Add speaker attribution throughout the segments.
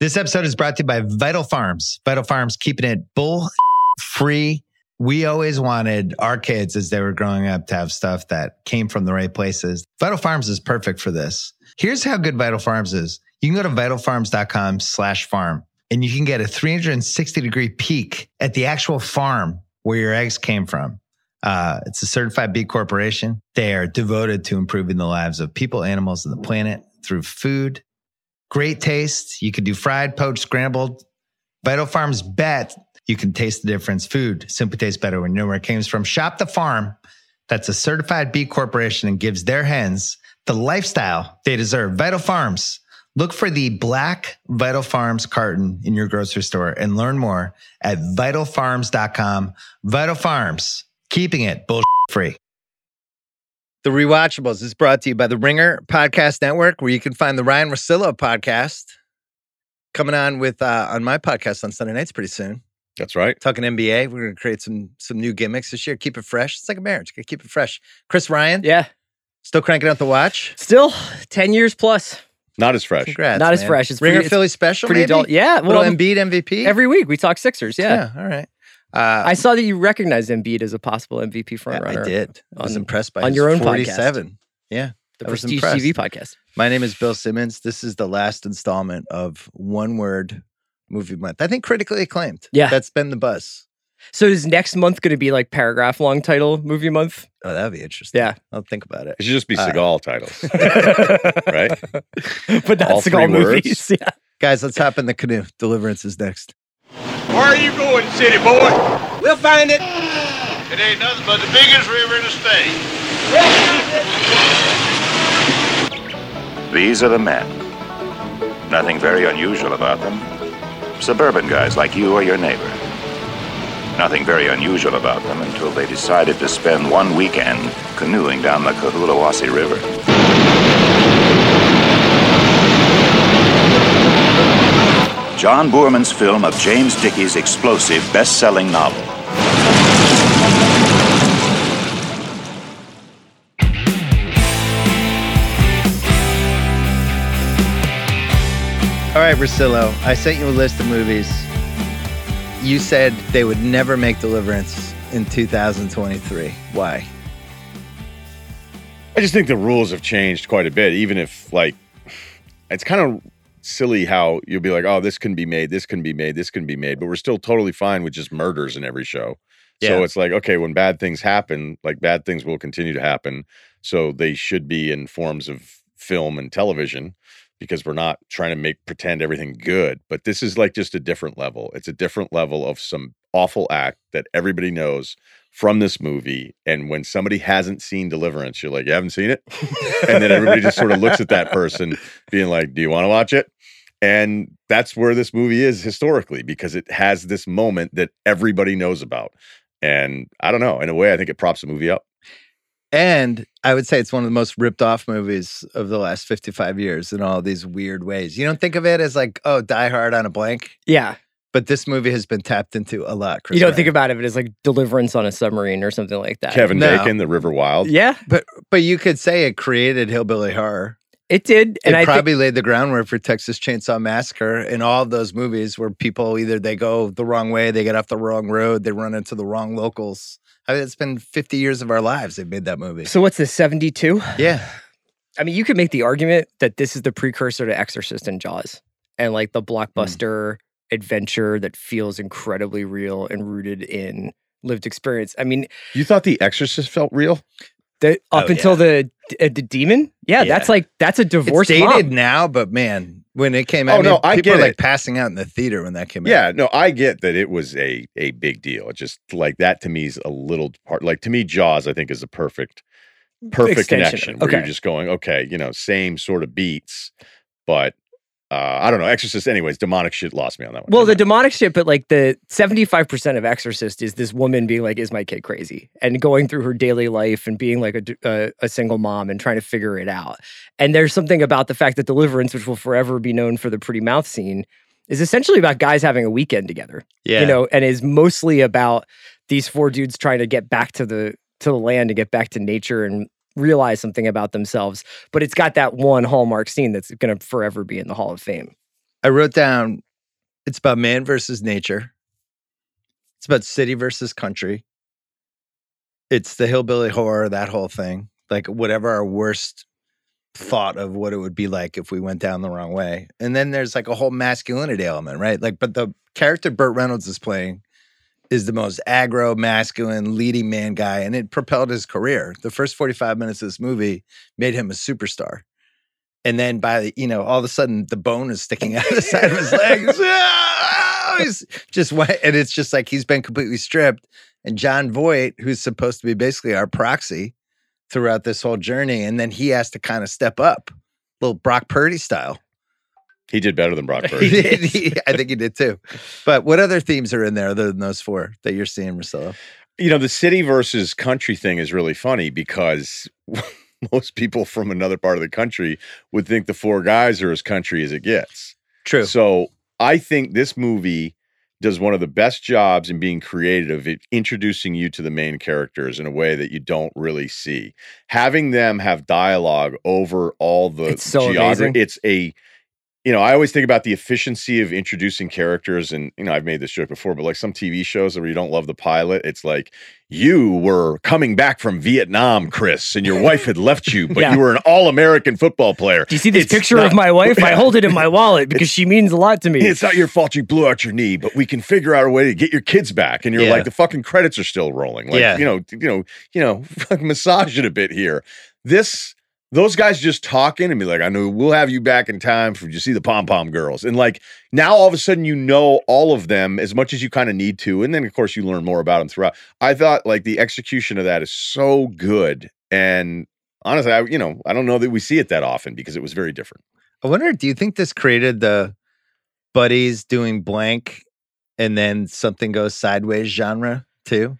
Speaker 1: This episode is brought to you by Vital Farms. Vital Farms keeping it bull free. We always wanted our kids as they were growing up to have stuff that came from the right places. Vital Farms is perfect for this. Here's how good Vital Farms is. You can go to vitalfarms.com slash farm and you can get a 360 degree peek at the actual farm where your eggs came from. Uh, it's a certified B Corporation. They are devoted to improving the lives of people, animals, and the planet through food great taste. You could do fried, poached, scrambled. Vital Farms bet you can taste the difference. Food simply tastes better when you know where it comes from. Shop the farm that's a certified B corporation and gives their hens the lifestyle they deserve. Vital Farms. Look for the black Vital Farms carton in your grocery store and learn more at vitalfarms.com. Vital Farms, keeping it bullshit free. The Rewatchables is brought to you by the Ringer Podcast Network, where you can find the Ryan Rosillo podcast coming on with uh, on my podcast on Sunday nights pretty soon.
Speaker 2: That's right.
Speaker 1: Talking NBA, we're going to create some some new gimmicks this year. Keep it fresh. It's like a marriage. Gotta keep it fresh. Chris Ryan,
Speaker 3: Yeah.
Speaker 1: still cranking out the watch.
Speaker 3: Still 10 years plus.
Speaker 2: Not as fresh.
Speaker 1: Congrats,
Speaker 3: Not as
Speaker 1: man.
Speaker 3: fresh. It's
Speaker 1: Ringer
Speaker 3: pretty- it's
Speaker 1: Philly special.
Speaker 3: Pretty
Speaker 1: maybe?
Speaker 3: dull. Yeah.
Speaker 1: Little
Speaker 3: Well,
Speaker 1: Embiid MVP.
Speaker 3: every week we talk Sixers. Yeah.
Speaker 1: yeah. All right. Uh,
Speaker 3: I saw that you recognized Embiid as a possible MVP
Speaker 1: yeah,
Speaker 3: front
Speaker 1: I
Speaker 3: runner.
Speaker 1: did. I was
Speaker 3: on-
Speaker 1: impressed by
Speaker 3: on
Speaker 1: his
Speaker 3: your own podcast.
Speaker 1: 47.
Speaker 3: The
Speaker 1: I was
Speaker 3: Prestige
Speaker 1: impressed.
Speaker 3: TV podcast.
Speaker 1: My name is Bill Simmons. This is the last installment of One Word Movie Month. I think critically acclaimed.
Speaker 3: Yeah.
Speaker 1: That's been the buzz.
Speaker 3: So is next month going to be like paragraph long title movie month?
Speaker 1: Oh, that'd be interesting.
Speaker 3: Yeah.
Speaker 1: I'll think about it.
Speaker 4: It should just be
Speaker 1: Uh,
Speaker 4: Seagal titles, right?
Speaker 3: But
Speaker 4: All
Speaker 3: not
Speaker 4: three
Speaker 3: all movies.
Speaker 4: words?
Speaker 3: Yeah.
Speaker 1: Guys, let's hop in the canoe. Deliverance is next.
Speaker 5: Where are you going, city boy? We'll find it. It ain't nothing but the biggest river in the state.
Speaker 6: These are the men. Nothing very unusual about them. Suburban guys like you or your neighbor. Nothing very unusual about them until they decided to spend one weekend canoeing down the Cohulawasi River. John Boorman's film of James Dickey's explosive best selling novel.
Speaker 1: All right, Rosillo, I sent you a list of movies. You said they would never make Deliverance in 2023. Why?
Speaker 4: I just think the rules have changed quite a bit. Even if like, it's kind of silly how you'll be like, "Oh, this can be made, this can be made, this can be made," but we're still totally fine with just murders in every show.
Speaker 1: Yeah.
Speaker 4: So it's like, okay, when bad things happen, like bad things will continue to happen. So they should be in forms of film and television because we're not trying to make pretend everything good. But this is like just a different level. It's a different level of some awful act that everybody knows from this movie. And when somebody hasn't seen Deliverance, you're like, you haven't seen it? and then everybody just sort of looks at that person being like, do you want to watch it? And that's where this movie is historically because it has this moment that everybody knows about. And I don't know. In a way, I think it props the movie up.
Speaker 1: And I would say it's one of the most ripped off movies of the last 55 years in all these weird ways. You don't think of it as like, oh, Die Hard on a blank,
Speaker 3: Yeah.
Speaker 1: but this movie has been tapped into a lot. Chris
Speaker 3: you don't
Speaker 1: Ryan.
Speaker 3: think about it as like deliverance on a submarine or something like that.
Speaker 4: Kevin
Speaker 1: No.
Speaker 4: Bacon, The River Wild.
Speaker 3: Yeah.
Speaker 1: but you could say it created hillbilly horror.
Speaker 3: It did.
Speaker 1: it
Speaker 3: And I think-
Speaker 1: probably laid the groundwork for Texas Chainsaw Massacre and all of those movies where people either they go the wrong way, they get off the wrong road, they run into the wrong locals. I mean, it's been 50 years of our lives. They've made that movie.
Speaker 3: so what's this, 72?
Speaker 1: yeah.
Speaker 3: I mean, you
Speaker 7: Hmm.
Speaker 3: could make the argument that this is the precursor to Exorcist and Jaws and like the blockbuster adventure that feels incredibly real and rooted in lived experience. I mean,
Speaker 4: You thought The Exorcist felt real?
Speaker 3: the,
Speaker 7: Oh,
Speaker 3: up until the uh, the demon, yeah,
Speaker 7: Yeah.
Speaker 3: that's like that's a
Speaker 7: It's
Speaker 3: divorced
Speaker 7: dated
Speaker 3: mom.
Speaker 7: now, but man, when it came out,
Speaker 4: Oh,
Speaker 7: I mean,
Speaker 4: no, I
Speaker 7: people
Speaker 4: get
Speaker 7: were like
Speaker 4: it.
Speaker 7: passing out in the theater when that came out.
Speaker 4: Yeah, no, I get that it was a a big deal. It just like that to me is a little part. Like to me, Jaws, I think is a perfect perfect
Speaker 3: Mm, Extension,
Speaker 4: connection where you're
Speaker 3: okay.
Speaker 4: just going, okay, you know, same sort of beats, but uh I don't know. Exorcist, anyways, demonic shit lost me on that one.
Speaker 3: Well, the
Speaker 4: Never
Speaker 3: demonic shit, but like the seventy-five percent of Exorcist is this woman being like, "Is my kid crazy?" and going through her daily life and being like a d- a, a single mom and trying to figure it out. And there's something about the fact that Deliverance, which will forever be known for the pretty mouth scene, is essentially about guys having a weekend together.
Speaker 7: yeah.
Speaker 3: you know, and is mostly about these four dudes trying to get back to the to the land and get back to nature and realize something about themselves. But it's got that one hallmark scene that's going to forever be in the Hall of Fame.
Speaker 7: I wrote down it's about man versus nature. It's about city versus country. It's the hillbilly horror, that whole thing. Like whatever our worst thought of what it would be like if we went down the wrong way. And then there's like a whole masculinity element, right? Like, but the character Burt Reynolds is playing is the most aggro, masculine, leading man guy, and it propelled his career. The first 45 minutes of this movie made him a superstar. And then by the, you know, all of a sudden the bone is sticking out of the side of his leg. Ah! he's just went, and it's just like he's been completely stripped. And John Voight, who's supposed to be basically our proxy throughout this whole journey, and then he has to kind of step up, little Brock Purdy style.
Speaker 4: mind. he did better than Brock
Speaker 7: He
Speaker 4: Purdy.
Speaker 7: did, he- I think he did too. But what other themes are in there other than those four that you're seeing, Marcelo?
Speaker 4: you know, the city versus country thing is really funny because most people from another part of the country would think the four guys are as country as it gets.
Speaker 7: True.
Speaker 4: So I think this movie does one of the best jobs in being creative, at introducing you to the main characters in a way that you don't really see. Having them have dialogue over all the
Speaker 3: It's so amazing.
Speaker 4: It's a you know, I always think about the efficiency of introducing characters, and you know, I've made this joke before, but like some TV shows where you don't love the pilot, it's like you were coming back from Vietnam, Chris, and your wife had left you, but
Speaker 3: Yeah.
Speaker 4: you were an all-American football player.
Speaker 3: Do you see this
Speaker 4: It's
Speaker 3: picture
Speaker 4: not-
Speaker 3: of my wife? I hold it in my wallet because she means a lot to me.
Speaker 4: It's not your fault you blew out your knee, but we can figure out a way to get your kids back. And you're
Speaker 7: Yeah.
Speaker 4: like, the fucking credits are still rolling. Like,
Speaker 7: Yeah.
Speaker 4: you know, you know, you know, fucking massage it a bit here. This, those guys just talking and be like, I know we'll have you back in time for you see the pom pom girls. And like now all of a sudden you know all of them as much as you kind of need to. And then of course you learn more about them throughout. I thought like the execution of that is so good. And honestly, I you know, I don't know that we see it that often because it was very different.
Speaker 7: I wonder, do you think this created the buddies doing blank and then something goes sideways genre too?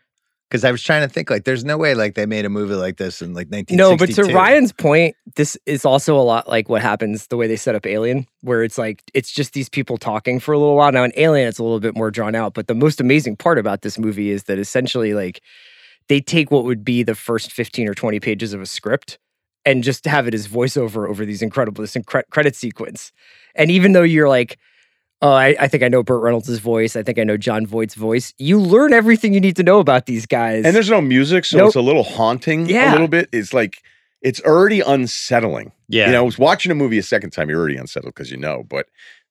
Speaker 7: Because I was trying to think, like, there's no way like they made a movie like this in like 1962.
Speaker 3: no, but to Ryan's point, this is also a lot like what happens the way they set up Alien, where it's like it's just these people talking for a little while. Now in Alien, it's a little bit more drawn out, but the most amazing part about this movie is that essentially like they take what would be the first 15 or 20 pages of a script and just have it as voiceover over these incredible this incre- credit sequence. And even though you're like, oh, I, I think I know Burt Reynolds' voice, I think I know John Voight's voice, you learn everything you need to know about these guys.
Speaker 4: And there's no music, so
Speaker 3: Nope.
Speaker 4: it's a little haunting a
Speaker 3: Yeah.
Speaker 4: little bit. It's like it's already unsettling.
Speaker 7: Yeah.
Speaker 4: You know, I was watching a movie a second time, you're already unsettled because you know, but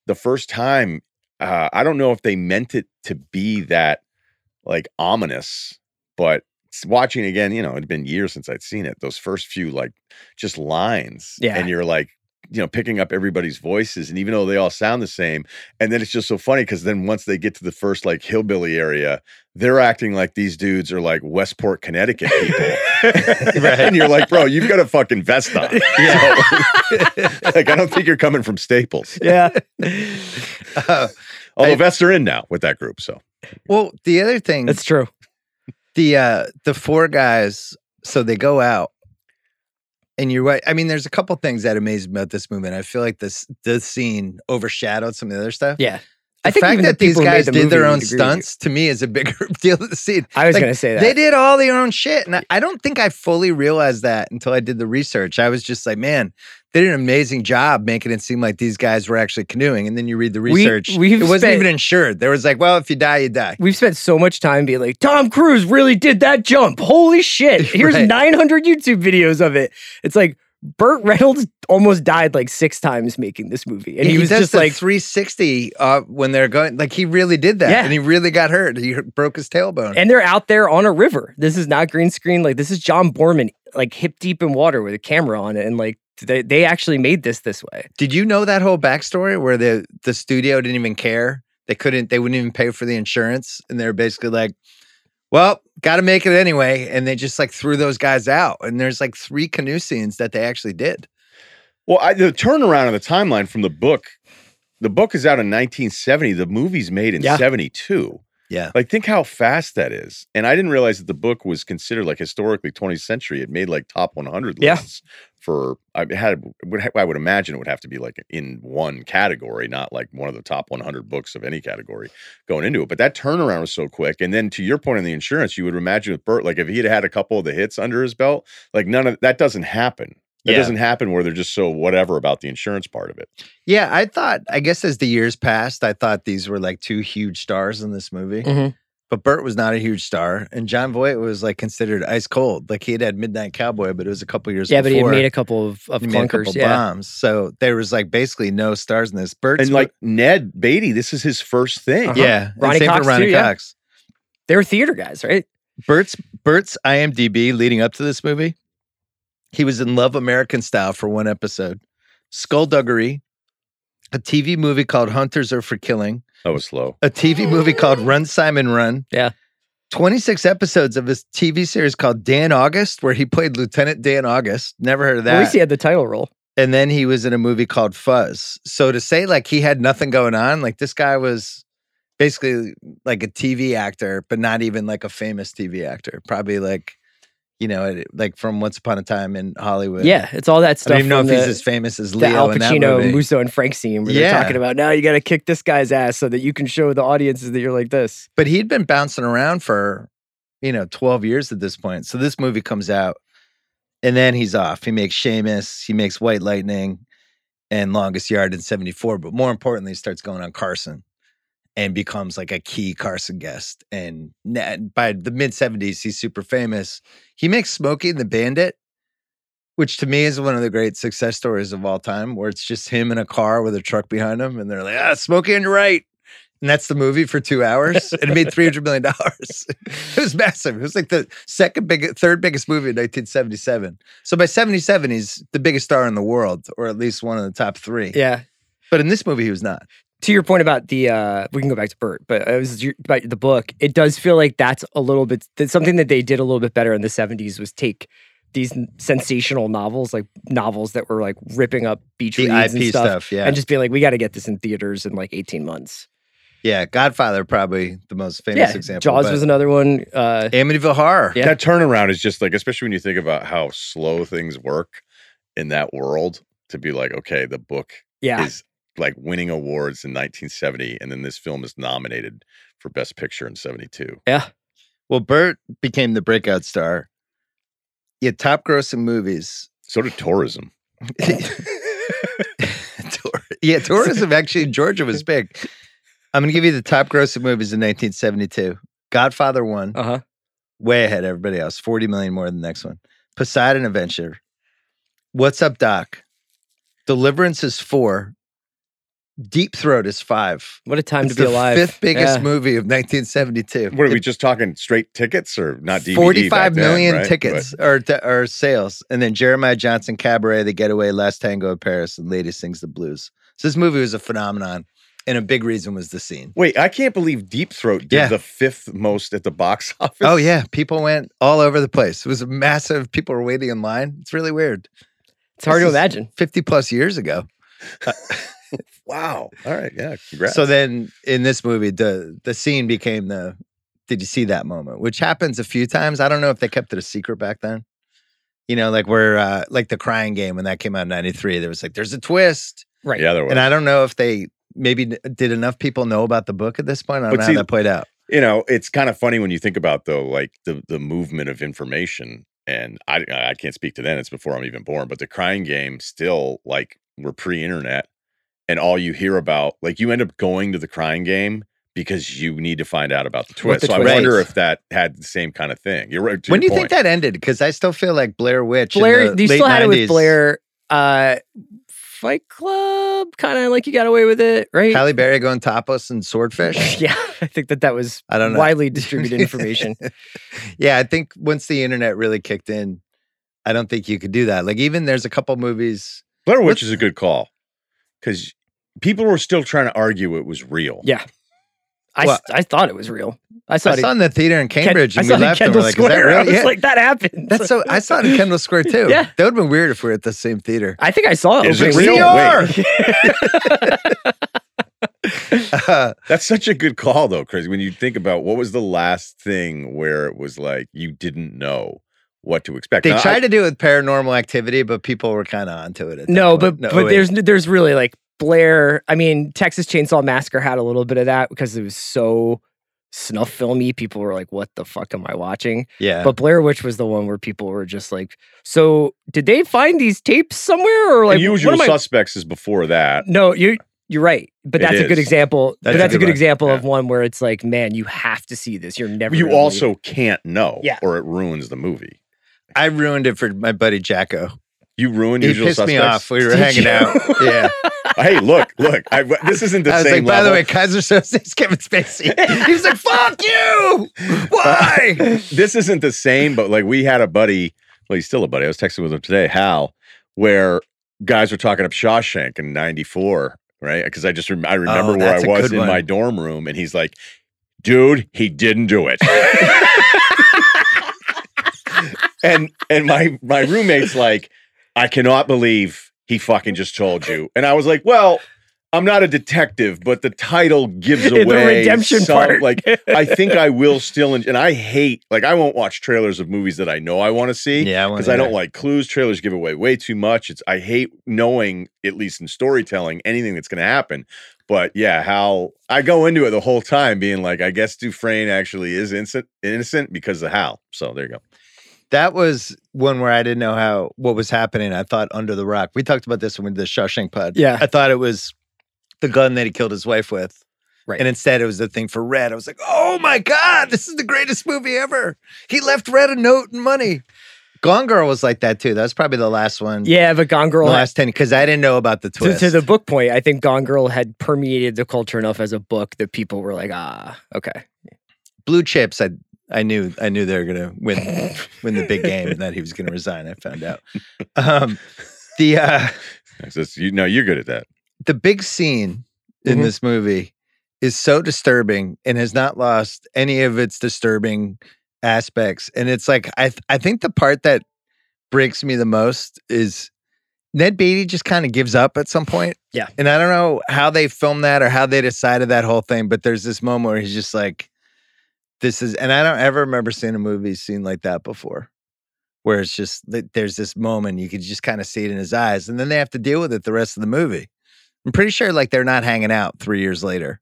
Speaker 4: the first time, uh, I don't know if they meant it to be that like ominous, but s- watching again, you know, it'd been years since I'd seen it. Those first few like just lines.
Speaker 3: Yeah.
Speaker 4: And you're like, you know, picking up everybody's voices. And even though they all sound the same, and then it's just so funny because then once they get to the first like hillbilly area, they're acting like these dudes are like Westport, Connecticut people. and you're like, bro, you've got a fucking vest on. So, like, I don't think you're coming from Staples.
Speaker 3: yeah.
Speaker 7: Uh,
Speaker 4: Although
Speaker 7: I-
Speaker 4: vests are in now with that group. So
Speaker 7: well, the other thing,
Speaker 3: That's true.
Speaker 7: the uh the four guys so they go out and you're right i mean there's a couple things that amaze me about this movie and i feel like this this scene overshadowed some of the other stuff
Speaker 3: Yeah.
Speaker 7: the fact
Speaker 3: even the
Speaker 7: that these
Speaker 3: people who made
Speaker 7: guys
Speaker 3: the
Speaker 7: did their
Speaker 3: movie
Speaker 7: own
Speaker 3: would agree with you.
Speaker 7: stunts to me is a bigger deal to the scene
Speaker 3: I was
Speaker 7: Like,
Speaker 3: gonna say that.
Speaker 7: they did all their own shit and I, I don't think i fully realized that until i did the research i was just like man they did an amazing job making it seem like these guys were actually canoeing and then you read the
Speaker 3: We-
Speaker 7: research
Speaker 3: we've
Speaker 7: it wasn't
Speaker 3: spent-
Speaker 7: even insured there was like well if you die you die
Speaker 3: We've spent so much time being like, Tom Cruise really did that jump. Holy shit. Here's
Speaker 7: Right.
Speaker 3: 900 YouTube videos of it. It's like, Burt Reynolds almost died like six times making this movie, and he, was
Speaker 7: does
Speaker 3: just
Speaker 7: the
Speaker 3: like
Speaker 7: 360 uh, when they're going. Like he really did that,
Speaker 3: Yeah.
Speaker 7: and he really got hurt. He hurt- broke his tailbone.
Speaker 3: And they're out there on a river. This is not green screen. Like this is John Borman, like hip deep in water with a camera on it, and like they they actually made this this way.
Speaker 7: Did you know that whole backstory where the the studio didn't even care? They couldn't. They wouldn't even pay for the insurance, and they're basically like, "Well, got to make it anyway." And they just like threw those guys out. And there's like three canoe scenes that they actually did.
Speaker 4: Well, I, the turnaround of the timeline from the book, the book is out in 1970. The movie's made in
Speaker 3: Yeah.
Speaker 4: 72.
Speaker 7: Yeah.
Speaker 4: Like, think how fast that is. And I didn't realize that the book was considered like historically 20th century. It made like top 100
Speaker 3: Yeah.
Speaker 4: lists for, I had, would ha- I would imagine it would have to be like in one category, not like one of the top 100 books of any category going into it. But that turnaround was so quick. And then to your point on the insurance, you would imagine with Bert, like if he had had a couple of the hits under his belt, like none of that doesn't happen. That
Speaker 7: Yeah.
Speaker 4: doesn't happen where they're just so whatever about the insurance part of it.
Speaker 7: Yeah, I thought. I guess as the years passed, I thought these were like two huge stars in this movie.
Speaker 3: Mhm.
Speaker 7: But Burt was not a huge star, and John Voight was like considered ice cold. Like he had had Midnight Cowboy, but it was a couple years.
Speaker 3: Yeah, but he had
Speaker 7: before.
Speaker 3: made a couple of, of
Speaker 7: He made a
Speaker 3: clunkers.
Speaker 7: couple
Speaker 3: Yeah,
Speaker 7: bombs. So there was like basically no stars in this. Burt's
Speaker 4: and like Ned Beatty, this is his first thing.
Speaker 3: Uh-huh.
Speaker 7: Yeah, and
Speaker 3: Ronnie
Speaker 7: same
Speaker 3: Cox,
Speaker 7: for Ronnie
Speaker 3: too, yeah.
Speaker 7: Cox.
Speaker 3: they were theater guys, right?
Speaker 7: Bert's Bert's IMDb leading up to this movie, he was in Love American Style for one episode, Skullduggery, a TV movie called Hunters Are for Killing,
Speaker 4: That was slow.
Speaker 7: a TV movie called Run Simon Run.
Speaker 3: Yeah.
Speaker 7: 26 episodes of his TV series called Dan August, where he played Lieutenant Dan August. Never heard of that.
Speaker 3: At least he had the title role.
Speaker 7: and then he was in a movie called Fuzz. So to say like he had nothing going on, like this guy was basically like a TV actor, but not even like a famous TV actor. Probably like, you know, it- like from Once Upon a Time in Hollywood.
Speaker 3: Yeah, it's all that
Speaker 7: I don't
Speaker 3: stuff.
Speaker 7: even know if
Speaker 3: from
Speaker 7: he's
Speaker 3: the-
Speaker 7: as famous as
Speaker 3: the
Speaker 7: Leo
Speaker 3: Al
Speaker 7: in that
Speaker 3: Pacino,
Speaker 7: movie.
Speaker 3: Musso, and Frank scene where
Speaker 7: Yeah.
Speaker 3: they're talking about now you got to kick this guy's ass so that you can show the audiences that you're like this.
Speaker 7: but he'd been bouncing around for you know 12 years at this point so this movie comes out and then he's off he makes Seamus, he makes white lightning and longest yard in 74 but more importantly he starts going on carson and becomes like a key carson guest and na- by the mid 70s he's super famous he makes smokey and the bandit which to me is one of the great success stories of all time where it's just him in a car with a truck behind him and they're like ah smokey on your right and that's the movie for two hours. And it made three hundred million dollars. it was massive. It was like the second big, third biggest movie in nineteen seventy seven. So by seventy seven, he's the biggest star in the world, or at least one of the top three.
Speaker 3: Yeah,
Speaker 7: But in this movie, he was not.
Speaker 3: to your point about the uh we can go back to Bert, but it was your, about the book. It does feel like that's a little bit that's something that they did a little bit better in the 70s was take these n- sensational novels, like novels that were like ripping up beach
Speaker 7: The
Speaker 3: reads and
Speaker 7: IP
Speaker 3: stuff,
Speaker 7: stuff, yeah,
Speaker 3: and just being like, we got to get this in theaters in like 18 months.
Speaker 7: yeah. Godfather probably the most famous
Speaker 3: yeah,
Speaker 7: example.
Speaker 3: Jaws
Speaker 7: but
Speaker 3: was another one. Uh,
Speaker 7: Amityville Horror.
Speaker 3: Yeah.
Speaker 4: That turnaround is just like, especially when you think about how slow things work in that world, to be like, okay, the book
Speaker 3: yeah,
Speaker 4: is like winning awards in 1970, and then this film is nominated for Best Picture in 72.
Speaker 7: Well, Burt became the breakout star. He had top grossing movies.
Speaker 4: So did tourism.
Speaker 7: Tour- yeah, tourism actually in Georgia was big. I'm going to give you the top grossing movies in 1972. Godfather 1,
Speaker 3: uh huh.
Speaker 7: way ahead of everybody else, 40 million more than the next one. Poseidon Adventure. What's Up, Doc? Deliverance is 4. Deep Throat is 5.
Speaker 3: What a time
Speaker 7: It's
Speaker 3: to be
Speaker 7: the
Speaker 3: alive.
Speaker 7: fifth biggest
Speaker 3: Yeah.
Speaker 7: movie of 1972.
Speaker 4: What are we
Speaker 7: It-
Speaker 4: just talking straight tickets or not DVD? back
Speaker 7: 45
Speaker 4: then,
Speaker 7: million
Speaker 4: right?
Speaker 7: tickets or, t- or sales. And then Jeremiah Johnson Cabaret, The Getaway, Last Tango in Paris, and Lady Sings the Blues. So this movie was a phenomenon. And a big reason was the scene.
Speaker 4: But- wait, I can't believe Deep Throat did
Speaker 7: Yeah.
Speaker 4: the fifth most at the box office.
Speaker 7: Oh, yeah. People went all over the place. It was massive. People were waiting in line. It's really weird.
Speaker 3: It's hard
Speaker 7: This
Speaker 3: to
Speaker 7: is-
Speaker 3: imagine.
Speaker 7: 50 plus years ago.
Speaker 4: Wow. All right. Yeah. Congrats.
Speaker 7: So then in this movie, the, the scene became the did you see that moment, which happens a few times. I don't know if they kept it a secret back then. You know, like where, uh, like the crying game when that came out in 93, there was like, there's a twist.
Speaker 3: Right.
Speaker 4: yeah, there was.
Speaker 7: And I don't know if they maybe n- did enough people know about the book at this point. I don't
Speaker 4: But
Speaker 7: know
Speaker 4: see-
Speaker 7: how that played out.
Speaker 4: you know it's kind of funny when you think about though like the the movement of information and i i can't speak to then it's before i'm even born but the crying game still like we're pre-internet and all you hear about like you end up going to the crying game because you need to find out about the
Speaker 3: What
Speaker 4: twist.
Speaker 3: the
Speaker 4: so
Speaker 3: twist
Speaker 4: I wonder
Speaker 3: is.
Speaker 4: if that had the same kind of thing. You're right. to
Speaker 7: when do
Speaker 4: your
Speaker 7: you think
Speaker 4: point.
Speaker 7: that ended? Because I still feel like Blair Witch. in
Speaker 3: Blair,
Speaker 7: the
Speaker 3: you still
Speaker 7: late
Speaker 3: had it
Speaker 7: 90s,
Speaker 3: with Blair. Uh, Fight Club, kind of like you got away with it, right?
Speaker 7: Halle Berry going topless and swordfish.
Speaker 3: yeah, I think that that was
Speaker 7: I don't know.
Speaker 3: widely distributed information.
Speaker 7: yeah, I think once the internet really kicked in, I don't think you could do that. Like even there's a couple movies.
Speaker 4: Blair Witch
Speaker 7: What's-
Speaker 4: is a good call because people were still trying to argue it was real.
Speaker 3: Yeah. I,
Speaker 7: Well-
Speaker 3: I thought it was real. I saw
Speaker 7: I
Speaker 3: it.
Speaker 7: saw it in the theater in
Speaker 3: Ken-
Speaker 7: Cambridge,
Speaker 3: I
Speaker 7: and
Speaker 3: saw it in
Speaker 7: we left and
Speaker 3: Kendall
Speaker 7: we're like, "Is that
Speaker 3: Square. I
Speaker 7: real?"
Speaker 3: was
Speaker 7: Yeah.
Speaker 3: like, that happened.
Speaker 7: That's so. I saw it in Kendall Square too.
Speaker 3: Yeah.
Speaker 7: that would have been weird if we were at the same theater.
Speaker 3: I think I saw it.
Speaker 4: Is it
Speaker 3: opening
Speaker 4: real?
Speaker 3: weekend.
Speaker 4: Wait.
Speaker 7: Uh,
Speaker 4: That's such a good call, though, Chris. When you think about what was the last thing where it was like you didn't know what to expect.
Speaker 7: they
Speaker 4: Now, I-
Speaker 7: tried to do it with Paranormal Activity, but people were kind of onto it. At that
Speaker 3: No,
Speaker 7: point.
Speaker 3: but but
Speaker 7: wait.
Speaker 3: there's there's really like Blair. I mean, Texas Chainsaw Massacre had a little bit of that because it was so snuff filmy. People were like, "What the fuck am I watching?"
Speaker 7: yeah.
Speaker 3: But Blair Witch was the one where people were just like, "So did they find these tapes somewhere?" Or like,
Speaker 4: and usual
Speaker 3: what am I-
Speaker 4: suspects is before that.
Speaker 3: No, you you're right, but
Speaker 4: It
Speaker 3: that's a good
Speaker 4: is.
Speaker 3: example.
Speaker 7: That's
Speaker 3: but
Speaker 7: a
Speaker 3: that's a
Speaker 7: good
Speaker 3: good
Speaker 7: one.
Speaker 3: example of
Speaker 4: Yeah.
Speaker 3: one where it's like, man, you have to see this. You're never.
Speaker 4: You
Speaker 3: gonna believe-
Speaker 4: also can't know,
Speaker 3: Yeah.
Speaker 4: or it ruins the movie.
Speaker 7: I ruined it for my buddy Jacko.
Speaker 4: You ruin
Speaker 7: He
Speaker 4: usual
Speaker 7: pissed
Speaker 4: suspects.
Speaker 7: me off. We were
Speaker 3: Did
Speaker 7: hanging
Speaker 3: you?
Speaker 7: out. Yeah.
Speaker 4: hey, look, look. I, this isn't the
Speaker 7: I was
Speaker 4: same
Speaker 7: like, by the
Speaker 4: level.
Speaker 7: way, Kaiser Soze Kevin Spacey. He was like, fuck you. Why?
Speaker 4: this isn't the same, but like we had a buddy, well, he's still a buddy. I was texting with him today, Hal, where guys were talking up Shawshank in 94, right? Because I just rem- I remember where
Speaker 7: Oh,
Speaker 4: I
Speaker 7: that's a
Speaker 4: was
Speaker 7: good
Speaker 4: in
Speaker 7: one.
Speaker 4: my dorm room and he's like, dude, he didn't do it. and and my my roommate's like, I cannot believe he fucking just told you. And I was like, well, I'm not a detective, but the title gives
Speaker 3: The
Speaker 4: away
Speaker 3: redemption
Speaker 4: some-
Speaker 3: part.
Speaker 4: Like I think I will still, en- and I hate like I won't watch trailers of movies that I know I want to see
Speaker 7: Yeah.
Speaker 4: because I don't like clues. Trailers give away way too much. It's I hate knowing at least in storytelling anything that's going to happen. But yeah, how I go into it the whole time being like, I guess Dufresne actually is innocent, innocent because of Hal. So there you go.
Speaker 7: That was one where I didn't know how what was happening. I thought Under the Rock. We talked about this when we did the Shawshank Pod.
Speaker 3: Yeah.
Speaker 7: I thought it was the gun that he killed his wife with.
Speaker 3: Right.
Speaker 7: And instead it was the thing for Red. I was like, oh my God, this is the greatest movie ever. He left Red a note and money. Gone Girl was like that too. That was probably the last one.
Speaker 3: yeah, but Gone
Speaker 7: The
Speaker 3: Girl has
Speaker 7: last 10 because I didn't know about the
Speaker 3: to,
Speaker 7: twist.
Speaker 3: to the book point, I think Gone Girl had permeated the culture enough as a book that people were like, ah, okay.
Speaker 7: blue chips i i knew i knew they were gonna win win the big game and that he was gonna resign i found out um the uh
Speaker 4: It's just- you know, you're good at that.
Speaker 7: the big scene in
Speaker 3: Mhm.
Speaker 7: this movie is so disturbing and has not lost any of its disturbing aspects and it's like i th- i think the part that breaks me the most is Ned Beatty just kind of gives up at some point.
Speaker 3: Yeah.
Speaker 7: And I don't know how they filmed that or how they decided that whole thing, but there's this moment where he's just like, this is, and I don't ever remember seeing a movie scene like that before, where it's just, that there's this moment, you could just kind of see it in his eyes. And then they have to deal with it the rest of the movie. I'm pretty sure like they're not hanging out three years later.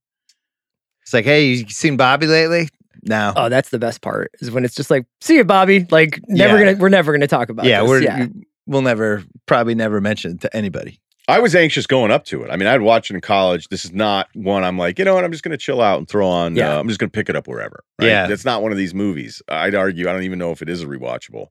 Speaker 7: It's like, hey, you seen Bobby lately? No.
Speaker 3: Oh, that's the best part is when it's just like, see you, Bobby. Like, never
Speaker 7: Yeah.
Speaker 3: gonna, we're never gonna talk about.
Speaker 7: yeah,
Speaker 3: this.
Speaker 7: we're,
Speaker 3: yeah.
Speaker 7: we'll never, probably never mention it to anybody.
Speaker 4: I was anxious going up to it. I mean, I'd watch it in college. This is not one I'm like, you know what? I'm just going to chill out and throw on.
Speaker 3: Yeah.
Speaker 4: Uh, I'm just going to pick it up wherever. right?
Speaker 7: Yeah.
Speaker 4: That's not one of these movies. I'd argue, I don't even know if it is a rewatchable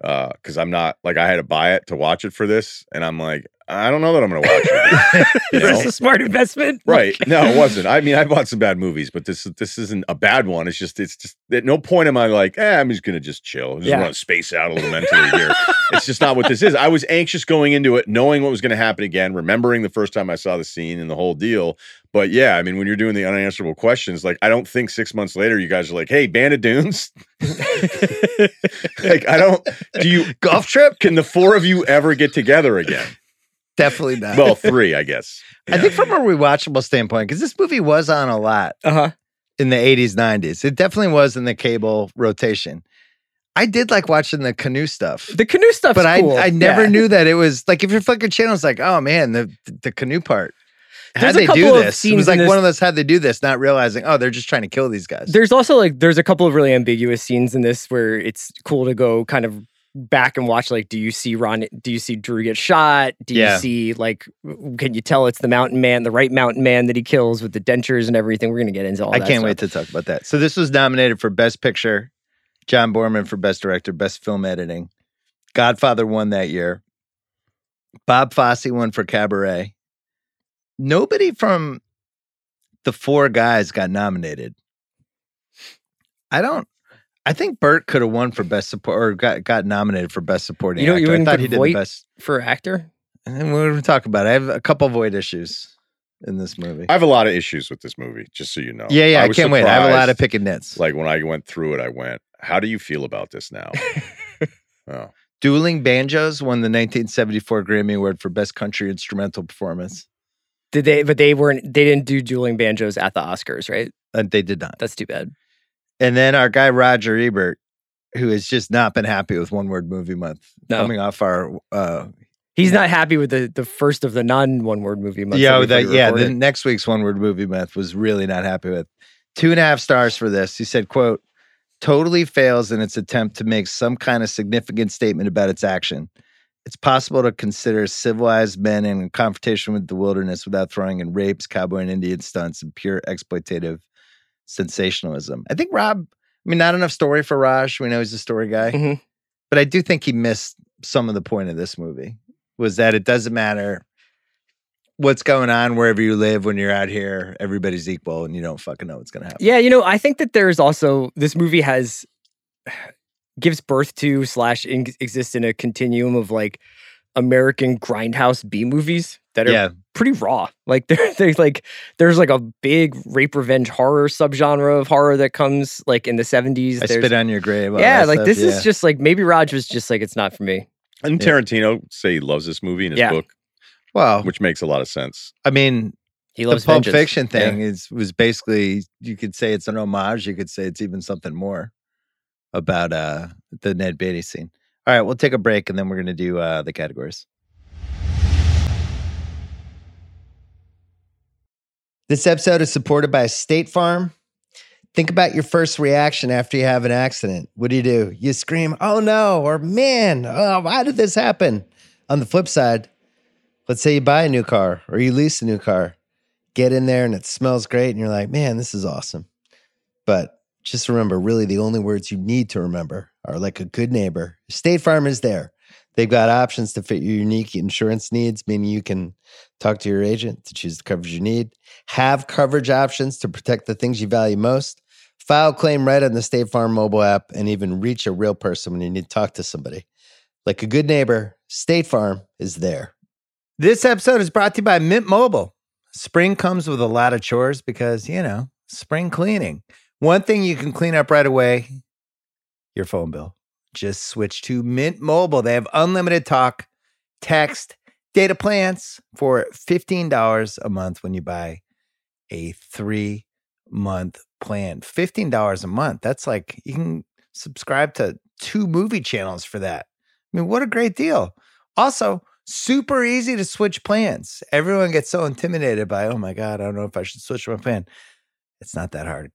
Speaker 4: because I'm not like, I had to buy it to watch it for this. And I'm like, I don't know that I'm going to watch it. you
Speaker 3: Is
Speaker 4: know?
Speaker 3: this a smart investment?
Speaker 4: Right. No, it wasn't. I mean, I bought some bad movies, but this this isn't a bad one. It's just it's just at no point am I like, eh, I'm just gonna just chill. I just
Speaker 3: Yeah.
Speaker 4: want to space out a little mentally here. It's just not what this is. I was anxious going into it, knowing what was gonna happen again, remembering the first time I saw the scene and the whole deal. But yeah, I mean, when you're doing the unanswerable questions, like I don't think six months later you guys are like, hey, Band of Dunes. like I don't do you
Speaker 7: Golf trip?
Speaker 4: can the four of you ever get together again?
Speaker 7: Definitely not.
Speaker 4: Well, three, I guess.
Speaker 7: I think from a rewatchable standpoint, because this movie was on a lot
Speaker 3: Uh huh.
Speaker 7: in the 80s, 90s. It definitely was in the cable rotation. I did like watching the canoe stuff.
Speaker 3: The canoe stuff,
Speaker 7: But I, I never
Speaker 3: knew.
Speaker 7: knew that it was like if your fucking channel's like, oh man, the the canoe part. How'd
Speaker 3: There's a
Speaker 7: they do
Speaker 3: couple of
Speaker 7: this? It
Speaker 3: scenes
Speaker 7: was
Speaker 3: in
Speaker 7: like
Speaker 3: this-
Speaker 7: one of those how'd they do this, not realizing, oh, they're just trying to kill these guys.
Speaker 3: There's also like there's a couple of really ambiguous scenes in this where it's cool to go kind of back and watch like do you see ron do you see drew get shot do
Speaker 7: Yeah.
Speaker 3: you see like w- can you tell it's the mountain man the right mountain man that he kills with the dentures and everything we're gonna get into all
Speaker 7: I
Speaker 3: that
Speaker 7: can't
Speaker 3: stuff.
Speaker 7: wait to talk about that. So this was nominated for Best Picture, John Borman for Best Director, Best Film Editing. Godfather won that year. Bob Fosse won for Cabaret. Nobody from the four guys got nominated. I don't. I think Burt could have won for Best Support or got, got nominated for Best Supporting
Speaker 3: You know, you
Speaker 7: Actor. I
Speaker 3: wouldn't
Speaker 7: thought
Speaker 3: put
Speaker 7: he did the
Speaker 3: Voight?
Speaker 7: best.
Speaker 3: for actor
Speaker 7: And we're going to talk about it. I have a couple void issues in this movie.
Speaker 4: I have a lot of issues with this movie, just so you know.
Speaker 7: yeah, yeah, I,
Speaker 4: was
Speaker 7: can't wait. I have a lot of
Speaker 4: surprised,
Speaker 7: picking nits.
Speaker 4: Like when I went through it, I went, "How do you feel about this now?" oh,
Speaker 7: Dueling Banjos won the 1974 Grammy Award for Best Country Instrumental Performance.
Speaker 3: did they but they weren't they didn't do dueling banjos at the oscars right
Speaker 7: Uh, they did not.
Speaker 3: that's too bad
Speaker 7: And then our guy Roger Ebert, who has just not been happy with One Word Movie Month,
Speaker 3: No.
Speaker 7: coming off our uh,
Speaker 3: he's not happy with the the first of the non one word movie months
Speaker 7: yeah,
Speaker 3: that
Speaker 7: that,
Speaker 3: we've
Speaker 7: yeah. The
Speaker 3: recorded.
Speaker 7: next week's One Word Movie Month was really not happy with two and a half stars for this. He said, "quote Totally fails in its attempt to make some kind of significant statement about its action. It's possible to consider civilized men in confrontation with the wilderness without throwing in rapes, cowboy and Indian stunts, and pure exploitative sensationalism. I think Rob, I mean, not enough story for Raj. We know he's a story guy,
Speaker 3: Mhm.
Speaker 7: but I do think he missed some of the point of this movie was that it doesn't matter what's going on wherever you live when you're out here. Everybody's equal, and you don't fucking know what's gonna happen.
Speaker 3: Yeah, you know, I think that there's also this movie has gives birth to slash in, exists in a continuum of like American grindhouse B movies that are
Speaker 7: yeah,
Speaker 3: pretty raw. Like there, there's like there's like a big rape revenge horror subgenre of horror that comes like in the 70s.
Speaker 7: I
Speaker 3: There's-
Speaker 7: spit on your grave. all
Speaker 3: yeah,
Speaker 7: that
Speaker 3: like
Speaker 7: stuff,
Speaker 3: this
Speaker 7: yeah.
Speaker 3: is just like maybe Raj was just like it's not for me.
Speaker 4: and
Speaker 7: Yeah.
Speaker 4: Tarantino say he loves this movie in his
Speaker 3: Yeah.
Speaker 4: book,
Speaker 7: well.
Speaker 4: which makes a lot of sense.
Speaker 7: I mean,
Speaker 3: He
Speaker 7: the
Speaker 3: loves
Speaker 7: Pulp
Speaker 3: vengeance.
Speaker 7: Fiction thing is was basically you could say it's an homage. You could say it's even something more about uh the Ned Beatty scene. All right, we'll take a break and then we're gonna do uh the categories. This episode is supported by State Farm. Think about your first reaction after you have an accident. What do you do? You scream, oh no, or man, oh, why did this happen? On the flip side, let's say you buy a new car or you lease a new car, get in there and it smells great and you're like, man, this is awesome. But just remember, really, the only words you need to remember are like a good neighbor. State Farm is there. They've got options to fit your unique insurance needs, meaning you can talk to your agent to choose the coverage you need, have coverage options to protect the things you value most, file claim right on the State Farm mobile app, and even reach a real person when you need to talk to somebody. Like a good neighbor, State Farm is there. This episode is brought to you by Mint Mobile. Spring comes with a lot of chores because, you know, spring cleaning. One thing you can clean up right away your phone bill. Just switch to Mint Mobile. They have unlimited talk, text, data plans for $15 a month when you buy a three month plan. $15 a month. That's like you can subscribe to two movie channels for that. I mean, what a great deal. Also, super easy to switch plans. Everyone gets so intimidated by, oh my God, I don't know if I should switch my plan. It's not that hard.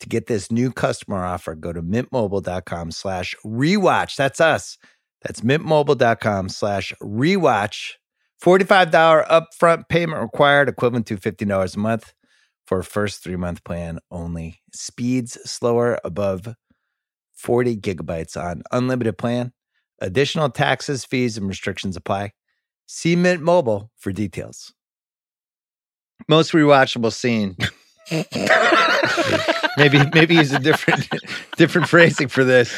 Speaker 7: To get this new customer offer, go to mintmobile.com slash rewatch. That's us. That's mintmobile.com slash rewatch. $45 upfront payment required, equivalent to $15 a month for a first three month plan only. Speeds slower above 40 gigabytes on unlimited plan. Additional taxes, fees, and restrictions apply. See Mint Mobile for details. Most rewatchable scene. maybe maybe use a different different phrasing for this.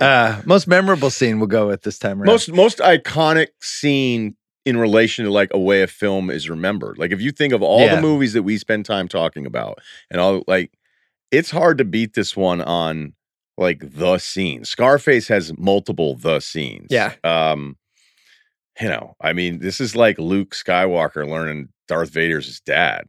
Speaker 7: Uh, most memorable scene we'll go with this time around.
Speaker 4: Most most iconic scene in relation to like a way a film is remembered. Like if you think of all
Speaker 7: Yeah.
Speaker 4: the movies that we spend time talking about and all like it's hard to beat this one on like the scene. Scarface has multiple the scenes.
Speaker 3: Yeah.
Speaker 4: Um you know, I mean, this is like Luke Skywalker learning Darth Vader's his dad.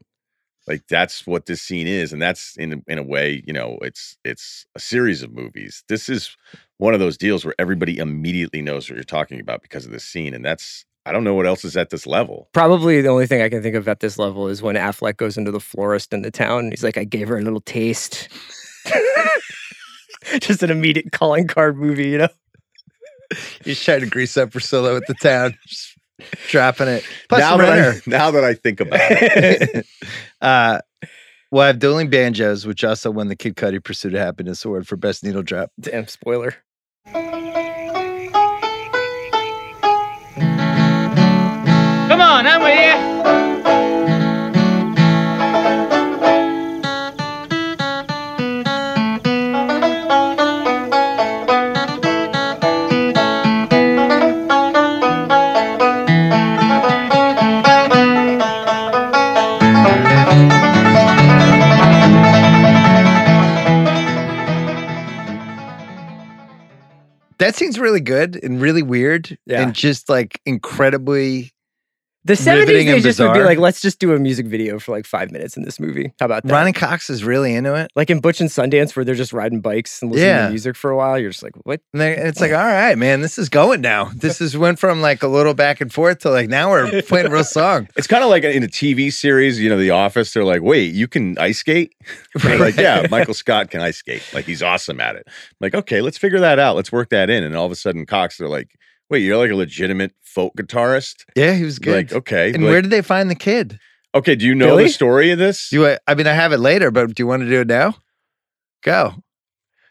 Speaker 4: Like that's what this scene is and that's in in a way, you know, it's it's a series of movies. This is one of those deals where everybody immediately knows what you're talking about because of this scene. And that's, I don't know what else is at this level.
Speaker 3: Probably the only thing I can think of at this level is when Affleck goes into the florist in the town. and He's like, I gave her a little taste. Just an immediate calling card movie, you know?
Speaker 7: He's trying to grease up Priscilla with the town, just dropping it. Plus
Speaker 4: now
Speaker 7: the
Speaker 4: that
Speaker 7: renter.
Speaker 4: I, now that I think about it,
Speaker 7: uh, well, I have Dueling Banjos, which also won the Kid Cudi Pursuit of Happiness Award for Best Needle Drop.
Speaker 3: Damn spoiler.
Speaker 8: Come on, I'm with you.
Speaker 7: That seems really good and really weird
Speaker 3: Yeah.
Speaker 7: and just like incredibly.
Speaker 3: The
Speaker 7: Riveting
Speaker 3: seventies they
Speaker 7: and
Speaker 3: just would be
Speaker 7: bizarre.
Speaker 3: like, let's just do a music video for like five minutes in this movie. How about that?
Speaker 7: Ronnie Cox is really into it.
Speaker 3: like in Butch and Sundance, where they're just riding bikes and listening
Speaker 7: Yeah.
Speaker 3: to music for a while. You're just like, what?
Speaker 7: And they- it's like, all right, man, this is going now. This is went from like a little back and forth to like now we're playing a real song.
Speaker 4: it's kind of like in a TV series, you know, The Office. They're like, wait, you can ice skate? They're like, yeah, Michael Scott can ice skate. Like, he's awesome at it. I'm like, okay, let's figure that out. Let's work that in. And all of a sudden, Cox, they're like, wait, you're like a legitimate folk guitarist?
Speaker 7: Yeah, he was good.
Speaker 4: Like, okay.
Speaker 7: and
Speaker 4: like,
Speaker 7: where did they find the kid?
Speaker 4: okay, do you know
Speaker 3: Billy?
Speaker 4: the story of this?
Speaker 7: Do I, I mean, I have it later, but do you want to do it now? Go.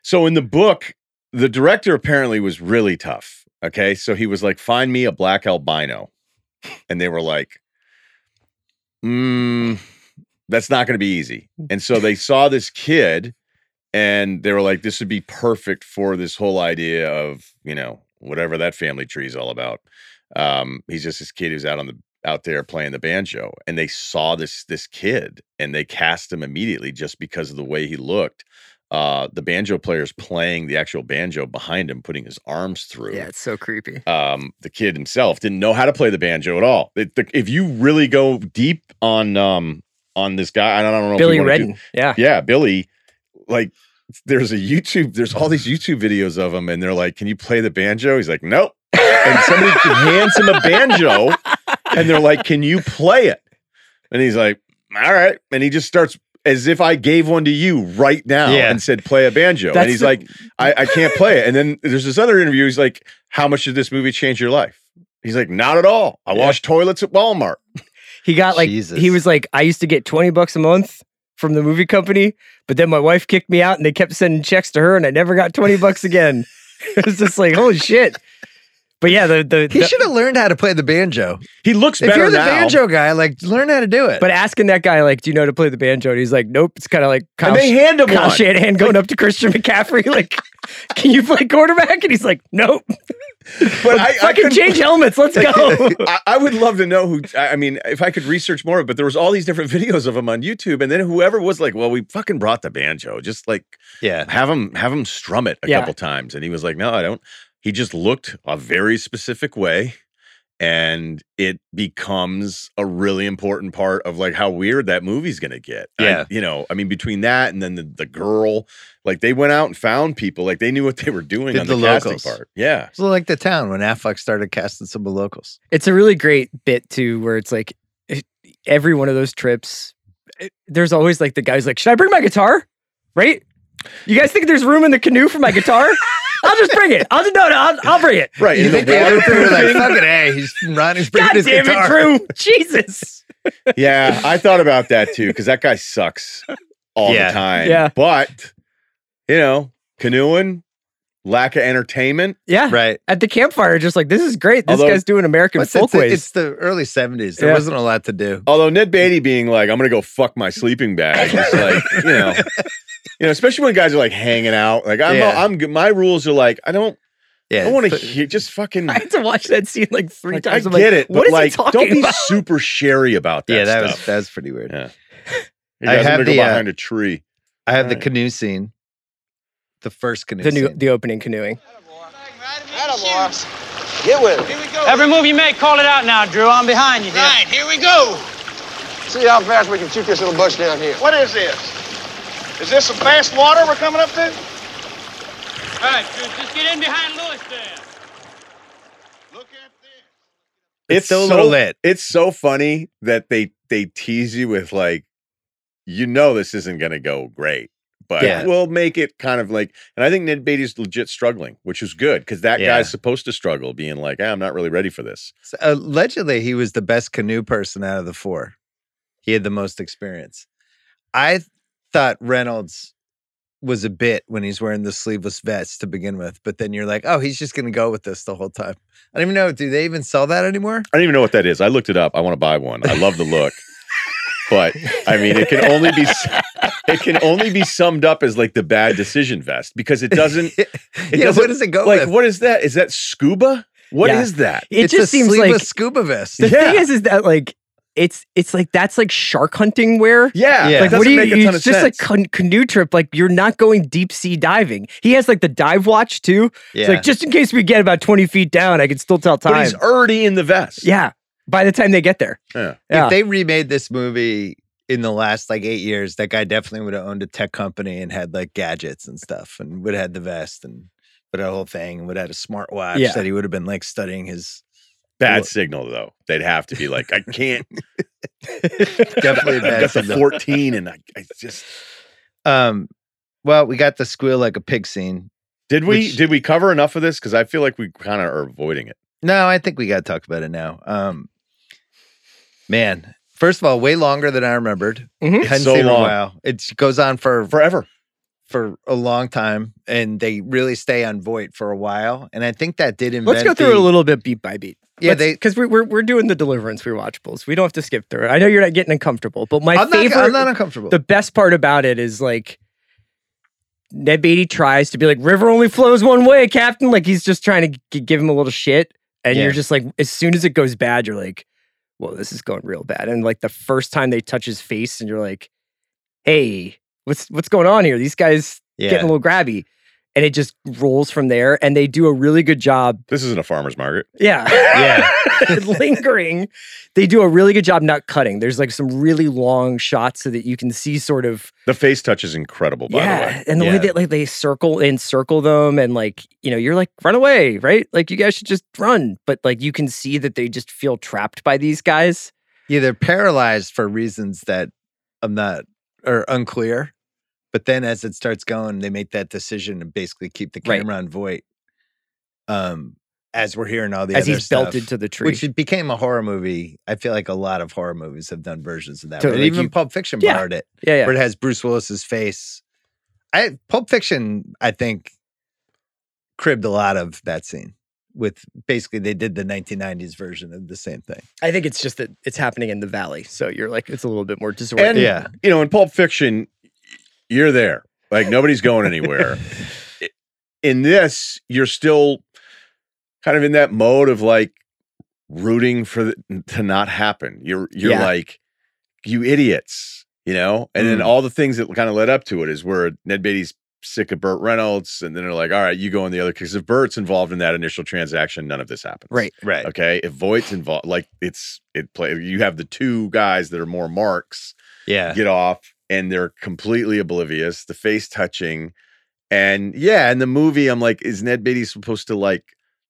Speaker 4: So in the book, the director apparently was really tough. Okay. So he was like, find me a black albino. And they were like, mm, that's not going to be easy. And so they saw this kid and they were like, this would be perfect for this whole idea of, you know, whatever that family tree is all about. Um, he's just this kid who's out on the out there playing the banjo and they saw this this kid and they cast him immediately just because of the way he looked uh the banjo player's playing the actual banjo behind him putting his arms through
Speaker 3: Yeah, it's so creepy.
Speaker 4: um the kid himself didn't know how to play the banjo at all It- the- if you really go deep on um on this guy i don't, I don't know if we
Speaker 3: Billy
Speaker 4: wanna do-
Speaker 3: Redden. Yeah.
Speaker 4: yeah billy like there's a youtube there's all these youtube videos of him and they're like can you play the banjo he's like nope and somebody hands him a banjo and they're like can you play it and he's like all right and he just starts as if I gave one to you right now
Speaker 7: Yeah.
Speaker 4: and said, play a banjo.
Speaker 3: That's
Speaker 4: and he's
Speaker 3: the-
Speaker 4: like, I, I can't play it. And then there's this other interview. He's like, How much did this movie change your life? He's like, Not at all. I wash toilets at Walmart.
Speaker 3: He got like
Speaker 7: Jesus.
Speaker 3: he was like, I used to get twenty bucks a month from the movie company, but then my wife kicked me out, and they kept sending checks to her, and I never got twenty bucks again. it was just like, holy shit. But yeah, the the,
Speaker 7: He
Speaker 3: the-
Speaker 7: should have learned how to play the banjo.
Speaker 4: He looks
Speaker 7: If
Speaker 4: better
Speaker 7: you're the
Speaker 4: now.
Speaker 7: banjo guy, like learn how to do it.
Speaker 3: but asking that guy like, do you know how to play the banjo? And he's like, nope. It's kind of like Kyle,
Speaker 4: and they
Speaker 3: Sh-
Speaker 4: hand him
Speaker 3: Kyle
Speaker 4: one.
Speaker 3: Shanahan going up to Christian McCaffrey like. Can you play quarterback? And he's like, nope.
Speaker 4: But I, I,
Speaker 3: Fucking
Speaker 4: couldn't-
Speaker 3: change helmets. Let's go.
Speaker 4: I, I would love to know who. I I mean, if I could research more, but there was all these different videos of him on YouTube, and then whoever was like, "Well, we fucking brought the banjo, just like
Speaker 7: yeah.
Speaker 4: have him have him strum it a
Speaker 3: Yeah.
Speaker 4: couple times," and he was like, "No, I don't." He just looked a very specific way, and it becomes a really important part of like how weird that movie's gonna get. I-
Speaker 7: Yeah.
Speaker 4: you know, I mean, between that and then the, the girl, like they went out and found people, like they knew what they were doing
Speaker 7: Did
Speaker 4: on the,
Speaker 7: the
Speaker 4: casting
Speaker 7: locals.
Speaker 4: part. Yeah,
Speaker 7: It's like the town when Affleck started casting some of the locals.
Speaker 3: it's a really great bit too where it's like it- every one of those trips it- there's always like the guys like should i bring my guitar right you guys think there's room in the canoe for my guitar i'll just bring it i'll just no no i'll, I'll bring it
Speaker 4: right.
Speaker 7: You
Speaker 4: and the
Speaker 7: think the other three were like,
Speaker 4: waterproofing-
Speaker 7: fucking hey, he's Ronnie's bringing
Speaker 3: god
Speaker 7: his
Speaker 3: damn
Speaker 7: guitar.
Speaker 3: it drew jesus
Speaker 4: yeah, I thought about that too because that guy sucks all
Speaker 7: Yeah.
Speaker 4: the time.
Speaker 3: Yeah.
Speaker 4: but you know, canoeing, lack of entertainment.
Speaker 3: yeah
Speaker 7: Right.
Speaker 3: at the campfire just like this is great this
Speaker 4: Although-
Speaker 3: guy's doing american
Speaker 7: But It's,
Speaker 3: folkways
Speaker 7: it's the early 70s. There
Speaker 3: Yeah.
Speaker 7: wasn't a lot to do.
Speaker 4: Although Ned Beatty being like, "I'm gonna go fuck my sleeping bag," is like you know, you know, especially when guys are like hanging out. Like I'm,
Speaker 7: Yeah.
Speaker 4: I'm, good. my rules are like I don't,
Speaker 7: Yeah.
Speaker 4: I want to
Speaker 7: but-
Speaker 4: hear just fucking.
Speaker 3: i had to watch that scene like three
Speaker 4: like, I
Speaker 3: times
Speaker 4: get
Speaker 3: I'm like,
Speaker 4: it,
Speaker 3: what
Speaker 4: but
Speaker 3: is
Speaker 4: like,
Speaker 3: he talking
Speaker 4: don't be
Speaker 3: about
Speaker 4: super sherry about that.
Speaker 7: Yeah, that was
Speaker 4: stuff.
Speaker 7: that was pretty weird.
Speaker 4: Yeah. You
Speaker 7: I
Speaker 4: guys, I
Speaker 7: have
Speaker 4: am gonna
Speaker 7: the,
Speaker 4: go
Speaker 7: uh,
Speaker 4: behind a tree.
Speaker 7: I have the
Speaker 4: Right.
Speaker 7: canoe scene. The first canoe
Speaker 3: the new
Speaker 7: scene.
Speaker 3: the opening canoeing
Speaker 9: Attaboy. Get with it. Here we go.
Speaker 8: Every move you make, call it out now, Drew. I'm behind you here.
Speaker 9: Right, here we go. See how fast we can shoot this little bush down here. What is this? Is this some fast water we're coming up to?
Speaker 8: All right, Drew, just get in behind Lewis there.
Speaker 9: Look at this.
Speaker 7: It's still a little lit.
Speaker 4: It's so funny that they they tease you with like, you know, this isn't gonna go great, but
Speaker 3: Yeah.
Speaker 4: we'll make it kind of like. And I think Ned Beatty's legit struggling, which is good because that
Speaker 7: Yeah.
Speaker 4: guy's supposed to struggle, being like, "Ah, I'm not really ready for this.
Speaker 7: So, allegedly, he was the best canoe person out of the four. He had the most experience. I th- thought Reynolds was a bit when he's wearing the sleeveless vest to begin with, but then you're like, oh, he's just going to go with this the whole time. I don't even know. Do they even sell that anymore?
Speaker 4: I don't even know what that is. I looked it up. I want to buy one. I love the look, but I mean, it can only be s- it can only be summed up as like the bad decision vest because it doesn't. It
Speaker 7: yeah,
Speaker 4: doesn't-
Speaker 7: what does it go
Speaker 4: like
Speaker 7: with?
Speaker 4: what is that? Is that scuba? What is
Speaker 3: Yeah.
Speaker 4: that?
Speaker 3: It
Speaker 7: it's
Speaker 3: just
Speaker 7: a
Speaker 3: seems
Speaker 7: sleeveless
Speaker 3: like
Speaker 7: scuba vest.
Speaker 3: the
Speaker 4: Yeah.
Speaker 3: thing is, is that like it's it's like that's like shark hunting wear.
Speaker 7: Yeah.
Speaker 4: Yeah, Like,
Speaker 3: Like,
Speaker 4: doesn't
Speaker 3: what do you?
Speaker 4: make a
Speaker 3: It's
Speaker 4: ton of
Speaker 3: just
Speaker 4: sense.
Speaker 3: a con- canoe trip. Like, you're not going deep sea diving. He has like the dive watch too.
Speaker 7: yeah.
Speaker 3: It's like just in case we get about 20 feet down, I can still tell
Speaker 4: but
Speaker 3: time.
Speaker 4: he's already in the vest.
Speaker 3: Yeah. By the time they get there.
Speaker 4: Yeah.
Speaker 3: Yeah.
Speaker 7: If they remade this movie in the last like eight years, that guy definitely would have owned a tech company and had like gadgets and stuff and would have had the vest and would have a whole thing and would have had a smartwatch
Speaker 3: Yeah.
Speaker 7: that he would have been like studying his
Speaker 4: Bad
Speaker 7: Look.
Speaker 4: signal though. They'd have to be like, I can't.
Speaker 7: definitely a
Speaker 4: I
Speaker 7: bad
Speaker 4: got the
Speaker 7: signal.
Speaker 4: fourteen, and I, I just
Speaker 7: Um well, we got the squeal like a pig scene.
Speaker 4: did we
Speaker 7: Which-
Speaker 4: did we cover enough of this? Because I feel like we kind of are avoiding it.
Speaker 7: No, I think we gotta talk about it now. Um man, first of all, way longer than I remembered.
Speaker 3: Mhm.
Speaker 7: Hadn't
Speaker 4: so
Speaker 7: seen it in a
Speaker 4: long.
Speaker 7: while. It goes on for
Speaker 4: Forever.
Speaker 7: for a long time and they really stay on Voight for a while. And I think that did invent
Speaker 3: Let's go through
Speaker 7: the-
Speaker 3: a little bit beat by beat.
Speaker 7: Yeah, they
Speaker 3: because we're, we're we're doing the deliverance rewatchables. We don't have to skip through it. I know you're not getting uncomfortable, but my
Speaker 7: I'm not,
Speaker 3: favorite,
Speaker 7: I'm not uncomfortable.
Speaker 3: the best part about it is like Ned Beatty tries to be like river only flows one way, Captain. Like he's just trying to g- give him a little shit, and
Speaker 7: Yeah.
Speaker 3: you're just like, as soon as it goes bad, you're like, whoa, this is going real bad. And like the first time they touch his face, and you're like, hey, what's what's going on here? These guys
Speaker 7: yeah.
Speaker 3: getting a little grabby. And it just rolls from there, and they do a really good job
Speaker 4: This isn't a farmer's market.
Speaker 3: yeah. Lingering. They do a really good job not cutting. There's like some really long shots so that you can see sort of
Speaker 4: The face touch is incredible, by the way.
Speaker 3: yeah, and the way
Speaker 7: Yeah.
Speaker 3: that like they circle and circle them and like, you know, you're like run away, right? Like you guys should just run, but like you can see that they just feel trapped by these guys.
Speaker 7: yeah, they're paralyzed for reasons that I'm not or unclear. But then as it starts going, they make that decision and basically keep the
Speaker 3: Right.
Speaker 7: camera on Voight. Um, as we're hearing all the
Speaker 3: as
Speaker 7: other
Speaker 3: he's
Speaker 7: stuff,
Speaker 3: belted to the tree.
Speaker 7: which it became a horror movie. I feel like a lot of horror movies have done versions of that.
Speaker 3: Totally,
Speaker 7: But
Speaker 3: like
Speaker 7: even
Speaker 3: you-
Speaker 7: Pulp Fiction
Speaker 3: Yeah.
Speaker 7: borrowed it,
Speaker 3: yeah, yeah.
Speaker 7: where it has Bruce Willis's face. I Pulp Fiction, I think, cribbed a lot of that scene. With basically, they did the 1990s version of the same thing.
Speaker 3: I think it's just that it's happening in the valley. So you're like it's a little bit more
Speaker 4: And
Speaker 3: disoriented.
Speaker 7: Yeah.
Speaker 4: you know, in Pulp Fiction, you're there. Like nobody's going anywhere. I- in this, you're still kind of in that mode of like rooting for the, to not happen. You're you're
Speaker 3: Yeah.
Speaker 4: like you idiots, you know. And then
Speaker 7: Mm.
Speaker 4: all the things that kind of led up to it is where Ned Beatty's sick of Burt Reynolds, and then they're like, "All right, you go in the other." Because if Burt's involved in that initial transaction, none of this happens,
Speaker 3: Right.
Speaker 7: Right.
Speaker 4: Okay, if Voight's involved, like it's it play. You have the two guys that are more marks
Speaker 7: Yeah.
Speaker 4: get off and they're completely oblivious, the face touching. And yeah, in the movie, I'm like, is Ned Beatty supposed to like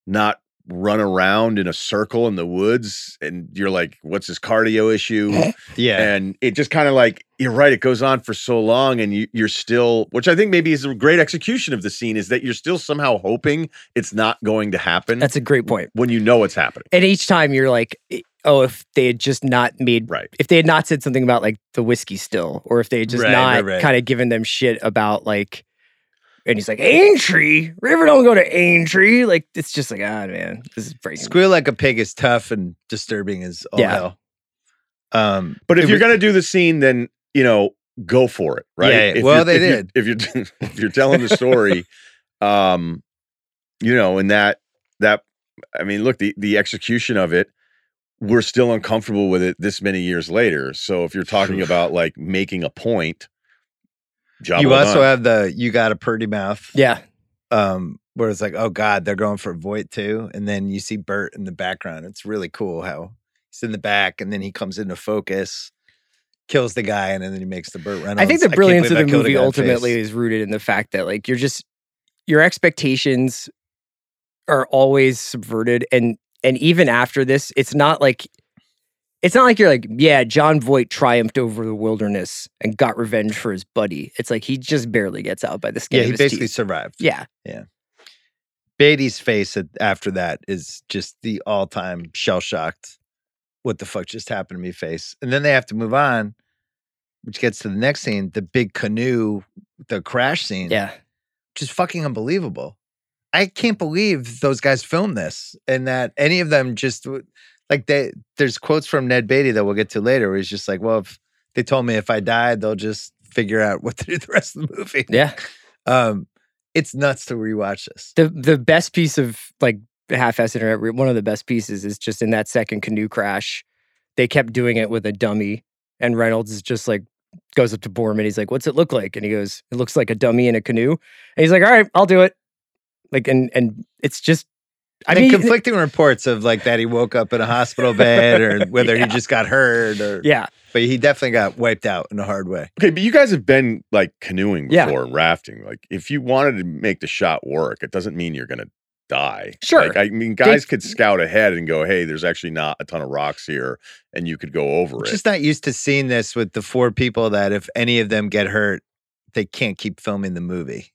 Speaker 4: not run around in a circle in the woods? And you're like, what's his cardio issue?
Speaker 7: Yeah.
Speaker 4: and it just kind of like, you're right, it goes on for so long and you, you're still, which I think maybe is a great execution of the scene, is that you're still somehow hoping it's not going to happen
Speaker 3: That's a great point.
Speaker 4: when you know it's happening.
Speaker 3: And each time you're like, oh, if they had just not made
Speaker 4: Right.
Speaker 3: if they had not said something about like the whiskey still, or if they had just
Speaker 7: Right,
Speaker 3: not
Speaker 7: right, right.
Speaker 3: kind of given them shit about like, and he's like, Aintree, River don't go to Aintree. Like, it's just like, ah, man, this is breaking.
Speaker 7: Squeal like a pig is tough and disturbing as all
Speaker 3: Yeah.
Speaker 7: hell. Um,
Speaker 4: But if
Speaker 7: it
Speaker 4: you're
Speaker 7: re-
Speaker 4: gonna do the scene, then you know, go for it, right?
Speaker 7: Yeah,
Speaker 4: If
Speaker 7: well,
Speaker 4: you're-
Speaker 7: they
Speaker 4: if You, if you're if you're telling the story, um, you know, and that that I mean, look, the the execution of it, we're still uncomfortable with it this many years later. So if you're talking about like making a point, job
Speaker 7: you
Speaker 4: well
Speaker 7: also
Speaker 4: done.
Speaker 7: have the you got a pretty mouth,
Speaker 3: yeah,
Speaker 7: um, where it's like, oh god, they're going for Voight too, and then you see Bert in the background. It's really cool how he's in the back, and then he comes into focus, kills the guy, and then he makes the Burt Reynolds.
Speaker 3: I think the
Speaker 7: can't
Speaker 3: brilliance of
Speaker 7: believe
Speaker 3: the
Speaker 7: I killed a
Speaker 3: movie
Speaker 7: guy in
Speaker 3: ultimately
Speaker 7: face.
Speaker 3: is rooted in the fact that like you're just your expectations are always subverted, and and even after this, it's not like it's not like you're like, yeah, John Voight triumphed over the wilderness and got revenge for his buddy. It's like he just barely gets out by the skin
Speaker 7: Yeah,
Speaker 3: of
Speaker 7: he
Speaker 3: his
Speaker 7: basically
Speaker 3: teeth.
Speaker 7: survived.
Speaker 3: Yeah,
Speaker 7: Beatty's face at, after that is just the all time shell shocked, what the fuck just happened to me face. And then they have to move on, which gets to the next scene the big canoe, the crash scene,
Speaker 3: yeah.
Speaker 7: which is fucking unbelievable. I can't believe those guys filmed this and that any of them just w- like they, there's quotes from Ned Beatty that we'll get to later where he's just like, well, if they told me if I died, they'll just figure out what to do the rest of the movie.
Speaker 3: Yeah.
Speaker 7: Um, it's nuts to rewatch this.
Speaker 3: The the best piece of like half-assed internet, re- one of the best pieces is just in that second canoe crash. They kept doing it with a dummy, and Reynolds is just like goes up to Borman. He's like, "What's it look like?" And he goes, "It looks like a dummy in a canoe." And he's like, "All right, I'll do it." Like, and and it's just, I
Speaker 7: I mean,
Speaker 3: mean,
Speaker 7: conflicting reports of like that he woke up in a hospital bed or whether he just got hurt or
Speaker 3: yeah,
Speaker 7: but he definitely got wiped out in a hard way.
Speaker 4: Okay, but you guys have been like canoeing
Speaker 3: Yeah.
Speaker 4: before and rafting. Like, if you wanted to make the shot work, it doesn't mean you're gonna die.
Speaker 3: Sure.
Speaker 4: Like, I mean, guys could scout ahead and go, "Hey, there's actually not a ton of rocks here," and you could go over it.
Speaker 7: Just not used to seeing this with the four people that if any of them get hurt, they can't keep filming the movie.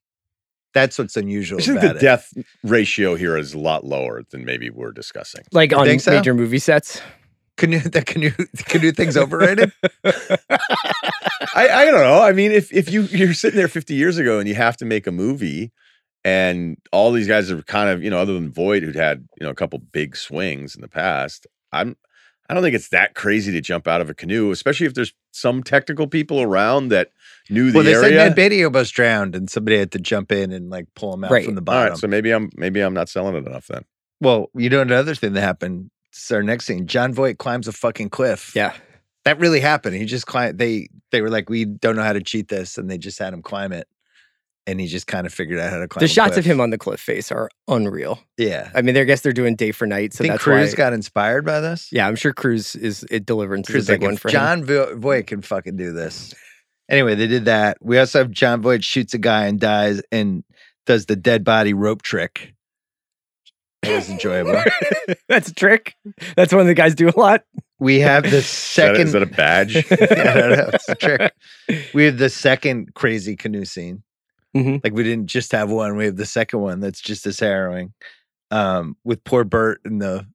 Speaker 7: That's what's
Speaker 4: I
Speaker 7: unusual
Speaker 4: just think
Speaker 7: about
Speaker 4: the
Speaker 7: it.
Speaker 4: death ratio here is a lot lower than maybe we're discussing.
Speaker 3: like on
Speaker 7: think so?
Speaker 3: major movie sets.
Speaker 7: canoe, the canoe, the canoe thing's overrated.
Speaker 4: I, I don't know. I mean, if if you you're sitting there 50 years ago and you have to make a movie, and all these guys are kind of you know, other than Void, who'd had you know a couple big swings in the past, I'm I don't think it's that crazy to jump out of a canoe, especially if there's some technical people around that knew the
Speaker 7: well, they said
Speaker 4: area.
Speaker 7: Ned Beatty almost drowned, and somebody had to jump in and like pull him out
Speaker 3: Right.
Speaker 7: from the
Speaker 4: all
Speaker 7: bottom.
Speaker 4: right, so maybe I'm maybe I'm not selling it enough then.
Speaker 7: well, you know another thing that happened. It's our next scene. John Voight climbs a fucking cliff.
Speaker 3: Yeah,
Speaker 7: that really happened. He just climbed. They they were like, we don't know how to cheat this, and they just had him climb it, and he just kind of figured out how to climb.
Speaker 3: the
Speaker 7: a
Speaker 3: shots of
Speaker 7: cliff.
Speaker 3: him on the cliff face are unreal.
Speaker 7: yeah.
Speaker 3: I mean, I guess they're doing day for night, so
Speaker 7: think
Speaker 3: that's
Speaker 7: Cruz
Speaker 3: why.
Speaker 7: got inspired by this.
Speaker 3: yeah, I'm sure Cruz is it Deliverance
Speaker 7: Cruz
Speaker 3: is a big
Speaker 7: like,
Speaker 3: one
Speaker 7: if
Speaker 3: for him.
Speaker 7: John Vo- Voight can fucking do this. Anyway, they did that. We also have John Voight shoots a guy and dies, and does the dead body rope trick. That was enjoyable.
Speaker 3: That's a trick. That's one the guys do a lot.
Speaker 7: we have the
Speaker 4: Is that-
Speaker 7: second.
Speaker 4: is that a badge?
Speaker 7: I don't know. It's a trick. We have the second crazy canoe scene.
Speaker 4: Mm-hmm.
Speaker 3: Mhm.
Speaker 7: Like we didn't just have one. We have the second one that's just as harrowing. Um, with poor Bert in the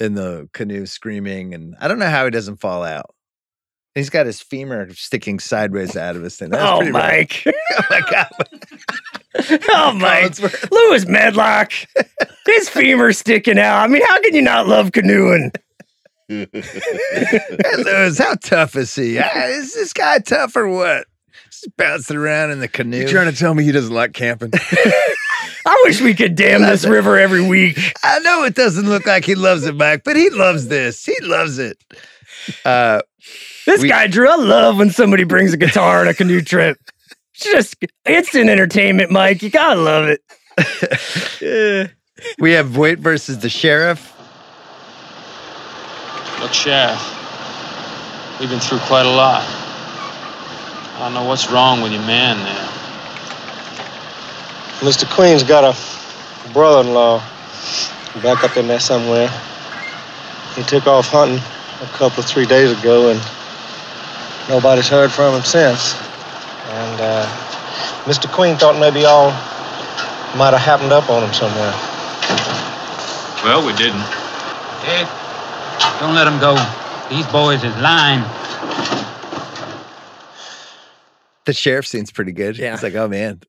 Speaker 7: in the canoe screaming, and I don't know how he doesn't fall out. He's got his femur sticking sideways out of his thing. That's
Speaker 3: oh,
Speaker 7: pretty rough.
Speaker 3: Mike.
Speaker 7: Oh my god!
Speaker 3: oh, Mike.
Speaker 7: Collinsworth.
Speaker 3: Lewis Medlock. His femur sticking out. I mean, how can you not love canoeing?
Speaker 7: Hey, Lewis, how tough is he? Ah, Is this guy tough or what? Just bouncing around in the canoe.
Speaker 4: to tell me he doesn't like camping?
Speaker 3: I wish we could dam this river every week.
Speaker 7: I know it doesn't look like he loves it, Mike, but he loves this. He loves it. Uh,
Speaker 3: This
Speaker 7: We-
Speaker 3: guy, Drew, I love when somebody brings a guitar on a canoe trip. It's Just instant entertainment, Mike. You gotta love it.
Speaker 7: we have Voight versus the sheriff.
Speaker 10: Look, Sheriff, we've been through quite a lot. I don't know what's wrong with your man there.
Speaker 9: Mr. Queen's got a brother-in-law back up in there somewhere. He took off hunting a couple of three days ago, and nobody's heard from him since. And uh, Mr. Queen thought maybe y'all might have happened up on him somewhere.
Speaker 10: Well, we didn't.
Speaker 8: Ed, don't let him go. These boys is lying.
Speaker 7: The sheriff scene's pretty good.
Speaker 3: Yeah.
Speaker 7: It's like, oh man,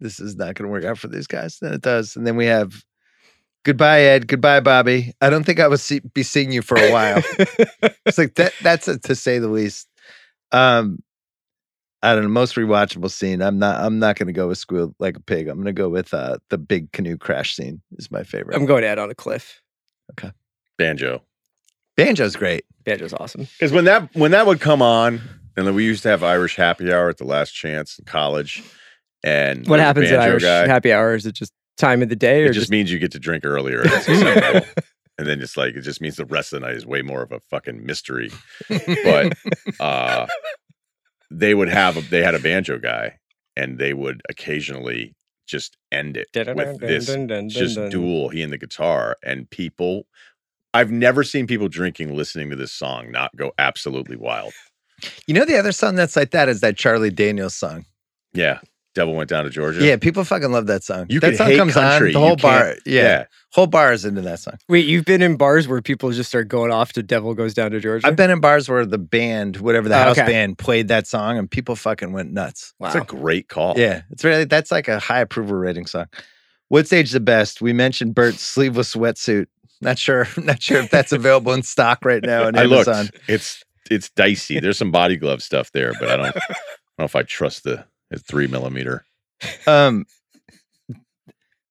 Speaker 7: this is not going to work out for these guys. Then it does. And then we have goodbye, Ed. Goodbye, Bobby. I don't think I will see- be seeing you for a while. it's like that. That's a, to say the least. Um, I don't know. Most rewatchable scene. I'm not. I'm not going to go with squeal like a pig. I'm going to go with uh, the big canoe crash scene. Is my favorite.
Speaker 3: I'm going to add on a cliff.
Speaker 4: Banjo.
Speaker 7: Banjo's great.
Speaker 3: Banjo's awesome.
Speaker 4: Because when that when that would come on, and then we used to have Irish happy hour at the last chance in college. And
Speaker 3: What
Speaker 4: there was a
Speaker 3: happens at
Speaker 4: banjo
Speaker 3: Irish
Speaker 4: guy.
Speaker 3: happy hour? Is it just time of the day, or
Speaker 4: It just, means you get to drink earlier. and it's acceptable. and then it's like it just means the rest of the night is way more of a fucking mystery. But uh they would have a, they had a banjo guy and they would occasionally just end it with this just duel he and the guitar and people I've never seen people drinking listening to this song not go absolutely wild.
Speaker 7: You know, the other song that's like that is that Charlie Daniels song.
Speaker 4: Yeah, Devil went down to Georgia.
Speaker 7: Yeah, people fucking love that song.
Speaker 4: You
Speaker 7: that
Speaker 4: could
Speaker 7: song
Speaker 4: hate
Speaker 7: comes
Speaker 4: country,
Speaker 7: on the whole
Speaker 4: you
Speaker 7: bar.
Speaker 4: can't-
Speaker 7: Yeah,
Speaker 4: yeah.
Speaker 7: whole bar is into that song.
Speaker 3: Wait, you've been in bars where people just start going off to "Devil Goes Down to Georgia."
Speaker 7: I've been in bars where the band, whatever the
Speaker 3: Oh,
Speaker 7: house
Speaker 3: okay.
Speaker 7: band, played that song, and people fucking went nuts.
Speaker 3: Wow.
Speaker 4: It's a great call.
Speaker 7: Yeah, it's really that's like a high approval rating song. What's age the best? We mentioned Bert's sleeveless wetsuit. Not sure. Not sure if that's available in stock right now on
Speaker 4: I looked.
Speaker 7: Amazon.
Speaker 4: It's it's dicey. There's some body glove stuff there, but I don't, I don't know if I trust the, the three millimeter.
Speaker 7: Um,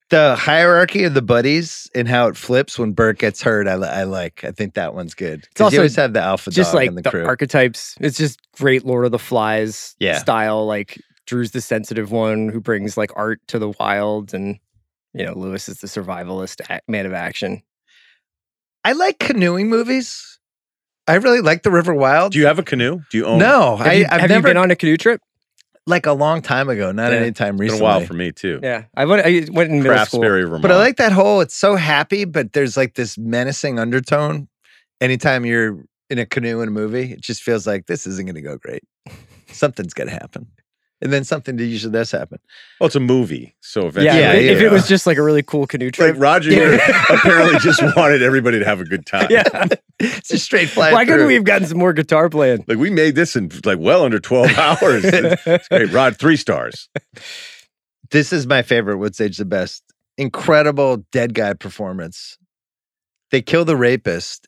Speaker 7: the hierarchy of the buddies and how it flips when Bert gets hurt. I, li- I like. I think that one's good. 'Cause
Speaker 3: also
Speaker 7: you always have the alpha
Speaker 3: just
Speaker 7: dog
Speaker 3: like
Speaker 7: in the,
Speaker 3: the
Speaker 7: crew.
Speaker 3: archetypes. It's just great Lord of the Flies
Speaker 7: Yeah.
Speaker 3: style. Like Drew's the sensitive one who brings like art to the wild, and you know Lewis is the survivalist a- man of action.
Speaker 7: I like canoeing movies. I really like The River Wild.
Speaker 4: Do you have a canoe? Do you own?
Speaker 7: no,
Speaker 3: Have
Speaker 7: I,
Speaker 3: you,
Speaker 7: I've
Speaker 3: have you
Speaker 7: never
Speaker 3: been on a canoe trip?
Speaker 7: like a long time ago, not
Speaker 3: Yeah.
Speaker 7: anytime
Speaker 4: it's
Speaker 7: recently.
Speaker 4: been a while for me too.
Speaker 3: Yeah, I went. I went in middle school.
Speaker 4: Craftsberry, Vermont.
Speaker 7: But I like that whole. It's so happy, but there's like this menacing undertone. Anytime you're in a canoe in a movie, it just feels like this isn't going to go great. Something's going to happen, and then something usually does happen.
Speaker 4: Well, Oh, it's a movie, so
Speaker 3: Yeah,
Speaker 4: eventually.
Speaker 7: Yeah,
Speaker 3: if, if
Speaker 7: yeah.
Speaker 3: it was just like a really cool canoe
Speaker 4: Like
Speaker 3: trip.
Speaker 4: Roger Ebert apparently just wanted everybody to have a good time.
Speaker 3: yeah.
Speaker 7: It's a straight fly.
Speaker 3: Why couldn't
Speaker 7: through.
Speaker 3: we have gotten some more guitar playing?
Speaker 4: Like we made this in like well under 12 hours. it's great. Rod, three stars.
Speaker 7: This is my favorite. What's age the best? Incredible dead guy performance. They kill the rapist,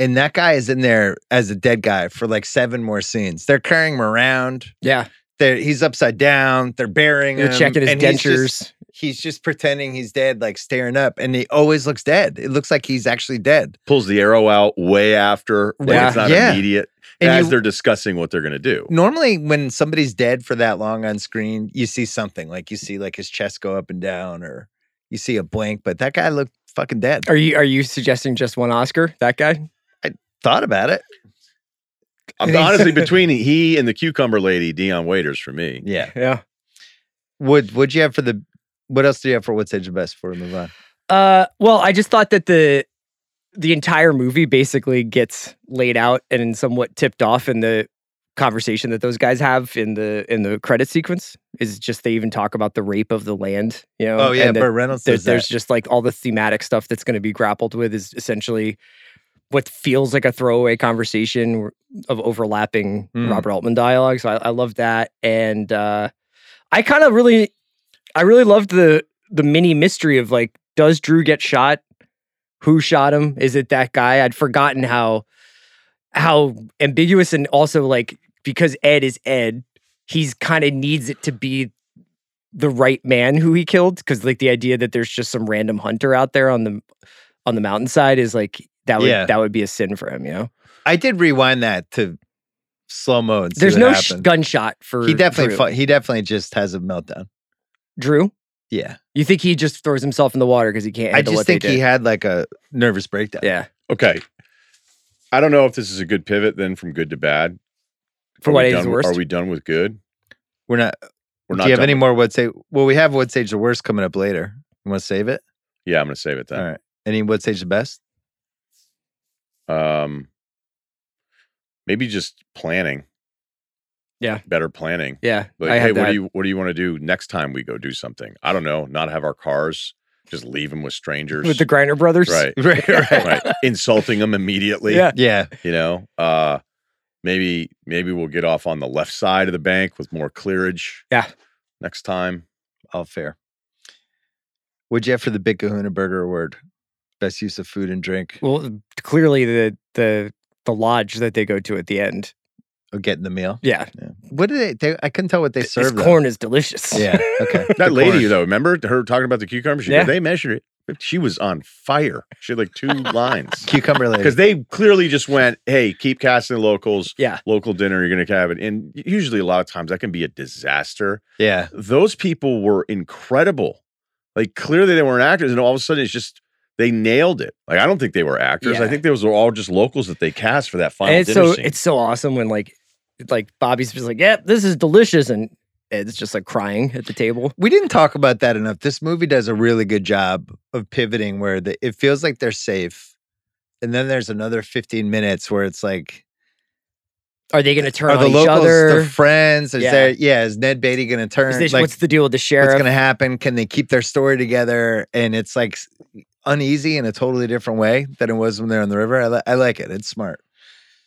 Speaker 7: and that guy is in there as a dead guy for like seven more scenes. They're carrying him around.
Speaker 3: yeah,
Speaker 7: They're, he's upside down. They're burying
Speaker 3: you're
Speaker 7: him.
Speaker 3: checking his
Speaker 7: and he's
Speaker 3: dentures.
Speaker 7: just- he's just pretending he's dead, like staring up, and he always looks dead. It looks like he's actually dead.
Speaker 4: Pulls the arrow out way after. Like
Speaker 3: Yeah.
Speaker 4: it's not
Speaker 7: Yeah.
Speaker 4: immediate.
Speaker 7: And
Speaker 4: as
Speaker 7: you-
Speaker 4: they're discussing what they're gonna do.
Speaker 7: Normally, when somebody's dead for that long on screen, you see something like you see like his chest go up and down, or you see a blank. But that guy looked fucking dead.
Speaker 3: Are you are you suggesting just one Oscar? That guy?
Speaker 7: Thought about it.
Speaker 4: I'm honestly between he and the cucumber lady, Dion Waiters for me.
Speaker 7: Yeah.
Speaker 3: Yeah.
Speaker 7: Would Would you have for the? What else do you have for what's age the best? Before we move on,
Speaker 3: Uh, well, I just thought that the the entire movie basically gets laid out and somewhat tipped off in the conversation that those guys have in the in the credit sequence. Is just they even talk about the rape of the land. You know.
Speaker 7: oh yeah,
Speaker 3: and that
Speaker 7: Burt Reynolds
Speaker 3: there-
Speaker 7: says that.
Speaker 3: there's just like all the thematic stuff that's going to be grappled with is essentially what feels like a throwaway conversation of overlapping
Speaker 7: Mm.
Speaker 3: Robert Altman dialogue. So I, I love that, and uh, I kind of really, I really loved the the mini mystery of like, does Drew get shot? Who shot him? Is it that guy? I'd forgotten how how ambiguous and also like because Ed is Ed, he's kind of needs it to be the right man who he killed because like the idea that there's just some random hunter out there on the on the mountainside is like that would
Speaker 7: Yeah.
Speaker 3: that would be a sin for him you know
Speaker 7: I did rewind that to slow mo and see
Speaker 3: there's
Speaker 7: what
Speaker 3: no sh-
Speaker 7: happened.
Speaker 3: gunshot for
Speaker 7: he definitely
Speaker 3: drew.
Speaker 7: fu- he definitely just has a meltdown.
Speaker 3: drew
Speaker 7: Yeah.
Speaker 3: you think he just throws himself in the water because he can't
Speaker 7: I
Speaker 3: handle
Speaker 7: just
Speaker 3: what they
Speaker 7: think he
Speaker 3: did?
Speaker 7: had like a nervous breakdown.
Speaker 3: yeah
Speaker 4: Okay. I don't know if this is a good pivot then from good to bad.
Speaker 3: for
Speaker 4: Are we
Speaker 3: what age
Speaker 4: done-
Speaker 3: is worst
Speaker 4: Are we done with good?
Speaker 7: We're not.
Speaker 4: We're not
Speaker 7: Do you have
Speaker 4: done
Speaker 7: any
Speaker 4: with-
Speaker 7: more? What's age? Well, we have what's age the worst coming up later. You want to save it?
Speaker 4: Yeah, I'm gonna save it then.
Speaker 7: All right. Any what's age the best?
Speaker 4: um maybe just planning
Speaker 3: Yeah.
Speaker 4: better planning
Speaker 3: yeah
Speaker 4: like
Speaker 3: I
Speaker 4: hey
Speaker 3: had
Speaker 4: what
Speaker 3: that.
Speaker 4: do you what do you want to do next time we go do something i don't know not have our cars just leave them with strangers
Speaker 3: with the grinder brothers
Speaker 4: right
Speaker 7: Right.
Speaker 4: right insulting them immediately
Speaker 3: Yeah.
Speaker 7: Yeah.
Speaker 4: you know uh maybe maybe we'll get off on the left side of the bank with more clearage
Speaker 3: Yeah.
Speaker 4: next time
Speaker 7: All Oh, fair. Would you have for the Big Kahuna Burger Award? Best use of food and drink.
Speaker 3: well clearly the the the lodge that they go to at the end
Speaker 7: Or getting the meal.
Speaker 3: yeah
Speaker 7: What did they? they I couldn't tell what they
Speaker 3: his
Speaker 7: served. though.
Speaker 3: corn is delicious
Speaker 7: Yeah. Okay.
Speaker 4: that
Speaker 7: The
Speaker 4: lady
Speaker 7: corn.
Speaker 4: though remember her talking about the cucumber she
Speaker 3: Yeah.
Speaker 4: they measured it she was on fire she had like two lines
Speaker 7: Cucumber lady.
Speaker 4: because they clearly just went, "Hey, keep casting the locals.
Speaker 3: Yeah.
Speaker 4: local dinner. You're gonna have it." And usually, a lot of times that can be a disaster.
Speaker 7: yeah.
Speaker 4: Those people were incredible. Like clearly, they weren't actors, and all of a sudden, it's just they nailed it. Like I don't think they were actors. I
Speaker 3: Yeah.
Speaker 4: think those were all just locals that they cast for that final
Speaker 3: and it's
Speaker 4: dinner
Speaker 3: so
Speaker 4: scene.
Speaker 3: it's so awesome when like it's like Bobby's just like, "Yep, this is delicious," and Ed's just like crying at the table.
Speaker 7: We didn't talk about that enough. This movie does a really good job of pivoting where the, it feels like they're safe and then there's another 15 minutes where it's like
Speaker 3: Are they going to turn
Speaker 7: are
Speaker 3: on
Speaker 7: the
Speaker 3: each
Speaker 7: locals
Speaker 3: other?
Speaker 7: still friends? Is
Speaker 3: Yeah.
Speaker 7: there yeah, is Ned Beatty gonna turn
Speaker 3: Is this-
Speaker 7: like
Speaker 3: what's the deal with the
Speaker 7: what's
Speaker 3: sheriff?
Speaker 7: gonna happen? Can they keep their story together? And it's like s- uneasy in a totally different way than it was when they're on the river. I, li- I like it. It's smart.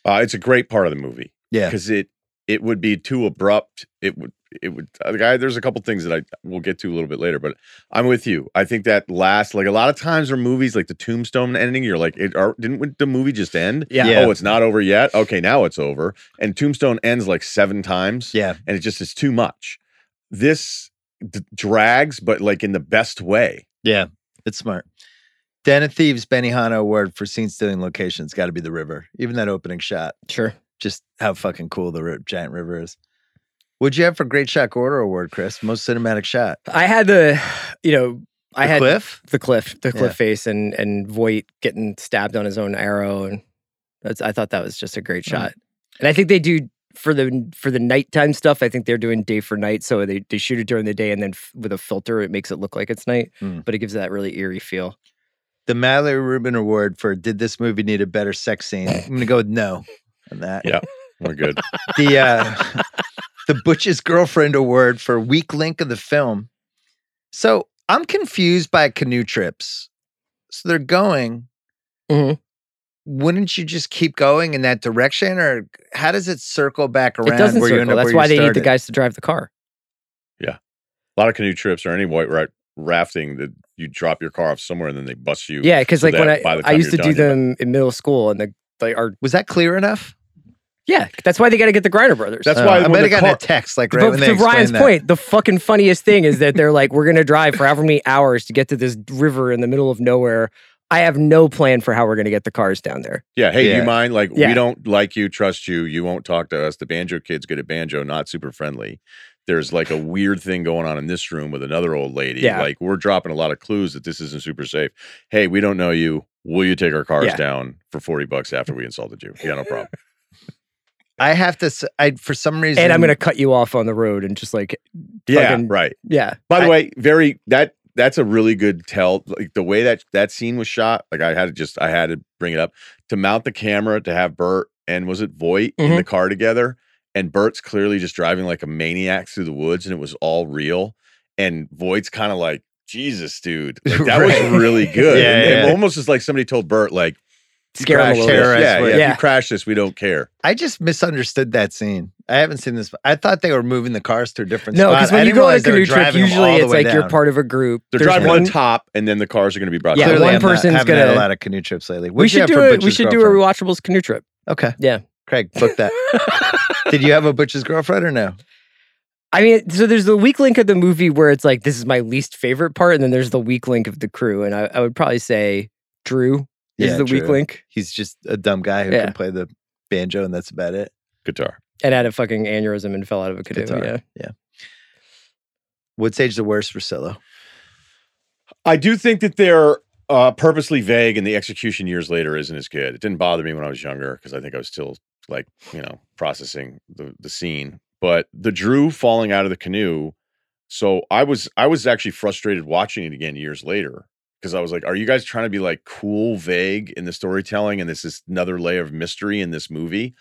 Speaker 4: Uh, it's a great part of the movie.
Speaker 7: Yeah.
Speaker 4: because it it would be too abrupt. It would it would uh, like, I, there's a couple things that I will get to a little bit later, but I'm with you. I think that last like a lot of times are movies like the Tombstone ending. You're like, it are, didn't the movie just end?
Speaker 3: yeah.
Speaker 7: Yeah.
Speaker 4: Oh, it's not over yet. Okay, now it's over. And Tombstone ends like seven times,
Speaker 7: Yeah.
Speaker 4: and it just is too much. This d- drags, but like in the best way.
Speaker 7: Yeah. It's smart. Den of Thieves Benihana Award for scene stealing locations got to be the river. Even that opening shot,
Speaker 3: Sure.
Speaker 7: just how fucking cool the ri- giant river is. What'd you have for Great Shot Order Award, Chris? Most cinematic shot.
Speaker 3: I had the, you know, I
Speaker 7: The
Speaker 3: had
Speaker 7: cliff.
Speaker 3: the cliff, the cliff
Speaker 7: Yeah.
Speaker 3: face, and and Voight getting stabbed on his own arrow, and that's, I thought that was just a great
Speaker 4: Hmm.
Speaker 3: shot. And I think they do for the for the nighttime stuff. I think they're doing day for night, so they they shoot it during the day, and then f- with a filter, it makes it look like it's night,
Speaker 4: Hmm.
Speaker 7: Mm.
Speaker 3: but it gives that really eerie feel.
Speaker 7: The Mallory Rubin Award for Did This Movie Need a Better Sex Scene? I'm gonna go with no on that.
Speaker 4: Yeah. We're Oh good.
Speaker 7: The uh the Butch's Girlfriend Award for Weak Link of the Film. So I'm confused by canoe trips. So they're going.
Speaker 3: Mhm.
Speaker 7: Wouldn't you just keep going in that direction? Or how does it circle back around
Speaker 3: It doesn't
Speaker 7: where you end
Speaker 3: circle.
Speaker 7: up
Speaker 3: That's
Speaker 7: where you
Speaker 3: why they need the
Speaker 7: started?
Speaker 3: guys to drive the car.
Speaker 4: a lot of canoe trips or any white right rafting that you drop your car off somewhere and then they bust you.
Speaker 3: Yeah, because
Speaker 4: so
Speaker 3: like when
Speaker 4: that
Speaker 3: I
Speaker 4: by the
Speaker 3: I
Speaker 4: time
Speaker 3: used to
Speaker 4: you're
Speaker 3: do
Speaker 4: done, you're back.
Speaker 3: them in middle school, and the they are
Speaker 7: Was that clear enough?
Speaker 3: yeah. That's why they got to get the Grinder Brothers. Uh,
Speaker 4: That's
Speaker 7: Uh, I don't
Speaker 4: why
Speaker 7: know. I
Speaker 4: when
Speaker 7: might
Speaker 4: the
Speaker 7: have gotten
Speaker 4: car-
Speaker 7: a text like right
Speaker 3: but
Speaker 7: when they
Speaker 3: to Ryan's
Speaker 7: explained that.
Speaker 3: point, the fucking funniest thing is that they're like, we're gonna drive for however many hours to get to this river in the middle of nowhere. I have no plan for how we're gonna get the cars down there.
Speaker 4: Yeah. Hey, do
Speaker 7: Yeah.
Speaker 4: you mind? Like,
Speaker 3: Yeah.
Speaker 4: we don't like you, trust you. You won't talk to us. The banjo kid's good at banjo, not super friendly. There's like a weird thing going on in this room with another old lady.
Speaker 3: Yeah.
Speaker 4: Like, we're dropping a lot of clues that this isn't super safe. Hey, we don't know you. Will you take our cars
Speaker 3: Yeah.
Speaker 4: down for 40 bucks after we insulted you? Yeah, no problem.
Speaker 7: I have to s- I for some reason
Speaker 3: And I'm gonna cut you off on the road and just like,
Speaker 4: yeah.
Speaker 3: Fucking-
Speaker 4: right.
Speaker 3: yeah,
Speaker 4: By the
Speaker 7: I-
Speaker 4: way, very, that, that's a really good tell. Like the way that that scene was shot, like I had to just, I had to bring it up to mount the camera to have Bert and was it Voight in the car together? And Bert's clearly just driving like a maniac through the woods and it was all real. And Voight's kind of like, Jesus, dude, like, that
Speaker 7: Right.
Speaker 4: was really good.
Speaker 7: Yeah,
Speaker 4: and, and
Speaker 7: yeah.
Speaker 4: almost as like somebody told Bert, like, "You
Speaker 3: scare 'em
Speaker 4: crash
Speaker 3: a little
Speaker 4: this.
Speaker 3: bit.
Speaker 7: terrorize
Speaker 4: Yeah,
Speaker 7: with-
Speaker 4: yeah, If
Speaker 3: Yeah.
Speaker 4: you crash this, we don't care.
Speaker 7: I just misunderstood that scene. I haven't seen this. I thought they were moving the cars to a different
Speaker 3: No,
Speaker 7: spot.
Speaker 3: because
Speaker 7: I
Speaker 3: when you
Speaker 7: didn't
Speaker 3: go on a
Speaker 7: realize they were
Speaker 3: canoe trip,
Speaker 7: driving them
Speaker 3: usually
Speaker 7: all the
Speaker 3: it's
Speaker 7: way
Speaker 3: like you're
Speaker 7: down.
Speaker 3: part of a group.
Speaker 4: They're
Speaker 3: There's
Speaker 4: driving
Speaker 3: one-
Speaker 4: on top and then the cars are going to be brought
Speaker 3: Yeah,
Speaker 4: down.
Speaker 7: Clearly,
Speaker 3: one
Speaker 7: I'm not-
Speaker 3: person's
Speaker 7: haven't had
Speaker 3: gonna-
Speaker 7: a lot of canoe trips lately.
Speaker 3: We
Speaker 7: What'd you
Speaker 3: should
Speaker 7: have
Speaker 3: do
Speaker 7: for
Speaker 3: a,
Speaker 7: Butch's
Speaker 3: we should do a
Speaker 7: girlfriend?
Speaker 3: rewatchables canoe trip.
Speaker 7: Okay,
Speaker 3: Yeah.
Speaker 7: Craig, book that. Did you have a butcher's girlfriend or no?
Speaker 3: I mean, so there's the weak link of the movie where it's like this is my least favorite part, and then there's the weak link of the crew, and I, I would probably say Drew is the
Speaker 7: true.
Speaker 3: weak link,
Speaker 7: He's just a dumb guy who
Speaker 3: Yeah.
Speaker 7: can play the banjo, and that's about it.
Speaker 4: Guitar.
Speaker 3: and had a fucking aneurysm and fell out of a canoe.
Speaker 7: Guitar.
Speaker 3: Yeah.
Speaker 7: What's age the worst for Silo?
Speaker 4: I do think that they're uh, purposely vague, and the execution years later isn't as good. It didn't bother me when I was younger because I think I was still like you know processing the the scene. But the Drew falling out of the canoe, so I was I was actually frustrated watching it again years later because I was like, are you guys trying to be like cool, vague in the storytelling, and this is another layer of mystery in this movie?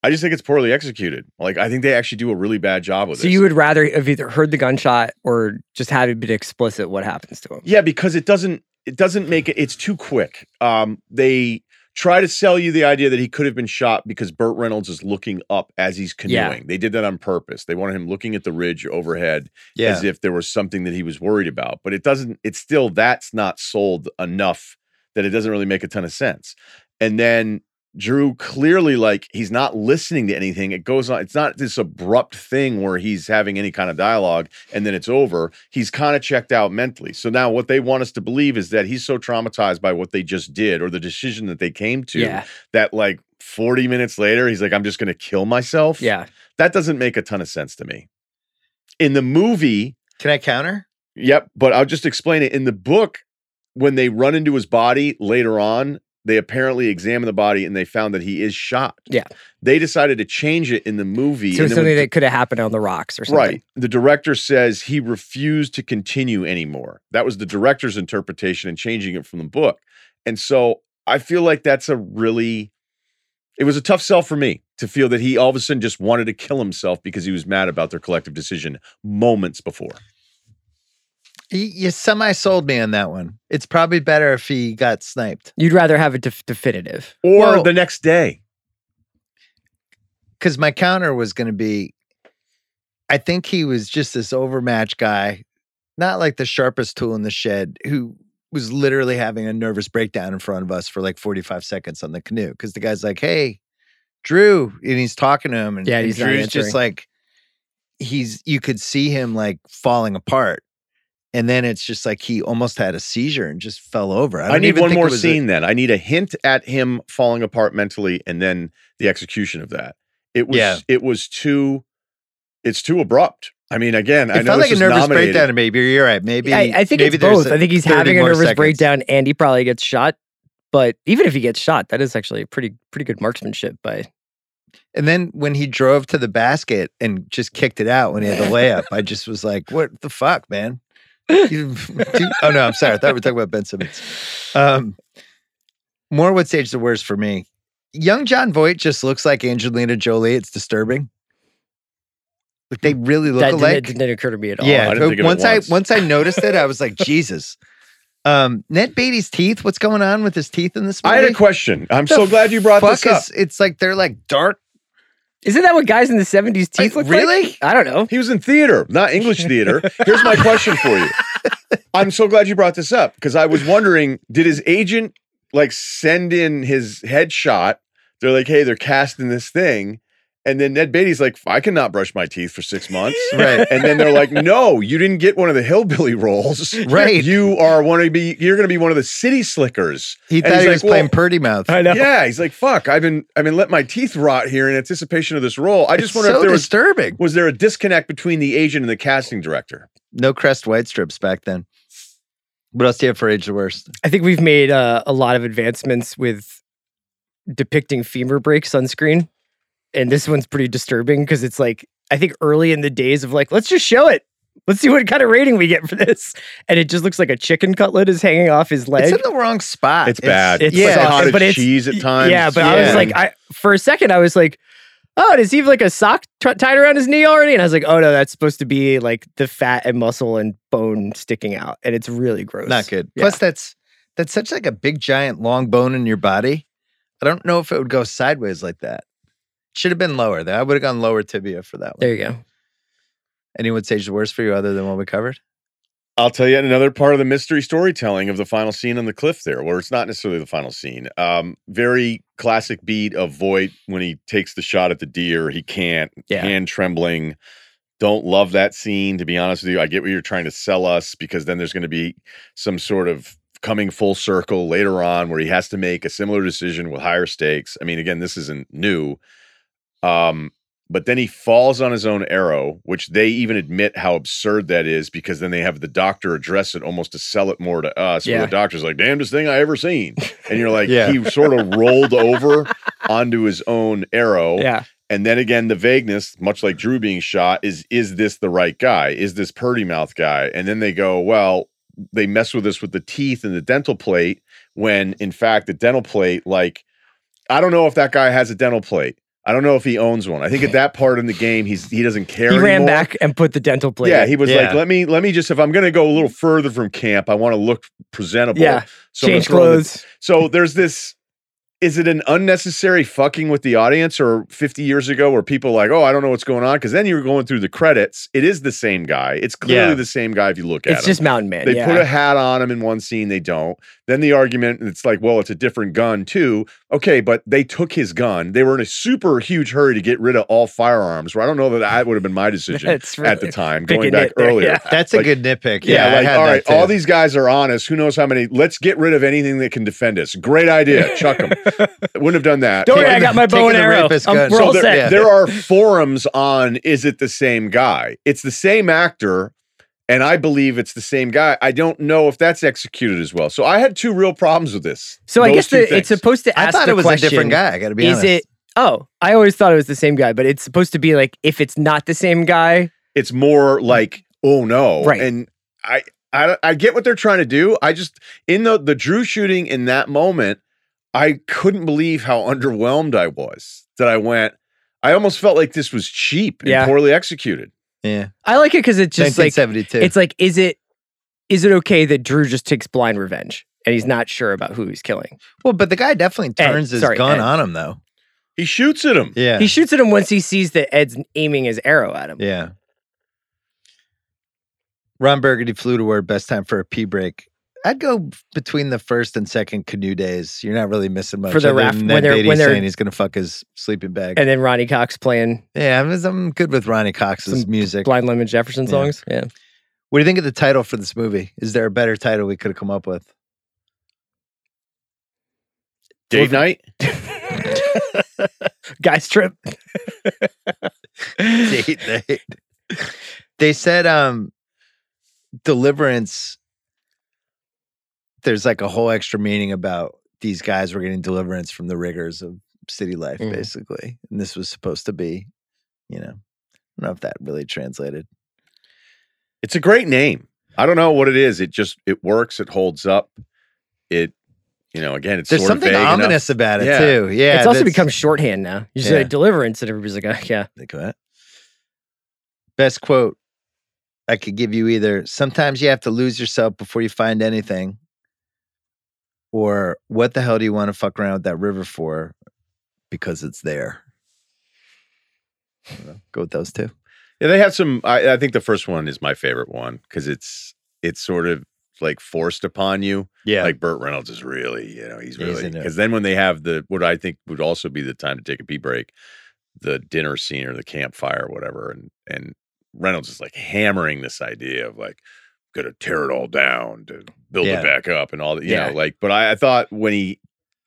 Speaker 4: I just think it's poorly executed. Like I think they actually do a really bad job with
Speaker 3: So
Speaker 4: this.
Speaker 3: you would rather have either heard the gunshot or just had it been explicit what happens to him.
Speaker 4: Yeah, because it doesn't it doesn't make it it's too quick. Um they try to sell you the idea that he could have been shot because Burt Reynolds is looking up as he's
Speaker 3: Yeah.
Speaker 4: canoeing. They did that on purpose. They wanted him looking at the ridge overhead
Speaker 7: Yeah,
Speaker 4: as if there was something that he was worried about. But it doesn't it's still that's not sold enough that it doesn't really make a ton of sense. And then Drew clearly like he's not listening to anything. It goes on. It's not this abrupt thing where he's having any kind of dialogue and then it's over. He's kind of checked out mentally. So now what they want us to believe is that he's so traumatized by what they just did or the decision that they came to
Speaker 3: Yeah.
Speaker 4: that like 40 minutes later he's like I'm just going to kill myself.
Speaker 3: Yeah.
Speaker 4: That doesn't make a ton of sense to me. In the movie,
Speaker 7: can I counter?
Speaker 4: Yep, but I'll just explain it. In the book, when they run into his body later on, they apparently examined the body and they found that he is shot.
Speaker 3: Yeah.
Speaker 4: They decided to change it in the movie.
Speaker 3: So
Speaker 4: and
Speaker 3: it's
Speaker 4: then
Speaker 3: something
Speaker 4: when-
Speaker 3: that could have happened on the rocks or something.
Speaker 4: Right. The director says he refused to continue anymore. That was the director's interpretation and changing it from the book. And so I feel like that's a really it was a tough sell for me to feel that he all of a sudden just wanted to kill himself because he was mad about their collective decision moments before.
Speaker 7: You, you semi sold me on that one. It's probably better if he got sniped
Speaker 3: You'd rather have a def- definitive.
Speaker 4: Or
Speaker 7: Well-
Speaker 4: the next day.
Speaker 7: because my counter was going to be I think he was just this overmatched guy, not like the sharpest tool in the shed, who was literally having a nervous breakdown in front of us for like 45 seconds on the canoe. Cause the guy's like, hey, Drew. And he's talking to him. And,
Speaker 3: Yeah,
Speaker 7: and
Speaker 3: he's not
Speaker 7: Drew's just
Speaker 3: answering.
Speaker 7: like, he's, you could see him like falling apart. And then it's just like he almost had a seizure and just fell over.
Speaker 4: I,
Speaker 7: don't
Speaker 4: need
Speaker 7: even
Speaker 4: one
Speaker 7: think it
Speaker 4: more
Speaker 7: was a-
Speaker 4: scene then. I need a hint at him falling apart mentally and then the execution of that. It was
Speaker 7: Yeah.
Speaker 4: it was too it's too abrupt. I mean, again, I
Speaker 7: it
Speaker 4: know
Speaker 7: felt
Speaker 4: this
Speaker 7: like a
Speaker 4: is
Speaker 7: nervous
Speaker 4: nominated.
Speaker 7: breakdown to me, but you're right. Maybe
Speaker 3: I, I think
Speaker 7: maybe
Speaker 3: it's
Speaker 7: there's
Speaker 3: both. I think he's
Speaker 7: 30
Speaker 3: having a
Speaker 7: more
Speaker 3: nervous
Speaker 7: seconds.
Speaker 3: breakdown, and he probably gets shot. But even if he gets shot, that is actually pretty pretty good marksmanship by
Speaker 7: And then when he drove to the basket and just kicked it out when he had the layup, I just was like, "What the fuck, man?" You- dude- oh no, I'm sorry. I thought we were talking about Ben Simmons. Um, more what stage the worst for me. Young John Voight just looks like Angelina Jolie. It's disturbing. Like they really look
Speaker 3: that. Didn't,
Speaker 7: alike.
Speaker 3: it didn't occur to me at all.
Speaker 7: yeah,
Speaker 4: Oh, I didn't think of it
Speaker 7: once I
Speaker 4: once.
Speaker 7: once I noticed it, I was like, Jesus. Um, Ned Beatty's teeth. What's going on with his teeth in this movie?
Speaker 4: I had a question. I'm
Speaker 7: The
Speaker 4: so glad you brought this
Speaker 7: fuck
Speaker 4: up.
Speaker 7: is- it's like they're like dark.
Speaker 3: isn't that what guys in the seventies teeth look
Speaker 7: Like,
Speaker 3: like?
Speaker 7: Uh, really?
Speaker 3: I don't know.
Speaker 4: He was in theater, not English theater. Here's my question for you. I'm so glad you brought this up because I was wondering did his agent like send in his headshot? They're like, hey, they're casting this thing. And then Ned Beatty's like, I cannot brush my teeth for six months.
Speaker 7: Right.
Speaker 4: And then they're like, no, you didn't get one of the hillbilly roles.
Speaker 7: Right.
Speaker 4: You are one of be you're gonna be one of the city slickers.
Speaker 7: He
Speaker 4: And
Speaker 7: thought
Speaker 4: he's
Speaker 7: he
Speaker 4: like,
Speaker 7: was
Speaker 4: "Well,
Speaker 7: playing Purdy Mouth.
Speaker 3: know.
Speaker 4: Yeah, he's like, fuck, I've been I've been letting my teeth rot here in anticipation of this role. I just
Speaker 7: It's
Speaker 4: wonder
Speaker 7: so
Speaker 4: if there was
Speaker 7: disturbing.
Speaker 4: was there a disconnect between the agent and the casting director?
Speaker 7: No crest white strips back then. What else do you have for age the worst?
Speaker 3: I think we've made uh, a lot of advancements with depicting femur breaks on screen, and this one's pretty disturbing because it's like I think early in the days of like let's just show it, let's see what kind of rating we get for this, and it just looks like a chicken cutlet is hanging off his leg.
Speaker 7: It's in the wrong spot.
Speaker 4: It's bad.
Speaker 3: Uh, it's
Speaker 7: yeah,
Speaker 4: like
Speaker 3: like-
Speaker 4: cottage
Speaker 3: but it's-
Speaker 4: cheese at
Speaker 3: y-
Speaker 4: times.
Speaker 3: Yeah, but I
Speaker 7: Yeah.
Speaker 3: was like, I for a second I was like, oh, does he have like a sock t- tied around his knee already? And I was like, oh no, that's supposed to be like the fat and muscle and bone sticking out, and it's really gross.
Speaker 7: Not good.
Speaker 3: Yeah.
Speaker 7: Plus, that's that's such like a big giant long bone in your body. I don't know if it would go sideways like that. Should have been lower. Though I would have gone lower tibia for that one.
Speaker 3: There you go.
Speaker 7: Anyone's age the worst for you other than what we covered?
Speaker 4: I'll tell you another part of the mystery storytelling of the final scene on the cliff there, where it's not necessarily the final scene. Um, very classic beat of Voight when he takes the shot at the deer, he can't,
Speaker 3: Yeah.
Speaker 4: hand trembling. Don't love that scene, to be honest with you. I get what you're trying to sell us because then there's going to be some sort of coming full circle later on where he has to make a similar decision with higher stakes. I mean, again, this isn't new. Um, but then he falls on his own arrow, which they even admit how absurd that is because then they have the doctor address it almost to sell it more to us. Where
Speaker 3: Yeah.
Speaker 4: the doctor's like, damnedest thing I ever seen. And you're like,
Speaker 7: Yeah.
Speaker 4: he sort of rolled over onto his own
Speaker 7: Oh,
Speaker 4: arrow.
Speaker 3: Yeah.
Speaker 4: And then again, the vagueness, much like Drew being shot, is is this the right guy? Is this Purdy mouth guy? And then they go, well, they mess with us with the teeth and the dental plate when in fact the dental plate, like, I don't know if that guy has a dental plate. I don't know if he owns one. I think at that part in the game, he's he doesn't care.
Speaker 3: He ran
Speaker 4: anymore.
Speaker 3: back and put the dental plate.
Speaker 4: Yeah,
Speaker 3: in.
Speaker 4: he was
Speaker 7: Yeah.
Speaker 4: like, let me let me just if I'm gonna go a little further from camp, I want to look presentable.
Speaker 3: Yeah,
Speaker 4: So I'm gonna
Speaker 3: change
Speaker 4: throw the-
Speaker 3: clothes.
Speaker 4: so there's this is it an unnecessary fucking with the audience or 50 years ago where people like, oh, I don't know what's going on? Because then you were going through the credits. It is the same guy. It's clearly
Speaker 7: Yeah.
Speaker 4: the same guy if you look at
Speaker 3: It's
Speaker 4: him.
Speaker 3: just Mountain Man.
Speaker 4: They
Speaker 3: yeah.
Speaker 4: put a hat on him in one scene, they don't. Then the argument, and it's like, well, it's a different gun too. Okay, but they took his gun. They were in a super huge hurry to get rid of all firearms, where I don't know that that would have been my decision
Speaker 3: That's
Speaker 4: at the
Speaker 3: really
Speaker 4: time,
Speaker 3: big
Speaker 4: going
Speaker 3: a
Speaker 4: back
Speaker 3: nit there,
Speaker 4: earlier.
Speaker 3: yeah.
Speaker 7: That's a
Speaker 4: Like-
Speaker 7: good nitpick.
Speaker 4: Yeah,
Speaker 7: I
Speaker 4: like
Speaker 7: had
Speaker 4: all
Speaker 7: that
Speaker 4: right, all
Speaker 7: too.
Speaker 4: these guys are honest. Who knows how many? Let's get rid of anything that can defend us. Great idea, chuck them. Wouldn't have done that.
Speaker 3: Don't worry,
Speaker 7: Taking
Speaker 3: I
Speaker 7: the-
Speaker 3: got my bow
Speaker 7: taking
Speaker 3: and
Speaker 7: the
Speaker 3: arrow.
Speaker 7: rapist
Speaker 3: Um,
Speaker 7: gun.
Speaker 3: we're
Speaker 7: So
Speaker 3: all
Speaker 4: there,
Speaker 3: set.
Speaker 7: yeah.
Speaker 4: there are forums on is it the same guy? It's the same actor, and I believe it's the same guy. I don't know if that's executed as well. So I had two real problems with this.
Speaker 3: So I
Speaker 4: Those
Speaker 3: guess
Speaker 4: two
Speaker 3: the, it's
Speaker 4: things.
Speaker 3: supposed to ask
Speaker 7: I thought
Speaker 3: the
Speaker 7: it was
Speaker 3: question,
Speaker 7: a different guy. I got to be
Speaker 3: Is
Speaker 7: honest.
Speaker 3: it? Oh, I always thought it was the same guy, but it's supposed to be like if it's not the same guy.
Speaker 4: it's more like oh no
Speaker 3: Right.
Speaker 4: and I, I i get what they're trying to do i just in the the drew shooting in that moment I couldn't believe how underwhelmed I was that I went. I almost felt like this was cheap and
Speaker 3: Yeah.
Speaker 4: poorly executed.
Speaker 7: Yeah.
Speaker 3: I like it because it's just like
Speaker 7: 1972.
Speaker 3: it's like is it is it okay that Drew just takes blind revenge and he's not sure about who he's killing?
Speaker 7: well, but the guy definitely
Speaker 3: Ed,
Speaker 7: turns his
Speaker 3: sorry, Ed.
Speaker 7: gun on him though.
Speaker 4: He shoots at him.
Speaker 7: Yeah.
Speaker 3: He shoots at him once he sees that Ed's aiming his arrow at him.
Speaker 7: Yeah. Ron Burgundy flew to where best time for a pee break. I'd go between the first and second canoe days. You're not really missing much.
Speaker 3: For the
Speaker 7: other
Speaker 3: raft-
Speaker 7: than
Speaker 3: when
Speaker 7: Ned
Speaker 3: they're-
Speaker 7: Beatty
Speaker 3: when they're-
Speaker 7: saying he's gonna fuck his sleeping bag.
Speaker 3: And then Ronnie Cox playing
Speaker 7: yeah, I'm, I'm good with Ronnie Cox's
Speaker 3: Some
Speaker 7: music.
Speaker 3: Blind Lemon Jefferson
Speaker 7: Yeah.
Speaker 3: songs. Yeah.
Speaker 7: What do you think of the title for this movie? Is there a better title we could have come up with?
Speaker 4: Date night.
Speaker 3: Guys trip.
Speaker 7: Date night. They said um deliverance. There's like a whole extra meaning about these guys were getting deliverance from the rigors of city life,
Speaker 3: Mhm.
Speaker 7: basically. And this was supposed to be, you know, I don't know if that really translated.
Speaker 4: It's a great name. I don't know what it is. It just it works. It holds up. It you know again it's
Speaker 7: There's
Speaker 4: sort of
Speaker 7: something
Speaker 4: vague enough.
Speaker 7: ominous about it
Speaker 4: Yeah.
Speaker 7: too. Yeah.
Speaker 3: it's also
Speaker 7: that's-
Speaker 3: become shorthand now. You
Speaker 7: Yeah.
Speaker 3: say deliverance and everybody's like, oh, yeah.
Speaker 7: Think of that. Best quote I could give you either sometimes you have to lose yourself before you find anything, or what the hell do you want to fuck around with that river for? Because it's there. I don't know. Go with those two.
Speaker 4: Yeah, they have some. I, I think the first one is my favorite one because it's it's sort of like forced upon you.
Speaker 7: Yeah.
Speaker 4: Like Burt Reynolds is really, you know, he's
Speaker 7: He's
Speaker 4: really
Speaker 7: in it.
Speaker 4: because then when they have the what I think would also be the time to take a pee break, the dinner scene or the campfire or whatever, and and Reynolds is like hammering this idea of like gonna tear it all down to build
Speaker 7: Yeah.
Speaker 4: it back up and all that, you
Speaker 3: Yeah.
Speaker 4: know, like. But I, I thought when he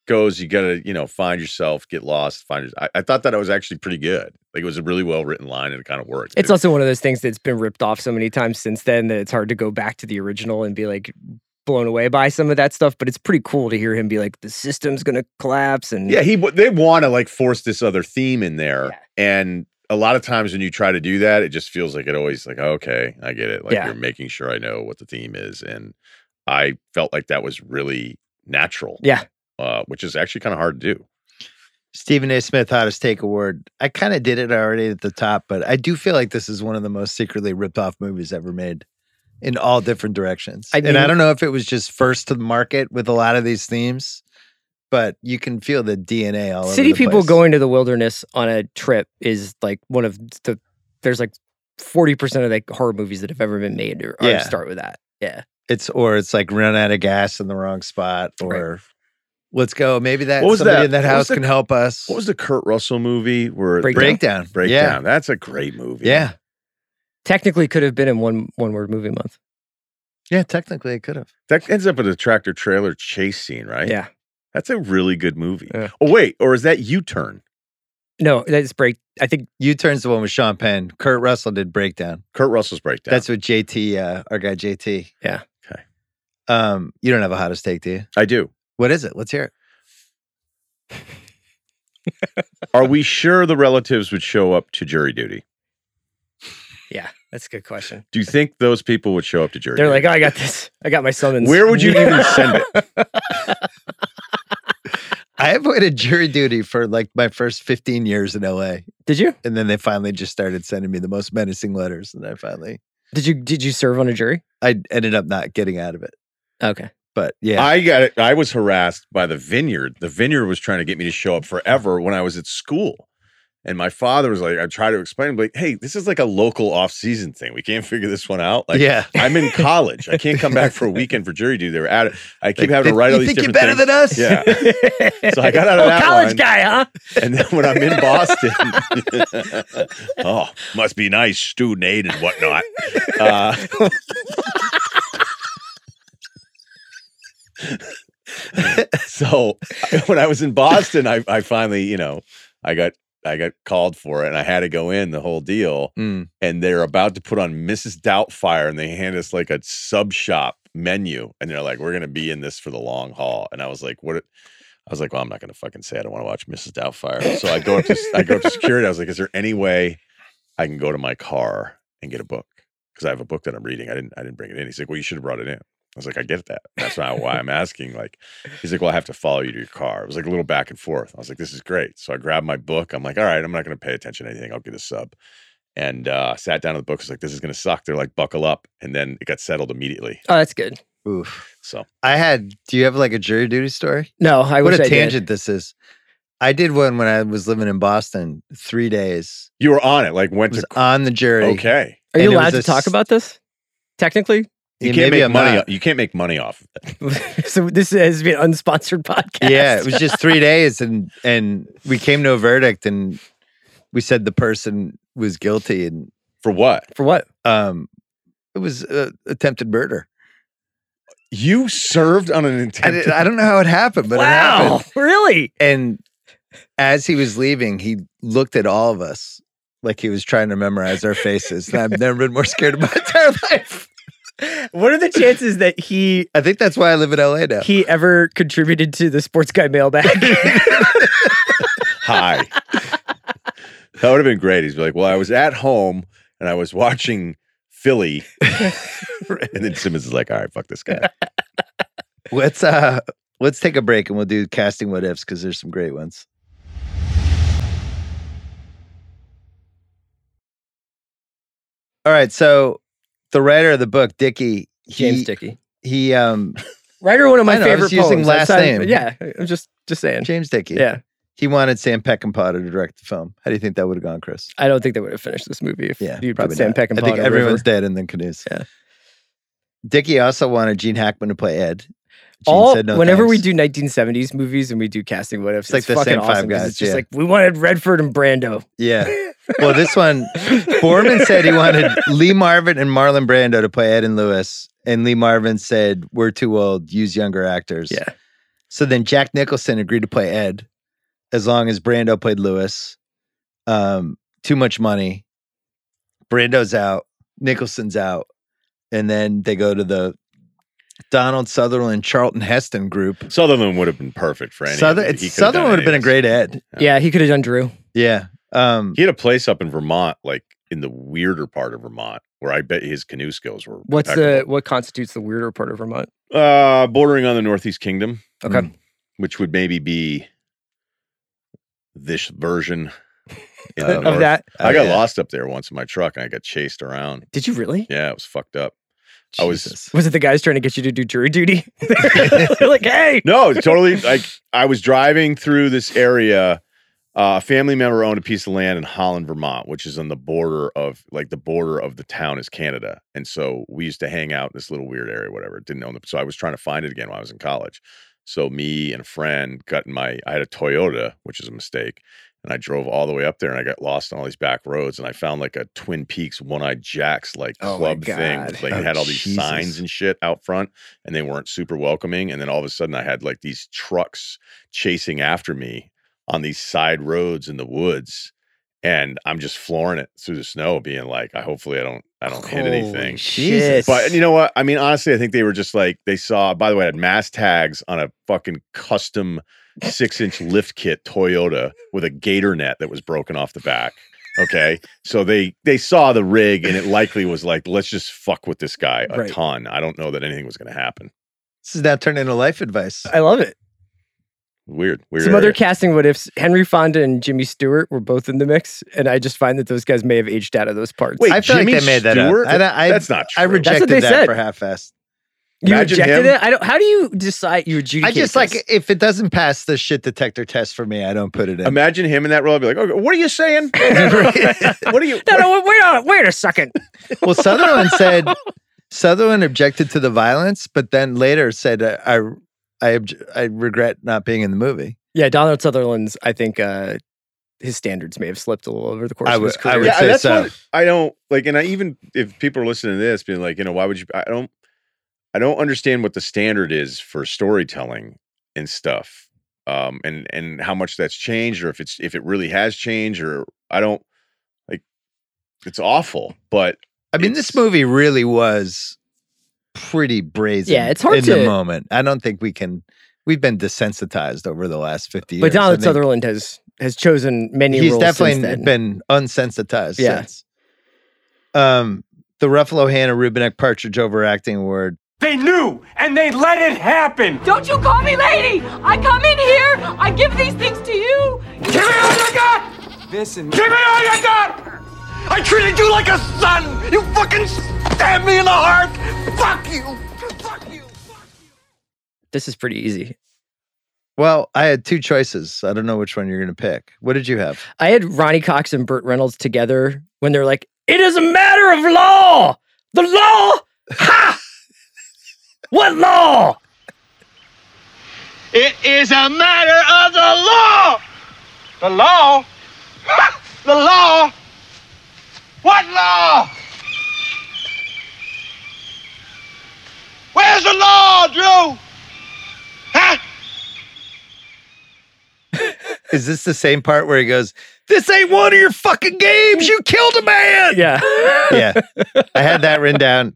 Speaker 4: goes, you gotta you know find yourself, get lost, find. Your, I, I thought that it was actually pretty good. Like it was a really well written line and it kind of worked.
Speaker 3: It's
Speaker 4: It-
Speaker 3: also one of those things that's been ripped off so many times since then that it's hard to go back to the original and be like blown away by some of that stuff. But it's pretty cool to hear him be like, the system's going to collapse. And
Speaker 4: Yeah, he w- they want to like force this other theme in there,
Speaker 3: Yeah.
Speaker 4: and a lot of times when you try to do that, it just feels like it always like okay, I get it. Like
Speaker 3: Yeah.
Speaker 4: you're making sure I know what the theme is, and I felt like that was really natural.
Speaker 3: Yeah.
Speaker 4: uh, which is actually kind of hard to do.
Speaker 7: Stephen A. Smith Hottest Take Award. I kind of did it already at the top, but I do feel like this is one of the most secretly ripped off movies ever made in all different directions.
Speaker 3: I
Speaker 7: and I
Speaker 3: mean-
Speaker 7: don't know if it was just first to the market with a lot of these themes, but you can feel the DNA all over
Speaker 3: City
Speaker 7: the
Speaker 3: people
Speaker 7: place.
Speaker 3: going to the wilderness on a trip is like one of the, there's like 40% of like horror movies that have ever been made or, or
Speaker 7: Yeah.
Speaker 3: start with that. Yeah.
Speaker 7: It's or it's like run out of gas in the wrong spot or let's go. Maybe that
Speaker 4: What was
Speaker 7: somebody
Speaker 4: that?
Speaker 7: in that
Speaker 4: What
Speaker 7: house
Speaker 4: was the-
Speaker 7: can help us.
Speaker 4: What was the Kurt Russell movie where
Speaker 3: Breakdown.
Speaker 7: breakdown?
Speaker 4: Breakdown. That's a great movie.
Speaker 7: Yeah. Yeah.
Speaker 3: Technically could have been in one one word movie month.
Speaker 7: Yeah, technically it could have.
Speaker 4: that ends up in a tractor trailer chase scene, right?
Speaker 3: Yeah.
Speaker 4: that's a really good movie.
Speaker 3: Yeah.
Speaker 4: Oh wait, or is that U Turn?
Speaker 3: No, that's break. I think
Speaker 7: U turns the one with Sean Penn. Kurt Russell did breakdown.
Speaker 4: Kurt Russell's Breakdown.
Speaker 7: That's what JT, uh, our guy JT.
Speaker 3: Yeah.
Speaker 4: Okay.
Speaker 7: Um, you don't have a hottest take, do you?
Speaker 4: I do.
Speaker 7: What is it? Let's hear it.
Speaker 4: Are we sure the relatives would show up to jury duty?
Speaker 3: yeah, that's a good question.
Speaker 4: Do you think those people would show up to jury?
Speaker 3: They're like,
Speaker 4: duty?
Speaker 3: oh, I got this. I got my
Speaker 7: "Oh,
Speaker 3: summons.
Speaker 4: Where would you even send it?
Speaker 7: I avoided jury duty for like my first 15 years in LA.
Speaker 3: Did you?
Speaker 7: And then they finally just started sending me the most menacing letters. And I finally,
Speaker 3: Did you? Did you serve on a jury?
Speaker 7: I ended up not getting out of it.
Speaker 3: Okay.
Speaker 7: But yeah.
Speaker 4: I got it. I was harassed by the vineyard. The vineyard was trying to get me to show up forever when I was at school. And my father was like, I tried to explain, like, hey, this is like a local off season thing. We can't figure this one out. Like,
Speaker 7: yeah.
Speaker 4: I'm in college. I can't come back for a weekend for jury duty. They were at it. I keep having to write
Speaker 7: you
Speaker 4: all these
Speaker 7: think you're
Speaker 4: different
Speaker 7: better
Speaker 4: things.
Speaker 7: than us?
Speaker 4: Yeah. So I got out of
Speaker 3: oh,
Speaker 4: that
Speaker 3: college
Speaker 4: line.
Speaker 3: guy, huh?
Speaker 4: And then when I'm in Boston, oh, must be nice student aid and whatnot. Uh, so when I was in Boston, I, I finally, you know, I got I got called for it, and I had to go in the whole deal.
Speaker 7: Mm.
Speaker 4: And they're about to put on Mrs. Doubtfire, and they hand us like a sub shop menu, and they're like, "We're gonna be in this for the long haul." And I was like, "What?" I was like, well, I'm not going to fucking say I don't want to watch Mrs. Doubtfire. So I go up to I go up to security. I was like, is there any way I can go to my car and get a book because I have a book that I'm reading? I didn't I didn't bring it in. He's like, well, you should have brought it in. I was like, I get that. That's not why I'm asking. Like, he's like, well, I have to follow you to your car. It was like a little back and forth. I was like, this is great. So I grabbed my book. I'm like, all right, I'm not going to pay attention to anything. I'll get a sub. And uh, sat down to the book. I was like, this is going to suck. They're like, buckle up. And then it got settled immediately.
Speaker 3: Oh, that's good.
Speaker 7: Oof.
Speaker 4: So
Speaker 7: I had, do you have like a jury duty story?
Speaker 3: No, I
Speaker 7: what
Speaker 3: wish
Speaker 7: a
Speaker 3: I did.
Speaker 7: tangent this is. I did one when I was living in Boston, three days.
Speaker 4: you were on it. Like,
Speaker 7: I
Speaker 4: went
Speaker 7: was uh,
Speaker 4: to.
Speaker 7: on the jury.
Speaker 4: Okay.
Speaker 3: Are you
Speaker 7: and it was
Speaker 3: allowed to
Speaker 7: a
Speaker 3: talk
Speaker 7: s-
Speaker 3: about this? Technically,
Speaker 4: You
Speaker 7: Yeah,
Speaker 4: can't
Speaker 7: maybe
Speaker 4: make
Speaker 7: I'm
Speaker 4: money.
Speaker 7: not.
Speaker 4: You can't make money off. of that.
Speaker 3: so this has been an unsponsored podcast.
Speaker 7: Yeah, it was just three days, and and we came to a verdict, and we said the person was guilty, and
Speaker 4: For what?
Speaker 3: for what?
Speaker 7: um, it was uh, attempted murder.
Speaker 4: You served on an
Speaker 7: I,
Speaker 4: intent.
Speaker 7: di- I don't know how it happened, but it
Speaker 3: wow,
Speaker 7: happened.
Speaker 3: really?
Speaker 7: And as he was leaving, he looked at all of us like he was trying to memorize our faces. And I've never been more scared of my entire life.
Speaker 3: What are the chances that he
Speaker 7: I think that's why I live in LA now.
Speaker 3: he ever contributed to the sports guy mailbag?
Speaker 4: Hi. that would have been great. He's like, well, I was at home and I was watching Philly. and then Simmons is like, all right, fuck this guy.
Speaker 7: Let's uh, let's take a break, and we'll do casting what ifs because there's some great ones. All right, so the writer of the book, Dickey, he,
Speaker 3: James Dickey,
Speaker 7: he um
Speaker 3: writer of one of my
Speaker 7: I know, I was
Speaker 3: favorite
Speaker 7: using
Speaker 3: poems
Speaker 7: last
Speaker 3: outside-
Speaker 7: name.
Speaker 3: Yeah, I'm just just saying.
Speaker 7: James Dickey,
Speaker 3: Yeah,
Speaker 7: he wanted Sam Peckinpah to direct the film. How do you think that would have gone, Chris?
Speaker 3: I don't think they would have finished this movie if
Speaker 7: Yeah,
Speaker 3: you'd put
Speaker 7: probably
Speaker 3: Sam
Speaker 7: not.
Speaker 3: Peckinpah.
Speaker 7: I think
Speaker 3: in a
Speaker 7: everyone's
Speaker 3: river.
Speaker 7: dead in the canoes.
Speaker 3: Yeah.
Speaker 7: Dickey also wanted Gene Hackman to play Ed. Gene
Speaker 3: All
Speaker 7: said no
Speaker 3: whenever we
Speaker 7: thanks.
Speaker 3: do 1970s movies and we do casting, what if it's,
Speaker 7: like the
Speaker 3: fucking
Speaker 7: same five
Speaker 3: awesome 'cause
Speaker 7: guys,
Speaker 3: It's just
Speaker 7: yeah.
Speaker 3: like we wanted Redford and Brando.
Speaker 7: yeah. Well, this one, Borman said he wanted Lee Marvin and Marlon Brando to play Ed and Lewis, and Lee Marvin said we're too old, use younger actors.
Speaker 3: Yeah.
Speaker 7: So then Jack Nicholson agreed to play Ed, as long as Brando played Lewis. Um, too much money. Brando's out. Nicholson's out, and then they go to the Donald Sutherland Charlton Heston group.
Speaker 4: Sutherland would have been perfect for any. of
Speaker 7: Souther-
Speaker 4: it.
Speaker 7: it's-
Speaker 4: He could done
Speaker 7: Sutherland would have been a
Speaker 4: any of
Speaker 7: great Ed.
Speaker 3: Yeah, he could have done Drew.
Speaker 7: Yeah. Um,
Speaker 4: this. He had a place up in Vermont, like in the weirder part of Vermont, where I bet his canoe skills were.
Speaker 3: What's the
Speaker 4: impeccable.
Speaker 3: what constitutes the weirder part of Vermont?
Speaker 4: uh, bordering on the Northeast Kingdom?
Speaker 3: Okay.
Speaker 7: Mm,
Speaker 4: which would maybe be this version in
Speaker 7: Uh,
Speaker 4: the
Speaker 7: of
Speaker 4: north.
Speaker 3: Of that,
Speaker 4: I got
Speaker 7: yeah.
Speaker 4: lost up there once in my truck, and I got chased around.
Speaker 3: did you really?
Speaker 4: Yeah, it was fucked up. I was-
Speaker 7: Jesus.
Speaker 3: Was it the guys trying to get you to do jury duty? They're like, hey,
Speaker 4: No, totally. Like I was driving through this area. Uh, a family member owned a piece of land in Holland, Vermont, which is on the border of like the border of the town is Canada, and so we used to hang out in this little weird area, whatever. Didn't own the, so I was trying to find it again when I was in college. So me and a friend got in my, I had a Toyota, which is a mistake, and I drove all the way up there, and I got lost on all these back roads, and I found like a Twin Peaks One Eyed Jacks like
Speaker 3: Oh my
Speaker 4: club thing,
Speaker 3: God.
Speaker 4: like
Speaker 7: Oh,
Speaker 4: it had all these
Speaker 7: Jesus.
Speaker 4: signs and shit out front and they weren't super welcoming. And then all of a sudden, I had like these trucks chasing after me on these side roads in the woods, and I'm just flooring it through the snow, being like, "I hopefully I don't I don't hit
Speaker 3: Holy
Speaker 4: anything."
Speaker 3: shit.
Speaker 4: But you know what? I mean, honestly, I think they were just like they saw. By the way, I had mass tags on a fucking custom six-inch lift kit Toyota with a gator net that was broken off the back. Okay, so they they saw the rig, and it likely was like, let's just fuck with this guy a
Speaker 3: Right.
Speaker 4: ton. I don't know that anything was going to happen.
Speaker 7: This is now turned into life advice.
Speaker 3: I love it.
Speaker 4: Weird, weird.
Speaker 3: Some other
Speaker 4: area.
Speaker 3: casting what ifs. Henry Fonda and Jimmy Stewart were both in the mix, and I just find that those guys may have aged out of those parts.
Speaker 4: Wait,
Speaker 7: I feel
Speaker 4: Jimmy
Speaker 7: like they made that
Speaker 4: Stewart?
Speaker 7: up. I, I,
Speaker 4: That's not true.
Speaker 7: I rejected
Speaker 3: they
Speaker 7: that
Speaker 3: said.
Speaker 7: for half-assed.
Speaker 3: you
Speaker 4: imagine
Speaker 3: rejected
Speaker 4: him.
Speaker 3: it. I don't. How do you decide? You
Speaker 7: I
Speaker 3: adjudicate.
Speaker 7: just like
Speaker 3: this?
Speaker 7: if it doesn't pass the shit detector test for me, I don't put it in.
Speaker 4: Imagine him in that role. I'd be like, okay, what are you saying? what are you?
Speaker 3: No,
Speaker 4: what-
Speaker 3: no, wait on. Wait a second.
Speaker 7: well, Sutherland said Sutherland objected to the violence, but then later said uh, I I obj- I regret not being in the movie.
Speaker 3: yeah, Donald Sutherland's. I think uh, his standards may have slipped a little over the course
Speaker 7: I
Speaker 3: of his
Speaker 7: would- I
Speaker 3: career.
Speaker 7: would
Speaker 4: yeah,
Speaker 7: say
Speaker 4: that's
Speaker 7: so.
Speaker 4: what I don't like. And I even if people are listening to this, being like, you know, why would you? I don't, I don't understand what the standard is for storytelling and stuff, um, and and how much that's changed, or if it's if it really has changed, or I don't like. It's awful, but
Speaker 7: I mean,
Speaker 4: It's-
Speaker 7: this movie really was pretty brazen.
Speaker 3: Yeah, it's hard
Speaker 7: in the
Speaker 3: to-
Speaker 7: moment. I don't think we can. We've been desensitized over the last fifty years.
Speaker 3: but
Speaker 7: I
Speaker 3: Donald
Speaker 7: think
Speaker 3: Sutherland has has chosen many
Speaker 7: He's
Speaker 3: roles
Speaker 7: definitely
Speaker 3: since then.
Speaker 7: been unsensitized
Speaker 3: Yeah.
Speaker 7: since. Um, the Ruffalo Hannah Rubenek Partridge Overacting Award
Speaker 11: They knew, and they let it happen.
Speaker 12: Don't you call me lady! I come in here, I give these things to you.
Speaker 11: Give me all you got!
Speaker 13: This and
Speaker 11: Give me all you got! I treated you like a son! You fucking stabbed me in the heart! Fuck you! Fuck you! Fuck you!
Speaker 3: This is pretty easy.
Speaker 7: Well, I had two choices. I don't know which one you're going to pick. What did you have?
Speaker 3: I had Ronnie Cox and Burt Reynolds together when they're like, "It is a matter of law. The law, ha! what law?
Speaker 11: It is a matter of the law! The law? the law? What law? Where's the law, Drew? Huh?
Speaker 7: Is this the same part where he goes, This ain't one of your fucking games. You killed a man.
Speaker 3: Yeah,
Speaker 7: yeah. I had that written down.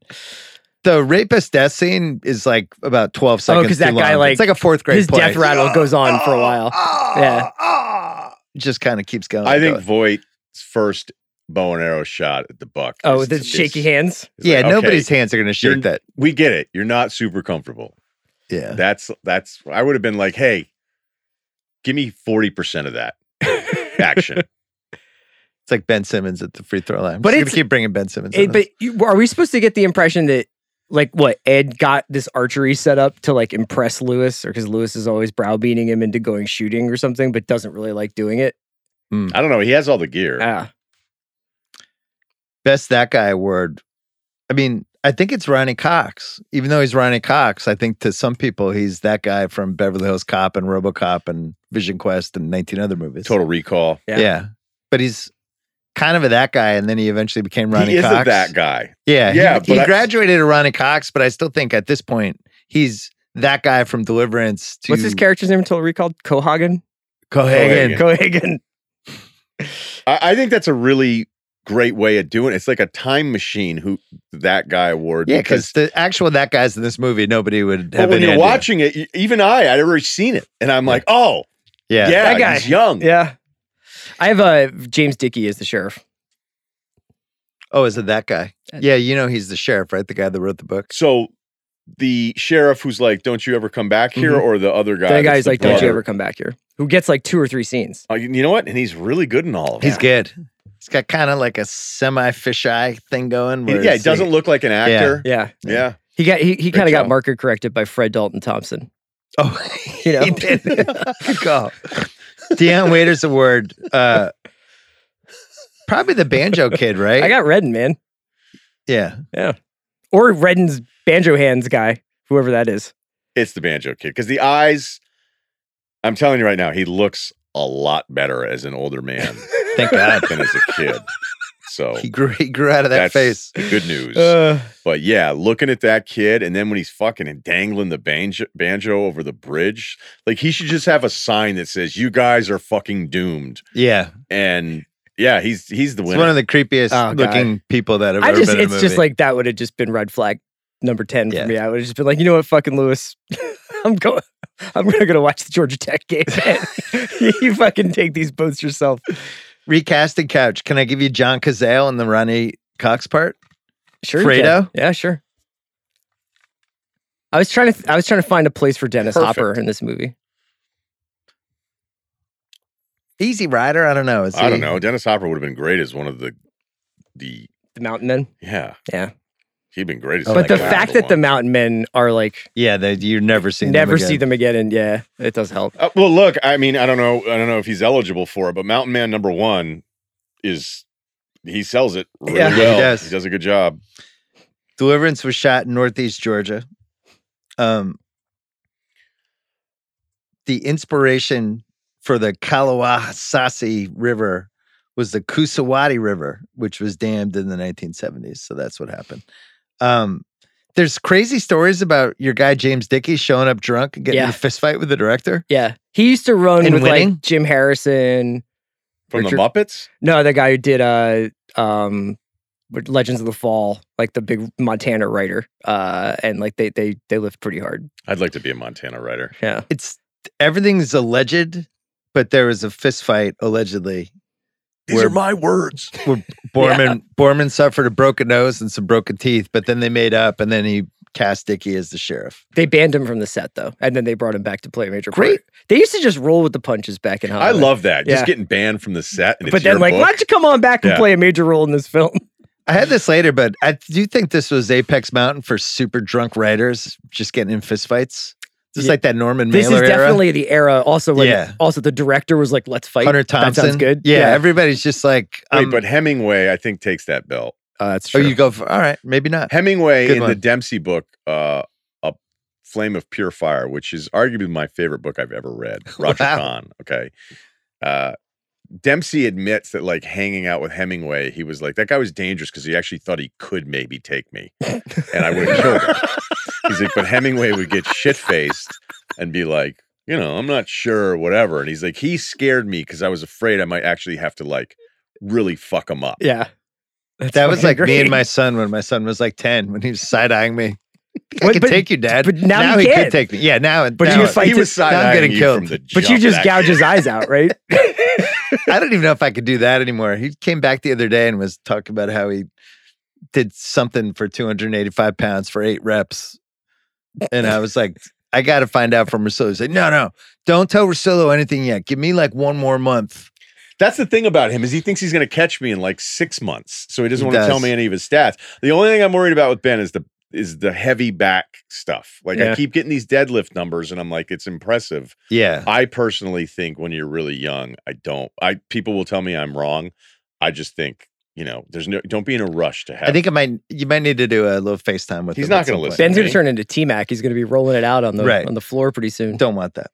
Speaker 7: The rapist death scene is like about 12
Speaker 3: Oh,
Speaker 7: seconds.
Speaker 3: because that
Speaker 7: too
Speaker 3: guy
Speaker 7: long.
Speaker 3: like
Speaker 7: it's like a fourth grade
Speaker 3: His
Speaker 7: play. Ah,
Speaker 3: death rattle goes on for a while. Yeah.
Speaker 7: Just kind of keeps going.
Speaker 4: I think
Speaker 7: Going.
Speaker 4: Voight's first bow and arrow shot at the buck.
Speaker 3: Oh,
Speaker 4: is-
Speaker 3: the
Speaker 4: is-
Speaker 3: shaky hands.
Speaker 4: is like,
Speaker 7: Yeah,
Speaker 4: okay,
Speaker 7: nobody's hands are going to shoot
Speaker 4: you're-
Speaker 7: that.
Speaker 4: We get it. You're not super comfortable.
Speaker 7: Yeah.
Speaker 4: That's that's. I would have been like, hey, give me forty percent of that action.
Speaker 7: It's like Ben Simmons at the free throw line.
Speaker 3: But
Speaker 7: But
Speaker 3: it's-
Speaker 7: it's keep bringing Ben Simmons.
Speaker 3: It-
Speaker 7: in.
Speaker 3: but you- are we supposed to get the impression that like what Ed got this archery set up to like impress Lewis, or because Lewis is always browbeating him into going shooting or something, but doesn't really like doing it?
Speaker 4: I don't know. He has all the gear.
Speaker 3: Ah,
Speaker 7: best that guy award. I mean, I think it's Ronnie Cox. Even though he's Ronnie Cox, I think to some people he's that guy from Beverly Hills Cop and RoboCop and Vision Quest and 19 other movies.
Speaker 4: Total Recall.
Speaker 3: Yeah.
Speaker 7: Yeah. But he's kind of a that guy and then he eventually became Ronnie
Speaker 4: he is
Speaker 7: Cox.
Speaker 4: a that guy.
Speaker 7: Yeah. he-
Speaker 4: Yeah,
Speaker 7: He,
Speaker 4: but I-
Speaker 7: graduated to Ronnie Cox, but I still think at this point he's that guy from Deliverance to
Speaker 3: what's his character's name? in Total Recall, Cohagen.
Speaker 7: Cohagen.
Speaker 3: Cohagen.
Speaker 4: I, I think that's a really great way of doing it. It's like a time machine. Who that guy award?
Speaker 7: Yeah, because the actual that guys in this movie, nobody would
Speaker 4: but
Speaker 7: have
Speaker 4: when
Speaker 7: any
Speaker 4: you're
Speaker 7: idea.
Speaker 4: watching it, y- even I, I'd already seen it, and I'm like, oh, yeah,
Speaker 7: Yeah.
Speaker 3: That guy.
Speaker 4: he's young.
Speaker 3: Yeah, I have uh, James Dickey as the sheriff.
Speaker 7: Oh, is it that guy? Yeah, you know he's the sheriff, right? The guy that wrote the book.
Speaker 4: So the sheriff who's like, "Don't you ever come back here,"
Speaker 3: Mhm.
Speaker 4: or the other guy,
Speaker 3: That
Speaker 4: that's
Speaker 3: guy's
Speaker 4: the
Speaker 3: like, "Don't you
Speaker 4: brother?
Speaker 3: ever come back here?" Who gets like two or three scenes?
Speaker 4: Oh, you you know what? And he's really good in all of
Speaker 7: He's
Speaker 4: them.
Speaker 7: good. He's got kind of like a semi fisheye thing going. where
Speaker 4: yeah, he
Speaker 7: it's
Speaker 4: doesn't
Speaker 7: like-
Speaker 4: look like an actor. Yeah,
Speaker 3: Yeah, he got he, he kind of
Speaker 4: job.
Speaker 3: got marker corrected by Fred Dalton Thompson.
Speaker 7: Oh,
Speaker 3: You know,
Speaker 7: he did. Good call. Deion Waiters Award. Uh, probably the banjo kid, right?
Speaker 3: I got Redden, man,
Speaker 7: yeah.
Speaker 3: or Redden's banjo hands guy, whoever that is.
Speaker 4: it's the banjo kid because the eyes. I'm telling you right now, he looks a lot better as an older man
Speaker 7: Thank God.
Speaker 4: than as a kid. So
Speaker 7: He grew. He grew out of that
Speaker 4: Oh. that's
Speaker 7: face.
Speaker 4: the good news.
Speaker 3: Uh,
Speaker 4: But yeah, looking at that kid, and then when he's fucking and dangling the banjo, banjo over the bridge, like he should just have a sign that says "You guys are fucking doomed."
Speaker 7: Yeah,
Speaker 4: And yeah, he's he's the
Speaker 7: it's
Speaker 4: winner.
Speaker 7: one of the creepiest
Speaker 3: Oh, God.
Speaker 7: looking people that have
Speaker 3: I
Speaker 7: ever
Speaker 3: just
Speaker 7: been in a
Speaker 3: it's just
Speaker 7: movie.
Speaker 3: like that would have just been red flag number ten
Speaker 7: Yeah.
Speaker 3: for me. I would have just been like, you know what, fucking Lewis, I'm going. I'm gonna go watch the Georgia Tech game. you fucking take these boats yourself.
Speaker 7: recasting couch. Can I give you John Cazale and the Ronnie Cox part?
Speaker 3: Sure, you can.
Speaker 7: Fredo?
Speaker 3: Yeah, sure. I was trying to I was trying to find a place for Dennis
Speaker 4: Perfect.
Speaker 3: Hopper in this movie.
Speaker 7: Easy Rider. I don't know. Is
Speaker 4: I don't
Speaker 7: he-
Speaker 4: know. Dennis Hopper would have been great as one of the the
Speaker 3: The Mountain Men.
Speaker 4: yeah
Speaker 3: Yeah.
Speaker 4: he'd been great as.
Speaker 7: Oh
Speaker 4: one
Speaker 3: but
Speaker 7: my
Speaker 4: of
Speaker 3: the
Speaker 7: God.
Speaker 3: fact that the
Speaker 4: ones.
Speaker 3: Mountain Men are like
Speaker 7: Yeah, they, you never see
Speaker 3: never
Speaker 7: them again.
Speaker 3: see them again, and yeah, it does help.
Speaker 4: Uh, well, look, I mean, I don't know, I don't know if he's eligible for it, but Mountain Man number one is he sells it really
Speaker 3: Yeah, he
Speaker 4: well.
Speaker 7: does.
Speaker 4: he does a good job.
Speaker 7: Deliverance was shot in Northeast Georgia. Um, the inspiration for the Kalawasasi River was the Kusawati River, which was dammed in the 1970s. So that's what happened. Um, there's crazy stories about your guy James Dickey showing up drunk and getting in
Speaker 3: Yeah.
Speaker 7: a fist fight with the director.
Speaker 3: Yeah, he used to run
Speaker 7: And
Speaker 3: with
Speaker 7: winning?
Speaker 3: like Jim Harrison.
Speaker 4: From
Speaker 3: Richard-
Speaker 4: the Muppets,
Speaker 3: No, the guy who did uh um with Legends of the Fall, like the big Montana writer, uh, and like they they they lived pretty hard.
Speaker 4: I'd like to be a Montana writer.
Speaker 3: Yeah,
Speaker 7: It's everything's alleged, but there was a fist fight allegedly
Speaker 4: These
Speaker 7: Where-
Speaker 4: are my words.
Speaker 7: Borman Borman suffered a broken nose and some broken teeth, but then they made up, and then he Cass Dickey as the sheriff.
Speaker 3: They banned him from the set though, and then they brought him back to play a major
Speaker 7: Great.
Speaker 3: part. They used to just roll with the punches back in
Speaker 4: I
Speaker 3: Hollywood.
Speaker 4: love that.
Speaker 3: Oh, Yeah.
Speaker 4: Just getting banned from the set. And
Speaker 3: But then, like, why don't you come on back and
Speaker 4: Yeah.
Speaker 3: play a major role in this film?
Speaker 7: I had this later, but I do think this was Apex Mountain for super drunk writers just getting in fistfights. Just
Speaker 3: Yeah.
Speaker 7: like that Norman
Speaker 3: This
Speaker 7: Mailer
Speaker 3: is
Speaker 7: era.
Speaker 3: definitely the era. Also, when
Speaker 7: Yeah.
Speaker 3: also the director was like, "Let's fight."
Speaker 7: Hunter
Speaker 3: That
Speaker 7: Thompson.
Speaker 3: sounds good.
Speaker 7: Yeah, everybody's just like,
Speaker 4: Wait,
Speaker 7: um,
Speaker 4: but Hemingway, I think, takes that belt.
Speaker 3: Oh, that's
Speaker 7: oh,
Speaker 3: true.
Speaker 7: you go for all right, maybe not.
Speaker 4: Hemingway
Speaker 7: Good
Speaker 4: in the
Speaker 7: one.
Speaker 4: Dempsey book, uh, A Flame of Pure Fire, which is arguably my favorite book I've ever read. Roger
Speaker 7: Wow.
Speaker 4: Kahn. Okay. Uh, Dempsey admits that, like, hanging out with Hemingway, he was like, that guy was dangerous because he actually thought he could maybe take me and I would have killed him. He's like, but Hemingway would get shit faced and be like, you know, I'm not sure, or whatever. And he's like, he scared me because I was afraid I might actually have to, like, really fuck him up.
Speaker 3: yeah. That's
Speaker 7: That was
Speaker 3: fucking
Speaker 7: like me and
Speaker 3: great.
Speaker 7: my son when my son was like 10 when he was side eyeing me. I
Speaker 3: Wait,
Speaker 7: could
Speaker 3: but-
Speaker 7: take you, Dad.
Speaker 3: but now you
Speaker 7: he
Speaker 3: can't.
Speaker 7: could take me. Yeah, now.
Speaker 3: But
Speaker 7: now
Speaker 3: you
Speaker 7: I-
Speaker 3: fight-
Speaker 4: he was
Speaker 7: Now I'm
Speaker 4: side eyeing
Speaker 7: getting
Speaker 4: you
Speaker 7: killed.
Speaker 4: from the
Speaker 3: But you
Speaker 4: jump,
Speaker 3: just
Speaker 4: that
Speaker 3: gouge
Speaker 4: kid.
Speaker 3: his eyes out, right?
Speaker 7: I don't even know if I could do that anymore. He came back the other day and was talking about how he did something for 285 pounds for eight reps.
Speaker 4: Eh,
Speaker 7: And I was like, I got to find out from Rosillo. He's like, no, no, don't tell Rosillo anything yet. Give me like one more month.
Speaker 4: That's the thing about him is he thinks he's going to catch me in like six months, so he doesn't
Speaker 7: He
Speaker 4: want to tell
Speaker 7: does.
Speaker 4: me any of his stats. The only thing I'm worried about with Ben is the is the heavy back stuff. Like
Speaker 3: Yeah.
Speaker 4: I keep getting these deadlift numbers, and I'm like, it's impressive.
Speaker 7: Yeah.
Speaker 4: I personally think when you're really young, I don't. I people will tell me I'm wrong. I just think you know, there's no. Don't be in a rush to have.
Speaker 7: I think it might, you might need to do a little FaceTime with
Speaker 4: He's
Speaker 7: him
Speaker 4: not
Speaker 7: at some
Speaker 4: gonna
Speaker 7: point.
Speaker 4: listen.
Speaker 3: Ben's gonna
Speaker 4: me.
Speaker 3: turn into T Mac. He's gonna be rolling it out on the
Speaker 7: Right.
Speaker 3: on the floor pretty soon.
Speaker 7: Don't want that.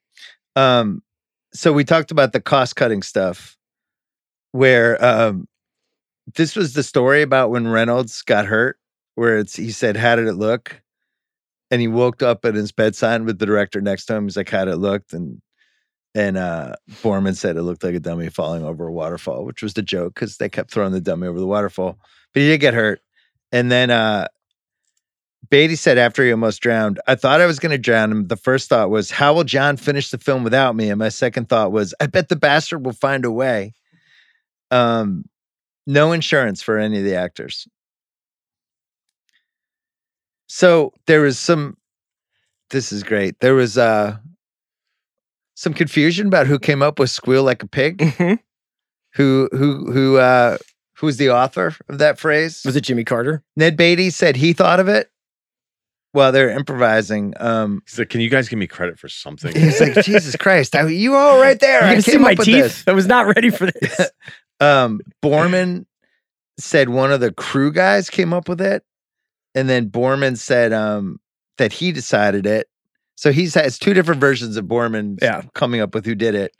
Speaker 7: Um, so we talked about the cost cutting stuff where um, this was the story about when Reynolds got hurt, where it's he said, How did it look? And he woke up at his bedside with the director next to him. He's like, How'd it look? And and uh Borman said it looked like a dummy falling over a waterfall, which was the joke because they kept throwing the dummy over the waterfall. But he did get hurt. And then uh Beatty said after he almost drowned, I thought I was going to drown him. The first thought was, how will John finish the film without me? And my second thought was, I bet the bastard will find a way. Um, no insurance for any of the actors. So there was some, this is great. There was uh, some confusion about who came up with Squeal Like a Pig,
Speaker 3: Mhm.
Speaker 7: who, who, who, uh, who was the author of that phrase?
Speaker 3: Was it Jimmy Carter?
Speaker 7: Ned Beatty said he thought of it while they're improvising. Um,
Speaker 4: he's like, can you guys give me credit for something?
Speaker 7: he's like, Jesus Christ, I, you were all right there.
Speaker 3: You
Speaker 7: I
Speaker 3: can
Speaker 7: came
Speaker 3: see my
Speaker 7: up with
Speaker 3: teeth.
Speaker 7: this.
Speaker 3: I was not ready for this.
Speaker 7: Um, Borman said one of the crew guys came up with it, and then Borman said um, that he decided it. So he's has two different versions of Borman
Speaker 3: Yeah.
Speaker 7: coming up with who did it,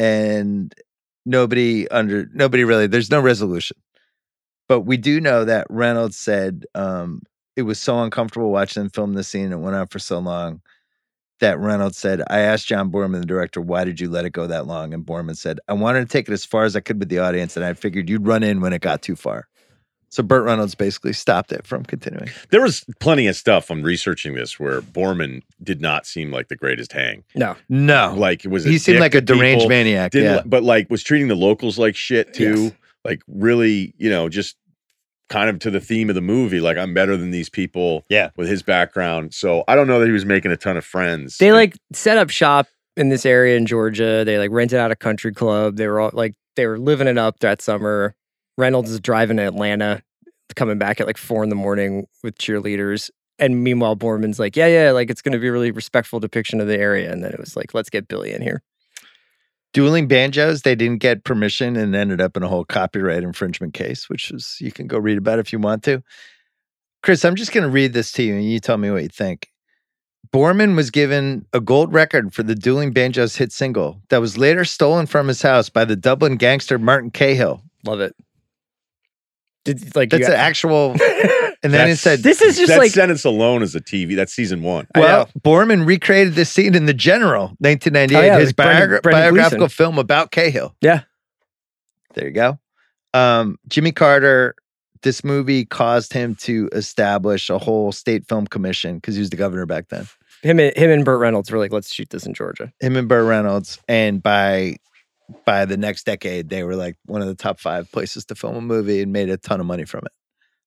Speaker 7: and nobody under nobody really. There's no resolution, but we do know that Reynolds said um, it was so uncomfortable watching them film this scene. It went on for so long that Reynolds said, I asked John Borman, the director, why did you let it go that long? And Borman said, I wanted to take it as far as I could with the audience, and I figured you'd run in when it got too far. So Burt Reynolds basically stopped it from continuing.
Speaker 4: There was plenty of stuff on researching this where Borman did not seem like the greatest hang.
Speaker 3: No.
Speaker 7: No.
Speaker 4: Like it was
Speaker 7: Oh. he seemed
Speaker 4: dick
Speaker 7: like a
Speaker 4: to people.
Speaker 7: deranged maniac.
Speaker 4: didn't
Speaker 7: Yeah.
Speaker 4: li- but like was treating the locals like shit too
Speaker 3: Yes.
Speaker 4: like really you know just kind of to the theme of the movie like i'm better than these people
Speaker 7: Yeah.
Speaker 4: with his background so i don't know that he was making a ton of friends
Speaker 3: They
Speaker 4: And
Speaker 3: like set up shop in this area in Georgia. They like rented out a country club. They were all like they were living it up that summer. Reynolds is driving to Atlanta, coming back at like four in the morning with cheerleaders. And meanwhile, Borman's like, yeah, yeah, like it's going to be a really respectful depiction of the area. And then it was like, let's get Billy in here.
Speaker 7: Dueling banjos, they didn't get permission and ended up in a whole copyright infringement case, which is you can go read about if you want to. Chris, I'm just going to read this to you and you tell me what you think. Borman was given a gold record for the Dueling Banjos hit single that was later stolen from his house by the Dublin gangster Martin Cahill.
Speaker 3: Love it. Did like you-
Speaker 7: That's an actual. And then it
Speaker 4: That's-
Speaker 7: said,
Speaker 3: this is just
Speaker 4: that
Speaker 3: like
Speaker 4: sentence alone is a tv that's season one
Speaker 3: I know.
Speaker 7: well, Borman recreated this scene in The General, 1998,
Speaker 3: Oh, yeah,
Speaker 7: his
Speaker 3: with Brendan-
Speaker 7: biogra-
Speaker 3: Brendan
Speaker 7: biographical
Speaker 3: Gleeson.
Speaker 7: film about Cahill.
Speaker 3: Yeah.
Speaker 7: There you go. Um, Jimmy Carter, this movie caused him to establish a whole state film commission because he was the governor back then.
Speaker 3: him and him and Burt Reynolds were like, let's shoot this in Georgia.
Speaker 7: Him and Burt Reynolds. And by by the next decade, they were like one of the top five places to film a movie and made a ton of money from it.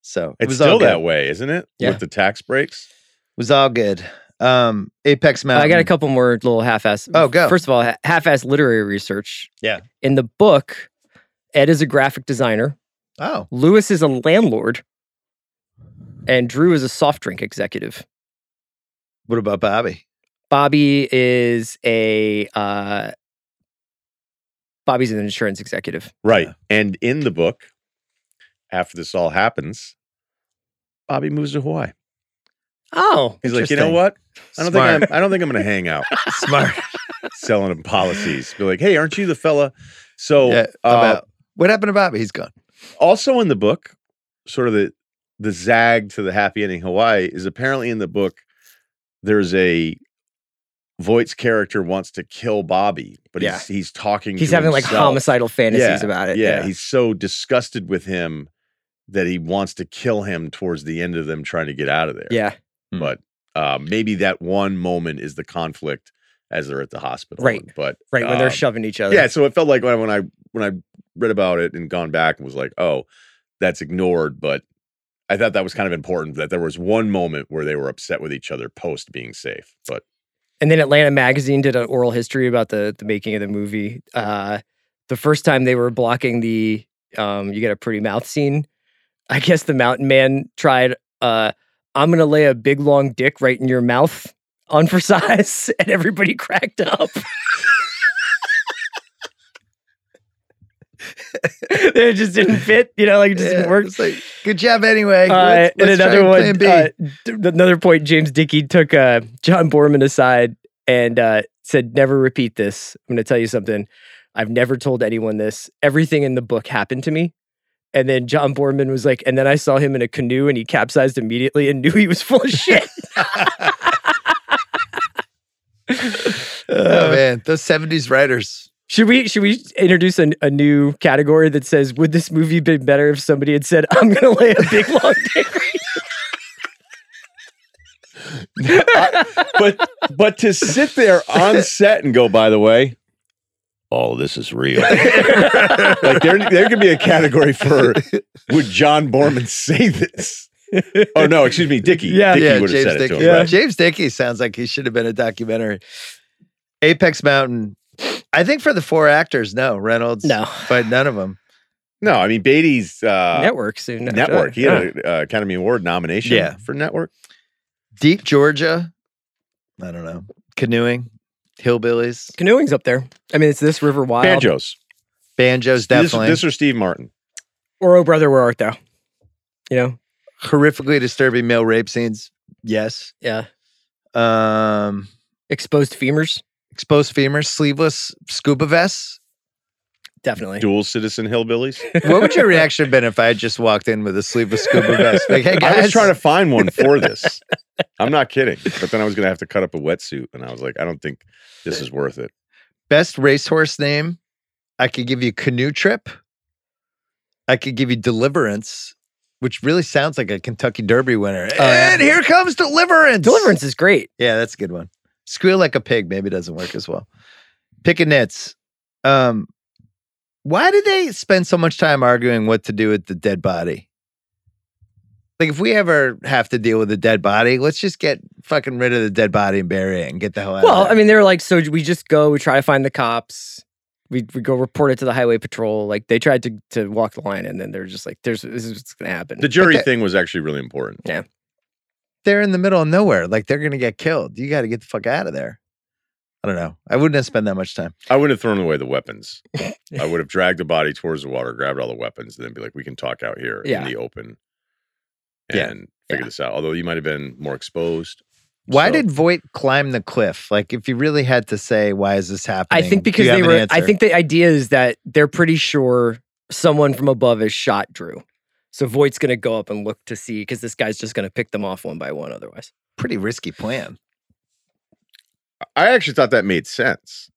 Speaker 7: So it
Speaker 4: it's
Speaker 7: was
Speaker 4: still
Speaker 7: all good.
Speaker 4: that way isn't it
Speaker 3: Yeah.
Speaker 4: with the tax breaks
Speaker 7: was all good. Um, Apex Mountain.
Speaker 3: I got a couple more little half-ass.
Speaker 7: Oh, go.
Speaker 3: First of all, ha- half-ass literary research.
Speaker 7: Yeah.
Speaker 3: In the book, Ed is a graphic designer.
Speaker 7: Oh,
Speaker 3: Lewis is a landlord, and Drew is a soft drink executive.
Speaker 7: what about Bobby?
Speaker 3: Bobby is a uh, Bobby's an insurance executive.
Speaker 4: Right. And in the book, after this all happens, Bobby moves to Hawaii.
Speaker 3: Oh,
Speaker 4: He's like, you know
Speaker 7: Interesting.
Speaker 4: what? I don't
Speaker 7: Smart.
Speaker 4: think I'm I don't think I'm gonna hang out
Speaker 7: Smart.
Speaker 4: selling him policies. Be like, hey, aren't you the fella? So
Speaker 3: Oh,
Speaker 7: yeah,
Speaker 4: uh,
Speaker 7: about- what happened to Bobby? He's gone.
Speaker 4: also in the book, sort of the the zag to the happy ending Hawaii is apparently in the book. There's a Voight's character wants to kill Bobby, but he's he's talking.
Speaker 3: he's
Speaker 4: to
Speaker 3: having like
Speaker 4: himself.
Speaker 3: homicidal fantasies about it.
Speaker 4: Yeah, he's so disgusted with him that he wants to kill him towards the end of them trying to get out of there.
Speaker 3: yeah,
Speaker 4: but uh, maybe that one moment is the conflict as they're at the hospital.
Speaker 3: Right.
Speaker 4: but
Speaker 3: right when they're
Speaker 4: um,
Speaker 3: shoving each other.
Speaker 4: yeah, so it felt like when I, when I when I read about it and gone back and was like, oh, that's ignored. But I thought that was kind of important that there was one moment where they were upset with each other post being safe. But
Speaker 3: And then Atlanta Magazine did an oral history about the the making of the movie. Uh, the first time they were blocking the um, you get a pretty mouth scene. I guess the mountain man tried. Uh, I'm gonna lay a big long dick right in your mouth on for size, and everybody cracked up. it just didn't fit, you know, like it just
Speaker 7: Yeah,
Speaker 3: didn't work.
Speaker 7: it's like, good job anyway.
Speaker 3: Uh,
Speaker 7: Let's- let's
Speaker 3: and
Speaker 7: try
Speaker 3: another
Speaker 7: plan
Speaker 3: one,
Speaker 7: B.
Speaker 3: uh, d- another point. James Dickey took uh, John Borman aside and uh, said, "Never repeat this. I'm going to tell you something. I've never told anyone this. Everything in the book happened to me." And then John Borman was like, and then I saw him in a canoe and he capsized immediately and knew he was full of shit.
Speaker 7: oh
Speaker 4: uh,
Speaker 7: man, those seventies writers.
Speaker 3: Should we should we introduce a, a new category that says, "Would this movie be better if somebody had said, I'm going to lay a big long dick
Speaker 4: but but to sit there on set and go, by the way, all this is real. like there there could be a category for would John Borman say this? Oh no, excuse me, Dickie.
Speaker 3: Yeah.
Speaker 4: Dickie
Speaker 7: yeah,
Speaker 4: would have
Speaker 7: James
Speaker 4: said it
Speaker 7: Dickey.
Speaker 4: to him. right?
Speaker 7: James Dickey sounds like he should have been a documentary. Apex Mountain. I think for the four actors, no Reynolds,
Speaker 3: No.
Speaker 7: but none of them.
Speaker 4: No, I mean Beatty's uh,
Speaker 3: network soon? after
Speaker 4: network.
Speaker 3: that.
Speaker 4: He had an uh, Academy Award nomination
Speaker 7: Yeah.
Speaker 4: for Network.
Speaker 7: Deep Georgia. I don't know. Canoeing, hillbillies,
Speaker 3: Canoeing's up there. I mean, it's this river wild.
Speaker 4: Banjos.
Speaker 7: banjos.
Speaker 4: This,
Speaker 7: Definitely
Speaker 4: this or Steve Martin.
Speaker 3: Or oh brother, where art thou? You know?
Speaker 7: horrifically disturbing male rape scenes. Yes.
Speaker 3: Yeah.
Speaker 7: Um,
Speaker 3: Exposed femurs.
Speaker 7: exposed femurs, sleeveless scuba vests.
Speaker 3: Definitely.
Speaker 4: Dual citizen hillbillies.
Speaker 7: What would your reaction have been if I had just walked in with a sleeveless scuba vest? Like, hey guys,
Speaker 4: I was trying to find one for this. I'm not kidding. But then I was going to have to cut up a wetsuit, and I was like, I don't think this is worth it.
Speaker 7: best racehorse name. I could give you canoe trip. I could give you deliverance, which really sounds like a Kentucky Derby winner.
Speaker 3: yeah.
Speaker 7: And here comes deliverance.
Speaker 3: Deliverance is great.
Speaker 7: Yeah, that's a good one. Squeal like a pig maybe doesn't work as well. Picking nits. Um, why do they spend so much time arguing what to do with the dead body? Like, if we ever have to deal with a dead body, let's just get fucking rid of the dead body and bury it and get the hell out
Speaker 3: Well,
Speaker 7: of
Speaker 3: I mean, they were like, so we just go, we try to find the cops, we, we go report it to the highway patrol. Like they tried to, to walk the line, and then they're just like, there's this is what's gonna happen.
Speaker 4: The jury
Speaker 7: Okay.
Speaker 4: thing was actually really important.
Speaker 7: they're in the middle of nowhere. Like, they're going to get killed. You got to get the fuck out of there. I don't know. I wouldn't have spent that much time.
Speaker 4: I wouldn't have thrown away the weapons. I would have dragged the body towards the water, grabbed all the weapons, and then be like, we can talk out here
Speaker 3: Yeah.
Speaker 4: in the open and
Speaker 7: Yeah.
Speaker 4: figure this out. Although you might have been more exposed.
Speaker 7: Why
Speaker 4: So-
Speaker 7: did Voight climb the cliff? Like, if you really had to say, why is this
Speaker 3: I
Speaker 7: happening?
Speaker 3: think
Speaker 7: do you
Speaker 3: because they
Speaker 7: have an
Speaker 3: were. I
Speaker 7: answer?
Speaker 3: think the idea is that they're pretty sure someone from above has shot Drew. So Voight's gonna go up and look to see because this guy's just gonna pick them off one by one. Otherwise,
Speaker 7: pretty risky plan.
Speaker 4: I actually thought that made sense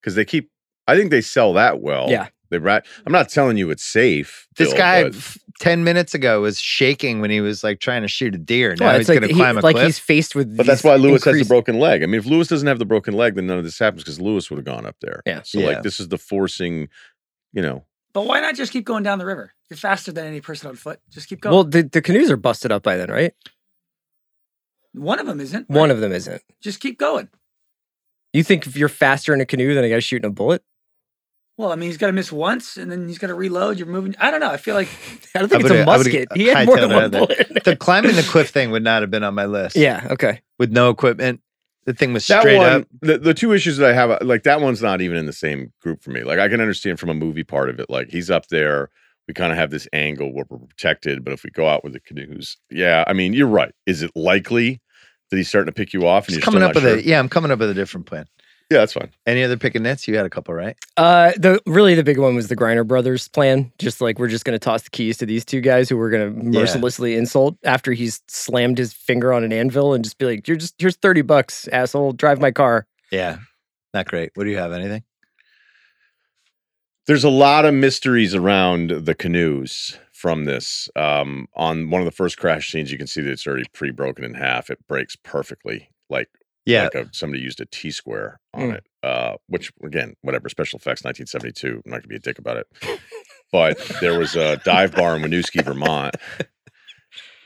Speaker 4: because they keep. I think they sell that well.
Speaker 3: Yeah.
Speaker 4: they rat. I'm not telling you it's safe.
Speaker 7: This
Speaker 4: Bill,
Speaker 7: guy
Speaker 4: but
Speaker 7: f- ten minutes ago was shaking when he was like trying to shoot a deer. Now
Speaker 3: Well,
Speaker 7: he's
Speaker 3: it's like
Speaker 7: going to
Speaker 3: he-
Speaker 7: climb a
Speaker 3: like
Speaker 7: cliff.
Speaker 3: he's faced with.
Speaker 4: But that's
Speaker 3: these
Speaker 4: why Lewis has
Speaker 3: increased-
Speaker 4: the broken leg. I mean, if Lewis doesn't have the broken leg, then none of this happens because Lewis would have gone up there.
Speaker 3: Yeah.
Speaker 4: So
Speaker 7: Yeah.
Speaker 4: like, this is the forcing. You know,
Speaker 13: But why not just keep going down the river? You're faster than any person on foot. Just keep going.
Speaker 3: Well, the, the canoes are busted up by then, right?
Speaker 13: One of them isn't.
Speaker 3: One of them isn't.
Speaker 13: Just keep going.
Speaker 3: You think if you're faster in a canoe than a guy shooting a bullet?
Speaker 13: Well, I mean, he's got to miss once, and then he's got to reload. You're moving. I don't know. I feel like
Speaker 3: I don't think it's a musket. He had more than one bullet.
Speaker 7: the climbing the cliff thing would not have been on my list.
Speaker 3: Yeah. Okay.
Speaker 7: With no equipment. The thing was
Speaker 4: that
Speaker 7: straight
Speaker 4: one,
Speaker 7: up.
Speaker 4: The, the two issues that I have, like that one's not even in the same group for me. Like I can understand from a movie part of it. Like he's up there, we kind of have this angle where we're protected, but if we go out with the canoes, yeah, I mean, you're right. Is it likely that he's starting to pick you off? And
Speaker 7: Just
Speaker 4: you're
Speaker 7: coming
Speaker 4: still
Speaker 7: up
Speaker 4: not
Speaker 7: with
Speaker 4: sure?
Speaker 7: a yeah, I'm coming up with a different plan.
Speaker 4: Yeah, that's fine.
Speaker 7: Any other pick and nets? You had a couple, right?
Speaker 3: Uh, the really the big one was the Griner brothers plan. Just like we're just gonna toss the keys to these two guys who we're gonna mercilessly insult after he's slammed his finger on an anvil and just be like, "You're just here's thirty bucks, asshole. Drive my car."
Speaker 7: Yeah. Not great. What do you have? Anything?
Speaker 4: There's a lot of mysteries around the canoes from this. Um, on one of the first crash scenes, you can see that it's already pre-broken in half. It breaks perfectly, like
Speaker 7: Yeah. Hmm.
Speaker 4: like a, somebody used a T square on
Speaker 3: Mm.
Speaker 4: it. Uh, which again, whatever special effects, 1972. I'm not gonna be a dick about it. but there was a dive bar in Winooski, Vermont,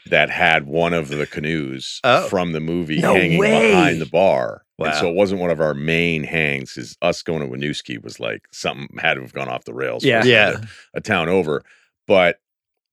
Speaker 4: that had one of the canoes
Speaker 7: Oh.
Speaker 4: from the movie
Speaker 7: No
Speaker 4: hanging
Speaker 7: way.
Speaker 4: behind the bar. And so
Speaker 7: Wow.
Speaker 4: it wasn't one of our main hangs. Is us going to Winooski was like something had to have gone off the rails. for
Speaker 3: Yeah.
Speaker 4: us to have to- a town over. But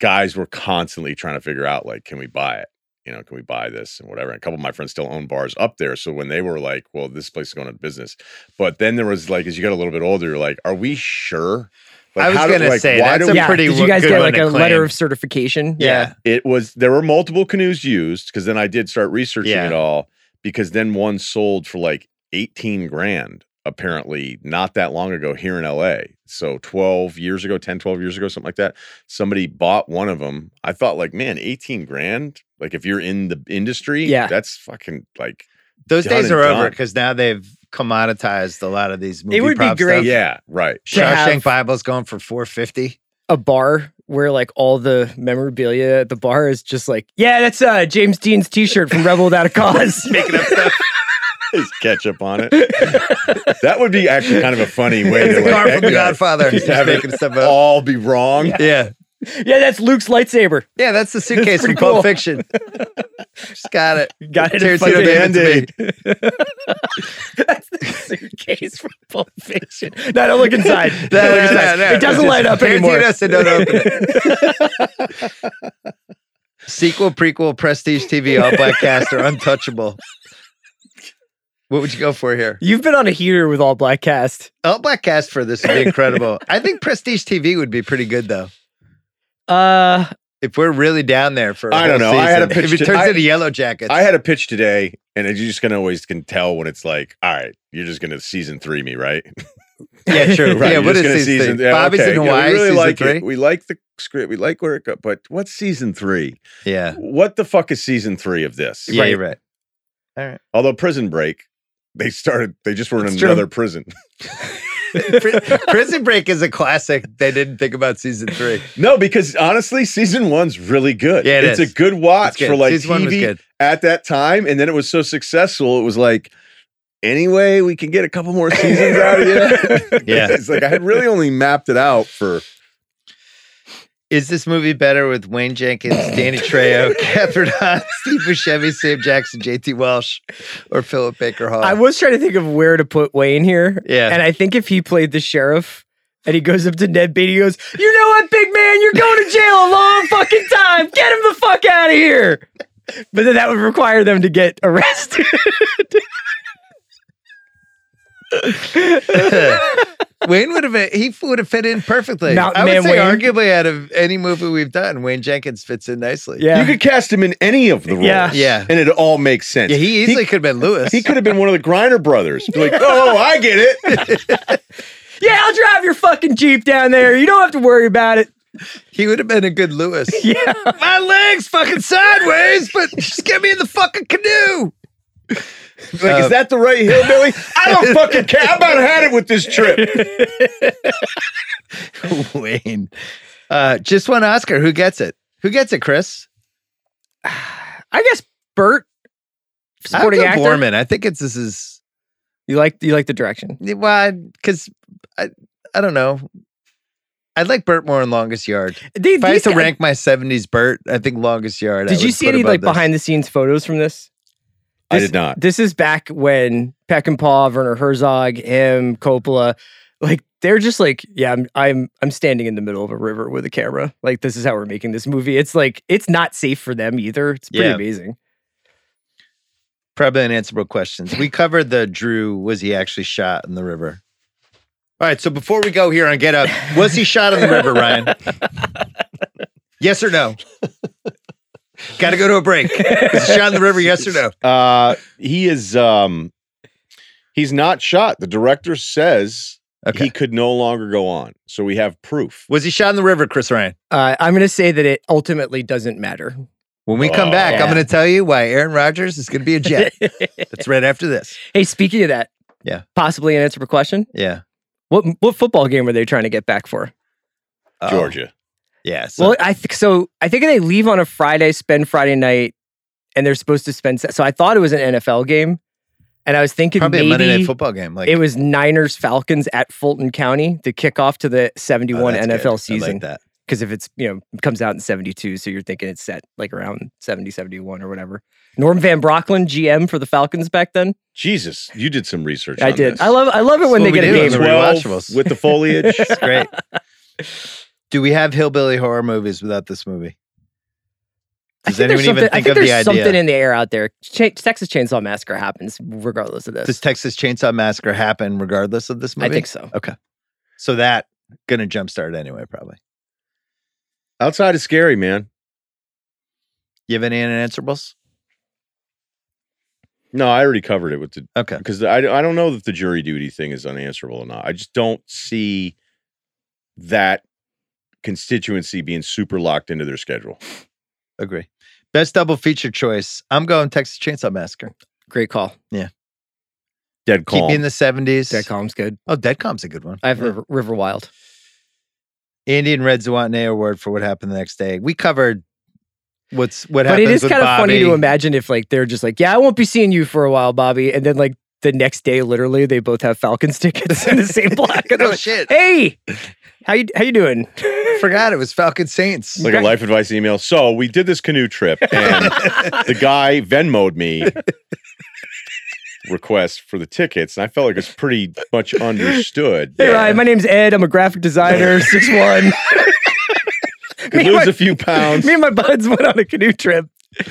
Speaker 4: guys were constantly trying to figure out like, can we buy it? You know, can we buy this and whatever? And a couple of my friends still own bars up there. So when they were like, well, this place is going out of business. But then there was like, as you got a little bit older, you're like, are we sure? Like,
Speaker 7: I was
Speaker 4: do-
Speaker 7: gonna say,
Speaker 4: why
Speaker 7: that's
Speaker 4: do
Speaker 7: a
Speaker 4: we-
Speaker 3: yeah.
Speaker 7: pretty
Speaker 3: Did you guys
Speaker 7: good
Speaker 3: get
Speaker 7: one
Speaker 3: like
Speaker 7: to
Speaker 3: a
Speaker 7: claim.
Speaker 3: letter of certification?
Speaker 4: it was there were multiple canoes used because then I did start researching
Speaker 7: Yeah.
Speaker 4: it all because then one sold for like 18 grand apparently not that long ago here in LA. So 12 years ago, 10 12 years ago something like that. Somebody bought one of them. I thought like, man, 18 grand? Like if you're in the industry,
Speaker 3: Yeah.
Speaker 4: that's fucking like
Speaker 7: Those
Speaker 4: Done
Speaker 7: days
Speaker 4: and
Speaker 7: are over
Speaker 4: done.
Speaker 7: because now they've commoditized a lot of these movie
Speaker 3: It would be
Speaker 7: prop
Speaker 3: great-
Speaker 7: stuff.
Speaker 4: yeah, right.
Speaker 3: to have-
Speaker 7: Shawshank Bible's going for 450.
Speaker 3: a bar where like all the memorabilia at the bar is just like, yeah, that's uh James Dean's T-shirt from Rebel Without a Cause.
Speaker 4: Just ketchup on it. that would be actually kind of a funny way
Speaker 7: It's
Speaker 4: to
Speaker 7: a car
Speaker 4: like,
Speaker 7: from The
Speaker 4: echo-
Speaker 7: Godfather. He's
Speaker 4: have it
Speaker 7: making stuff up.
Speaker 4: all be wrong.
Speaker 7: Yeah.
Speaker 3: yeah, that's Luke's lightsaber.
Speaker 7: Yeah, that's the suitcase
Speaker 3: pretty
Speaker 7: from Pulp
Speaker 3: cool.
Speaker 7: Fiction. Just got it.
Speaker 3: Got it. in
Speaker 7: Tarantino
Speaker 3: fucking-
Speaker 7: gave it to me.
Speaker 3: That's the suitcase from Pulp Fiction. No, don't look inside. Don't
Speaker 7: No,
Speaker 3: look
Speaker 7: no,
Speaker 3: inside.
Speaker 7: no, no.
Speaker 3: It doesn't light up anymore.
Speaker 7: Tarantino said don't open it. Sequel, prequel, prestige TV, all black cast are untouchable. What would you go for here?
Speaker 3: You've been on a heater with all black cast.
Speaker 7: All black cast for this would be incredible. I think prestige TV would be pretty good though.
Speaker 3: Uh,
Speaker 7: If we're really down there for, I
Speaker 4: I don't know. I had a pitch
Speaker 7: If it
Speaker 4: to-
Speaker 7: turns
Speaker 4: I-
Speaker 7: into Yellow Jackets,
Speaker 4: I had a pitch today, and you just gonna always can tell when it's like, all right, you're just gonna season three me, right?
Speaker 7: yeah, true.
Speaker 4: right.
Speaker 7: Yeah,
Speaker 4: you're
Speaker 7: what
Speaker 4: just
Speaker 7: is
Speaker 4: gonna
Speaker 7: this thing?
Speaker 4: yeah,
Speaker 7: Bobby's
Speaker 4: okay,
Speaker 7: in
Speaker 4: yeah,
Speaker 7: Hawaii,
Speaker 4: we really
Speaker 7: season
Speaker 4: like
Speaker 7: three.
Speaker 4: it. We like the script. We like where it got. But what's season three?
Speaker 7: Yeah,
Speaker 4: What the fuck is season three of this?
Speaker 7: yeah, you're right.
Speaker 4: Although Prison Break, they started. They just were in
Speaker 3: That's true.
Speaker 4: another prison.
Speaker 7: Pri- Prison Break is a classic. They didn't think about season three.
Speaker 4: No, because honestly, season one's really good.
Speaker 7: Yeah, it
Speaker 4: it's
Speaker 7: is.
Speaker 4: a good
Speaker 7: It's
Speaker 4: watch
Speaker 7: good.
Speaker 4: for like
Speaker 7: season one was
Speaker 4: TV
Speaker 7: good.
Speaker 4: at that time, and then it was so successful, it was like, anyway, we can get a couple more seasons out of you.
Speaker 7: Yeah.
Speaker 4: it's like I had really only mapped it out for
Speaker 7: Is this movie better with Wayne Jenkins, Danny Trejo, Catherine Hahn, Steve Buscemi, Sam Jackson, J.T. Welsh, or Philip Baker Hall?
Speaker 3: I was trying to think of where to put Wayne here.
Speaker 7: Yeah.
Speaker 3: And I think if he played the sheriff and he goes up to Ned Beatty, he goes, You know what, big man? You're going to jail a long fucking time. Get him the fuck out of here. But then that would require them to get arrested.
Speaker 7: Wayne would have he would have fit in perfectly.
Speaker 3: Mountain
Speaker 7: I would
Speaker 3: Man
Speaker 7: say
Speaker 3: Wayne.
Speaker 7: arguably out of any movie we've done, Wayne Jenkins fits in nicely.
Speaker 3: yeah.
Speaker 4: you could cast him in any of the roles.
Speaker 3: Yeah.
Speaker 7: Yeah.
Speaker 4: And it all makes sense.
Speaker 7: Yeah, he easily
Speaker 4: he,
Speaker 7: could have been Lewis.
Speaker 4: he could have been one of the Griner brothers. Be like, oh, I get it.
Speaker 3: yeah, I'll drive your fucking Jeep down there. You don't have to worry about it.
Speaker 7: He would have been a good Lewis.
Speaker 3: Yeah.
Speaker 7: My legs fucking sideways, but just get me in the fucking canoe.
Speaker 4: Like, is
Speaker 7: Um,
Speaker 4: that the right hillbilly? I don't fucking care. I about had it with this trip.
Speaker 7: Wayne. Uh, just one Oscar. Who gets it? Who gets it, Chris?
Speaker 3: I guess Bert,
Speaker 7: I'd
Speaker 3: supporting
Speaker 7: go
Speaker 3: actor.
Speaker 7: Borman. I think it's this is
Speaker 3: You like you like the direction.
Speaker 7: why because I I don't know. I'd like Burt more in Longest Yard.
Speaker 3: They-
Speaker 7: If I had
Speaker 3: these
Speaker 7: to
Speaker 3: guys-
Speaker 7: rank my '70s Burt, I think Longest Yard. I
Speaker 3: Did you
Speaker 7: would
Speaker 3: see
Speaker 7: put
Speaker 3: any
Speaker 7: above
Speaker 3: like
Speaker 7: this.
Speaker 3: behind the scenes photos from this?
Speaker 4: I
Speaker 3: This-
Speaker 4: did not.
Speaker 3: This is back when Peckinpah, Werner Herzog, him, Coppola, like they're just like, yeah, I'm I'm I'm standing in the middle of a river with a camera. Like this is how we're making this movie. It's like it's not safe for them either. It's pretty
Speaker 7: Yeah.
Speaker 3: amazing.
Speaker 7: Probably unanswerable questions. We covered the Drew. Was he actually shot in the river? All right. So before we go here on Get Up, was he shot in the river, Ryan? yes or no? Got to go to a break. Was he shot in the river? Yes or no?
Speaker 4: Uh, he is. Um, he's not shot. The director says
Speaker 7: Okay.
Speaker 4: he could no longer go on. So we have proof.
Speaker 7: Was he shot in the river, Chris Ryan?
Speaker 3: Uh, I'm gonna say that it ultimately doesn't matter.
Speaker 7: When we come
Speaker 4: Oh.
Speaker 7: back, I'm
Speaker 3: Yeah.
Speaker 7: going to tell you why Aaron Rodgers is going to be a Jet. That's right after this.
Speaker 3: hey, speaking of that,
Speaker 7: Yeah.
Speaker 3: possibly an answerable question.
Speaker 7: Yeah.
Speaker 3: What what football game are they trying to get back for?
Speaker 7: Oh,
Speaker 4: Georgia.
Speaker 7: Yeah. So
Speaker 3: well, I think so. I think they leave on a Friday, spend Friday night, and they're supposed to spend. So I thought it was an NFL game, and I was thinking
Speaker 7: probably
Speaker 3: maybe
Speaker 7: a Monday night football game. Like
Speaker 3: it was Niners Falcons at Fulton County, the kickoff to the
Speaker 7: oh,
Speaker 3: '71
Speaker 7: that's good. I
Speaker 3: NFL
Speaker 7: like
Speaker 3: season.
Speaker 7: that.
Speaker 3: Because if it's you know comes out in '72, so you're thinking it's set like around 70, 71 or whatever. Norm Van Brocklin, GM for the Falcons back then.
Speaker 4: Jesus, you did some research.
Speaker 3: I
Speaker 4: on
Speaker 3: did.
Speaker 4: this.
Speaker 3: I love. I love it
Speaker 7: That's
Speaker 3: when they
Speaker 7: what we
Speaker 3: get a
Speaker 7: do on
Speaker 3: game.
Speaker 7: the
Speaker 3: right.
Speaker 4: Twelve
Speaker 7: rewatchables.
Speaker 4: with the foliage.
Speaker 7: It's great. Do we have hillbilly horror movies without this movie?
Speaker 3: I
Speaker 7: Does
Speaker 3: think there's
Speaker 7: anyone even
Speaker 3: something- I
Speaker 7: think
Speaker 3: think
Speaker 7: of the
Speaker 3: there's something
Speaker 7: idea?
Speaker 3: in the air out there. Ch- Texas Chainsaw Massacre happens regardless of this.
Speaker 7: Does Texas Chainsaw Massacre happen regardless of this movie?
Speaker 3: I think so.
Speaker 7: So that gonna jumpstart anyway, probably.
Speaker 4: Outside is scary, man.
Speaker 7: You have any unanswerables?
Speaker 4: No, I already covered it with the
Speaker 7: Okay.
Speaker 4: because I, I don't know if the jury duty thing is unanswerable or not. I just don't see that constituency being super locked into their schedule.
Speaker 7: Agree. Best double feature choice. I'm going Texas Chainsaw Massacre.
Speaker 3: Great call.
Speaker 4: Dead calm.
Speaker 7: Keep me in the 70s.
Speaker 3: Dead Calm's good.
Speaker 7: Oh, Deadcom's a good one.
Speaker 3: I have River, River Wild.
Speaker 7: Indian Red Zwanane Award for what happened the next day. We covered what's what
Speaker 3: But
Speaker 7: happens
Speaker 3: it is
Speaker 7: with
Speaker 3: kind of funny to
Speaker 7: Bobby.
Speaker 3: imagine if like they're just like, yeah, I won't be seeing you for a while, Bobby, and then like the next day, literally, they both have Falcons tickets in the same block. And they're
Speaker 7: oh
Speaker 3: like,
Speaker 7: shit!
Speaker 3: hey, how you how you doing?
Speaker 7: Forgot it was Falcon Saints.
Speaker 4: like a life advice email. So we did this canoe trip, and the guy Venmoed me request for the tickets, and I felt like it's pretty much understood.
Speaker 3: Hey Ryan, my name's Ed. I'm a graphic designer, six one.
Speaker 4: Could
Speaker 3: me and
Speaker 4: lose
Speaker 3: my-
Speaker 4: a few pounds.
Speaker 3: Me and my buds went on a canoe trip.
Speaker 4: Do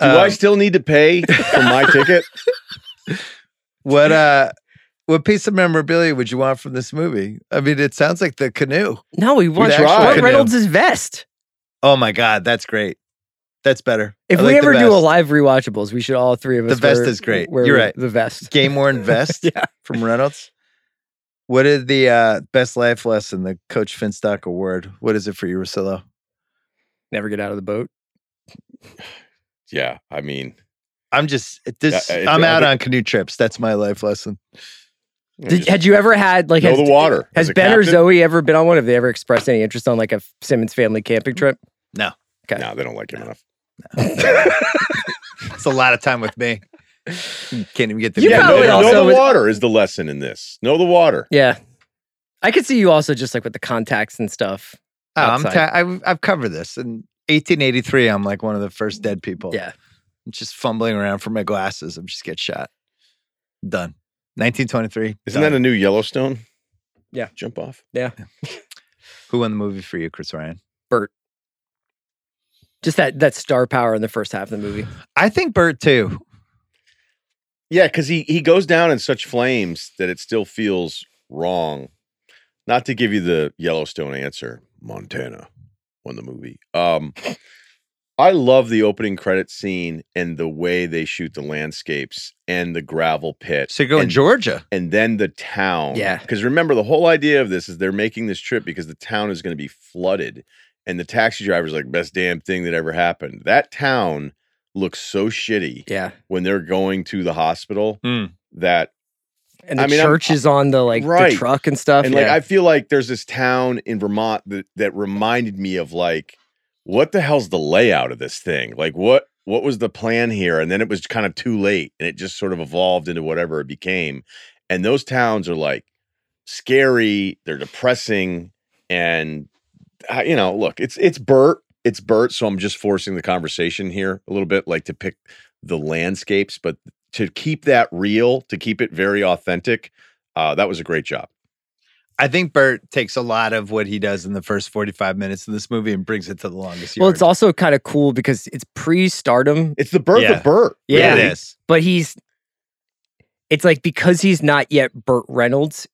Speaker 4: I
Speaker 7: Um,
Speaker 4: still need to pay for my ticket?
Speaker 7: what uh what piece of memorabilia would you want from this movie? I mean, it sounds like the canoe.
Speaker 3: No, we won.
Speaker 7: We'd actually
Speaker 3: Ryan
Speaker 7: canoe.
Speaker 3: Reynolds' vest.
Speaker 7: Oh my god, that's great. That's better.
Speaker 3: If
Speaker 7: I
Speaker 3: we
Speaker 7: like the
Speaker 3: ever do a
Speaker 7: vest.
Speaker 3: live rewatchables, we should all three of
Speaker 7: The
Speaker 3: us.
Speaker 7: vest
Speaker 3: wear-
Speaker 7: is great.
Speaker 3: wear
Speaker 7: You're right.
Speaker 3: The vest.
Speaker 7: game worn vest
Speaker 3: Yeah.
Speaker 7: from Reynolds. What is the uh, best life lesson, the Coach Finstock Award? What is it for you, Rosillo?
Speaker 3: Never get out of the boat.
Speaker 4: Yeah, I mean,
Speaker 7: I'm just this.
Speaker 4: Yeah, I-
Speaker 7: I'm
Speaker 4: I
Speaker 7: out
Speaker 4: think-
Speaker 7: on canoe trips. That's my life lesson.
Speaker 4: I
Speaker 3: Did,
Speaker 4: just-
Speaker 3: had you ever had like
Speaker 4: Know
Speaker 3: has,
Speaker 4: the water.
Speaker 3: Has
Speaker 4: As a
Speaker 3: Ben or
Speaker 4: captain?
Speaker 3: Zoe ever been on one? Have they ever expressed any interest on like a Simmons family camping trip?
Speaker 4: no, they don't like him enough.
Speaker 7: It's a lot of time with me. You Can't even get the.
Speaker 3: You
Speaker 4: yeah,
Speaker 3: probably
Speaker 4: know, know
Speaker 3: also
Speaker 4: the
Speaker 3: was-
Speaker 4: water is the lesson in this. Know the water.
Speaker 3: Yeah, I could see you also just like with the contacts and stuff.
Speaker 7: Oh, I'm
Speaker 3: outside.
Speaker 7: ta- I've, I've covered this in 1883. I'm like one of the first dead people.
Speaker 3: Yeah,
Speaker 7: I'm just fumbling around for my glasses. I'm just get shot. Done. 1923.
Speaker 4: Isn't
Speaker 7: done.
Speaker 4: that a new Yellowstone?
Speaker 3: Yeah.
Speaker 4: Jump off.
Speaker 7: who won the movie for you, Chris Ryan?
Speaker 3: just that that star power in the first half of the movie.
Speaker 7: I think Bert too.
Speaker 4: Yeah, because he he goes down in such flames that it still feels wrong. Not to give you the Yellowstone answer, Montana won the movie. Um, I love the opening credit scene and the way they shoot the landscapes and the gravel pit.
Speaker 7: So you're going
Speaker 4: and,
Speaker 7: Georgia.
Speaker 4: and then the town.
Speaker 3: Yeah.
Speaker 4: Because remember, the whole idea of this is they're making this trip because the town is going to be flooded. And the taxi driver's like, best damn thing that ever happened. That town looks so shitty
Speaker 3: Yeah, Hmm.
Speaker 4: when they're going to the hospital
Speaker 7: Mm.
Speaker 4: that
Speaker 3: and the
Speaker 4: I mean, I'm-
Speaker 3: church is on the like
Speaker 4: Right.
Speaker 3: the truck and stuff.
Speaker 4: and
Speaker 3: yeah.
Speaker 4: like I feel like there's this town in Vermont that that reminded me of like what the hell's the layout of this thing? Like what what was the plan here? And then it was kind of too late and it just sort of evolved into whatever it became. And those towns are like scary, they're depressing and uh, you know, look, it's it's Bert it's Bert, so I'm just forcing the conversation here a little bit, like to pick the landscapes, but to keep that real, to keep it very authentic, uh, that was a great job.
Speaker 7: I think Bert takes a lot of what he does in the first 45 minutes of this movie and brings it to the longest
Speaker 3: Well,
Speaker 7: yard.
Speaker 3: it's also kind of cool because it's pre-stardom.
Speaker 4: It's the birth
Speaker 7: Yeah.
Speaker 4: of Bert.
Speaker 3: Yeah.
Speaker 7: it
Speaker 4: really.
Speaker 7: is.
Speaker 3: but he's it's like because he's not yet Burt Reynolds,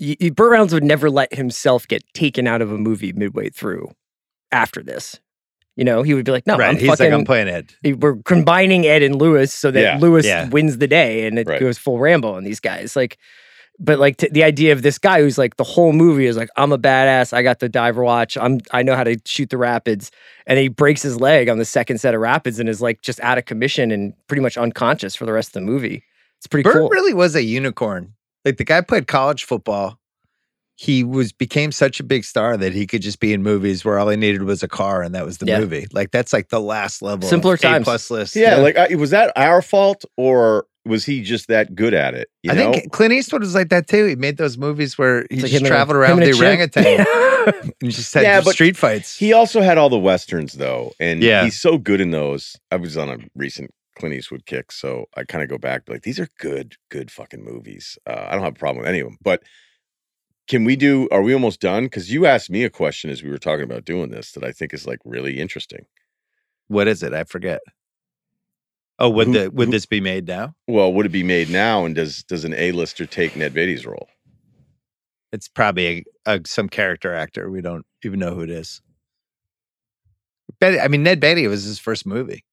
Speaker 3: y- y- Burt Reynolds would never let himself get taken out of a movie midway through after this. You know, he would be like, "No,
Speaker 7: right.
Speaker 3: I'm
Speaker 7: He's
Speaker 3: fucking
Speaker 7: like, I'm playing it.
Speaker 3: we're combining Ed and Lewis so that
Speaker 4: Yeah,
Speaker 3: Lewis
Speaker 7: yeah.
Speaker 3: wins the day and it
Speaker 4: Right.
Speaker 3: goes full Rambo on these guys. Like, but like t- the idea of this guy who's like the whole movie is like, I'm a badass. I got the diver watch. I'm I know how to shoot the rapids, and he breaks his leg on the second set of rapids and is like just out of commission and pretty much unconscious for the rest of the movie. It's pretty
Speaker 7: Bert
Speaker 3: cool.
Speaker 7: really was a unicorn. Like the guy played college football. He was became such a big star that he could just be in movies where all he needed was a car and that was the
Speaker 3: Yeah.
Speaker 7: movie. Like that's like the last level.
Speaker 3: Simpler
Speaker 7: of
Speaker 3: times.
Speaker 7: A plus list.
Speaker 4: Yeah, like I, was that our fault or was he just that good at it? You
Speaker 7: I
Speaker 4: know?
Speaker 7: think Clint Eastwood was like that too. He made those movies where he
Speaker 3: It's like
Speaker 7: just
Speaker 3: him and a-
Speaker 7: traveled
Speaker 3: him and
Speaker 7: around
Speaker 3: a
Speaker 7: the
Speaker 3: chimp.
Speaker 7: orangutan and just had
Speaker 4: Yeah, but
Speaker 7: street fights.
Speaker 4: He also had all the westerns though, and
Speaker 7: Yeah.
Speaker 4: he's so good in those. I was on a recent Clint Eastwood kick, so I kind of go back like these are good, good fucking movies. Uh, I don't have a problem with any of them, but can we do? Are we almost done? Because you asked me a question as we were talking about doing this that I think is like really interesting.
Speaker 7: what is it? I forget. Oh, would
Speaker 4: Who-
Speaker 7: the would
Speaker 4: who-
Speaker 7: this be made now?
Speaker 4: Well, would it be made now, and does does an A lister take Ned Beatty's role?
Speaker 7: It's probably a, a, some character actor. We don't even know who it is. Betty, I mean, Ned Beatty was his first movie,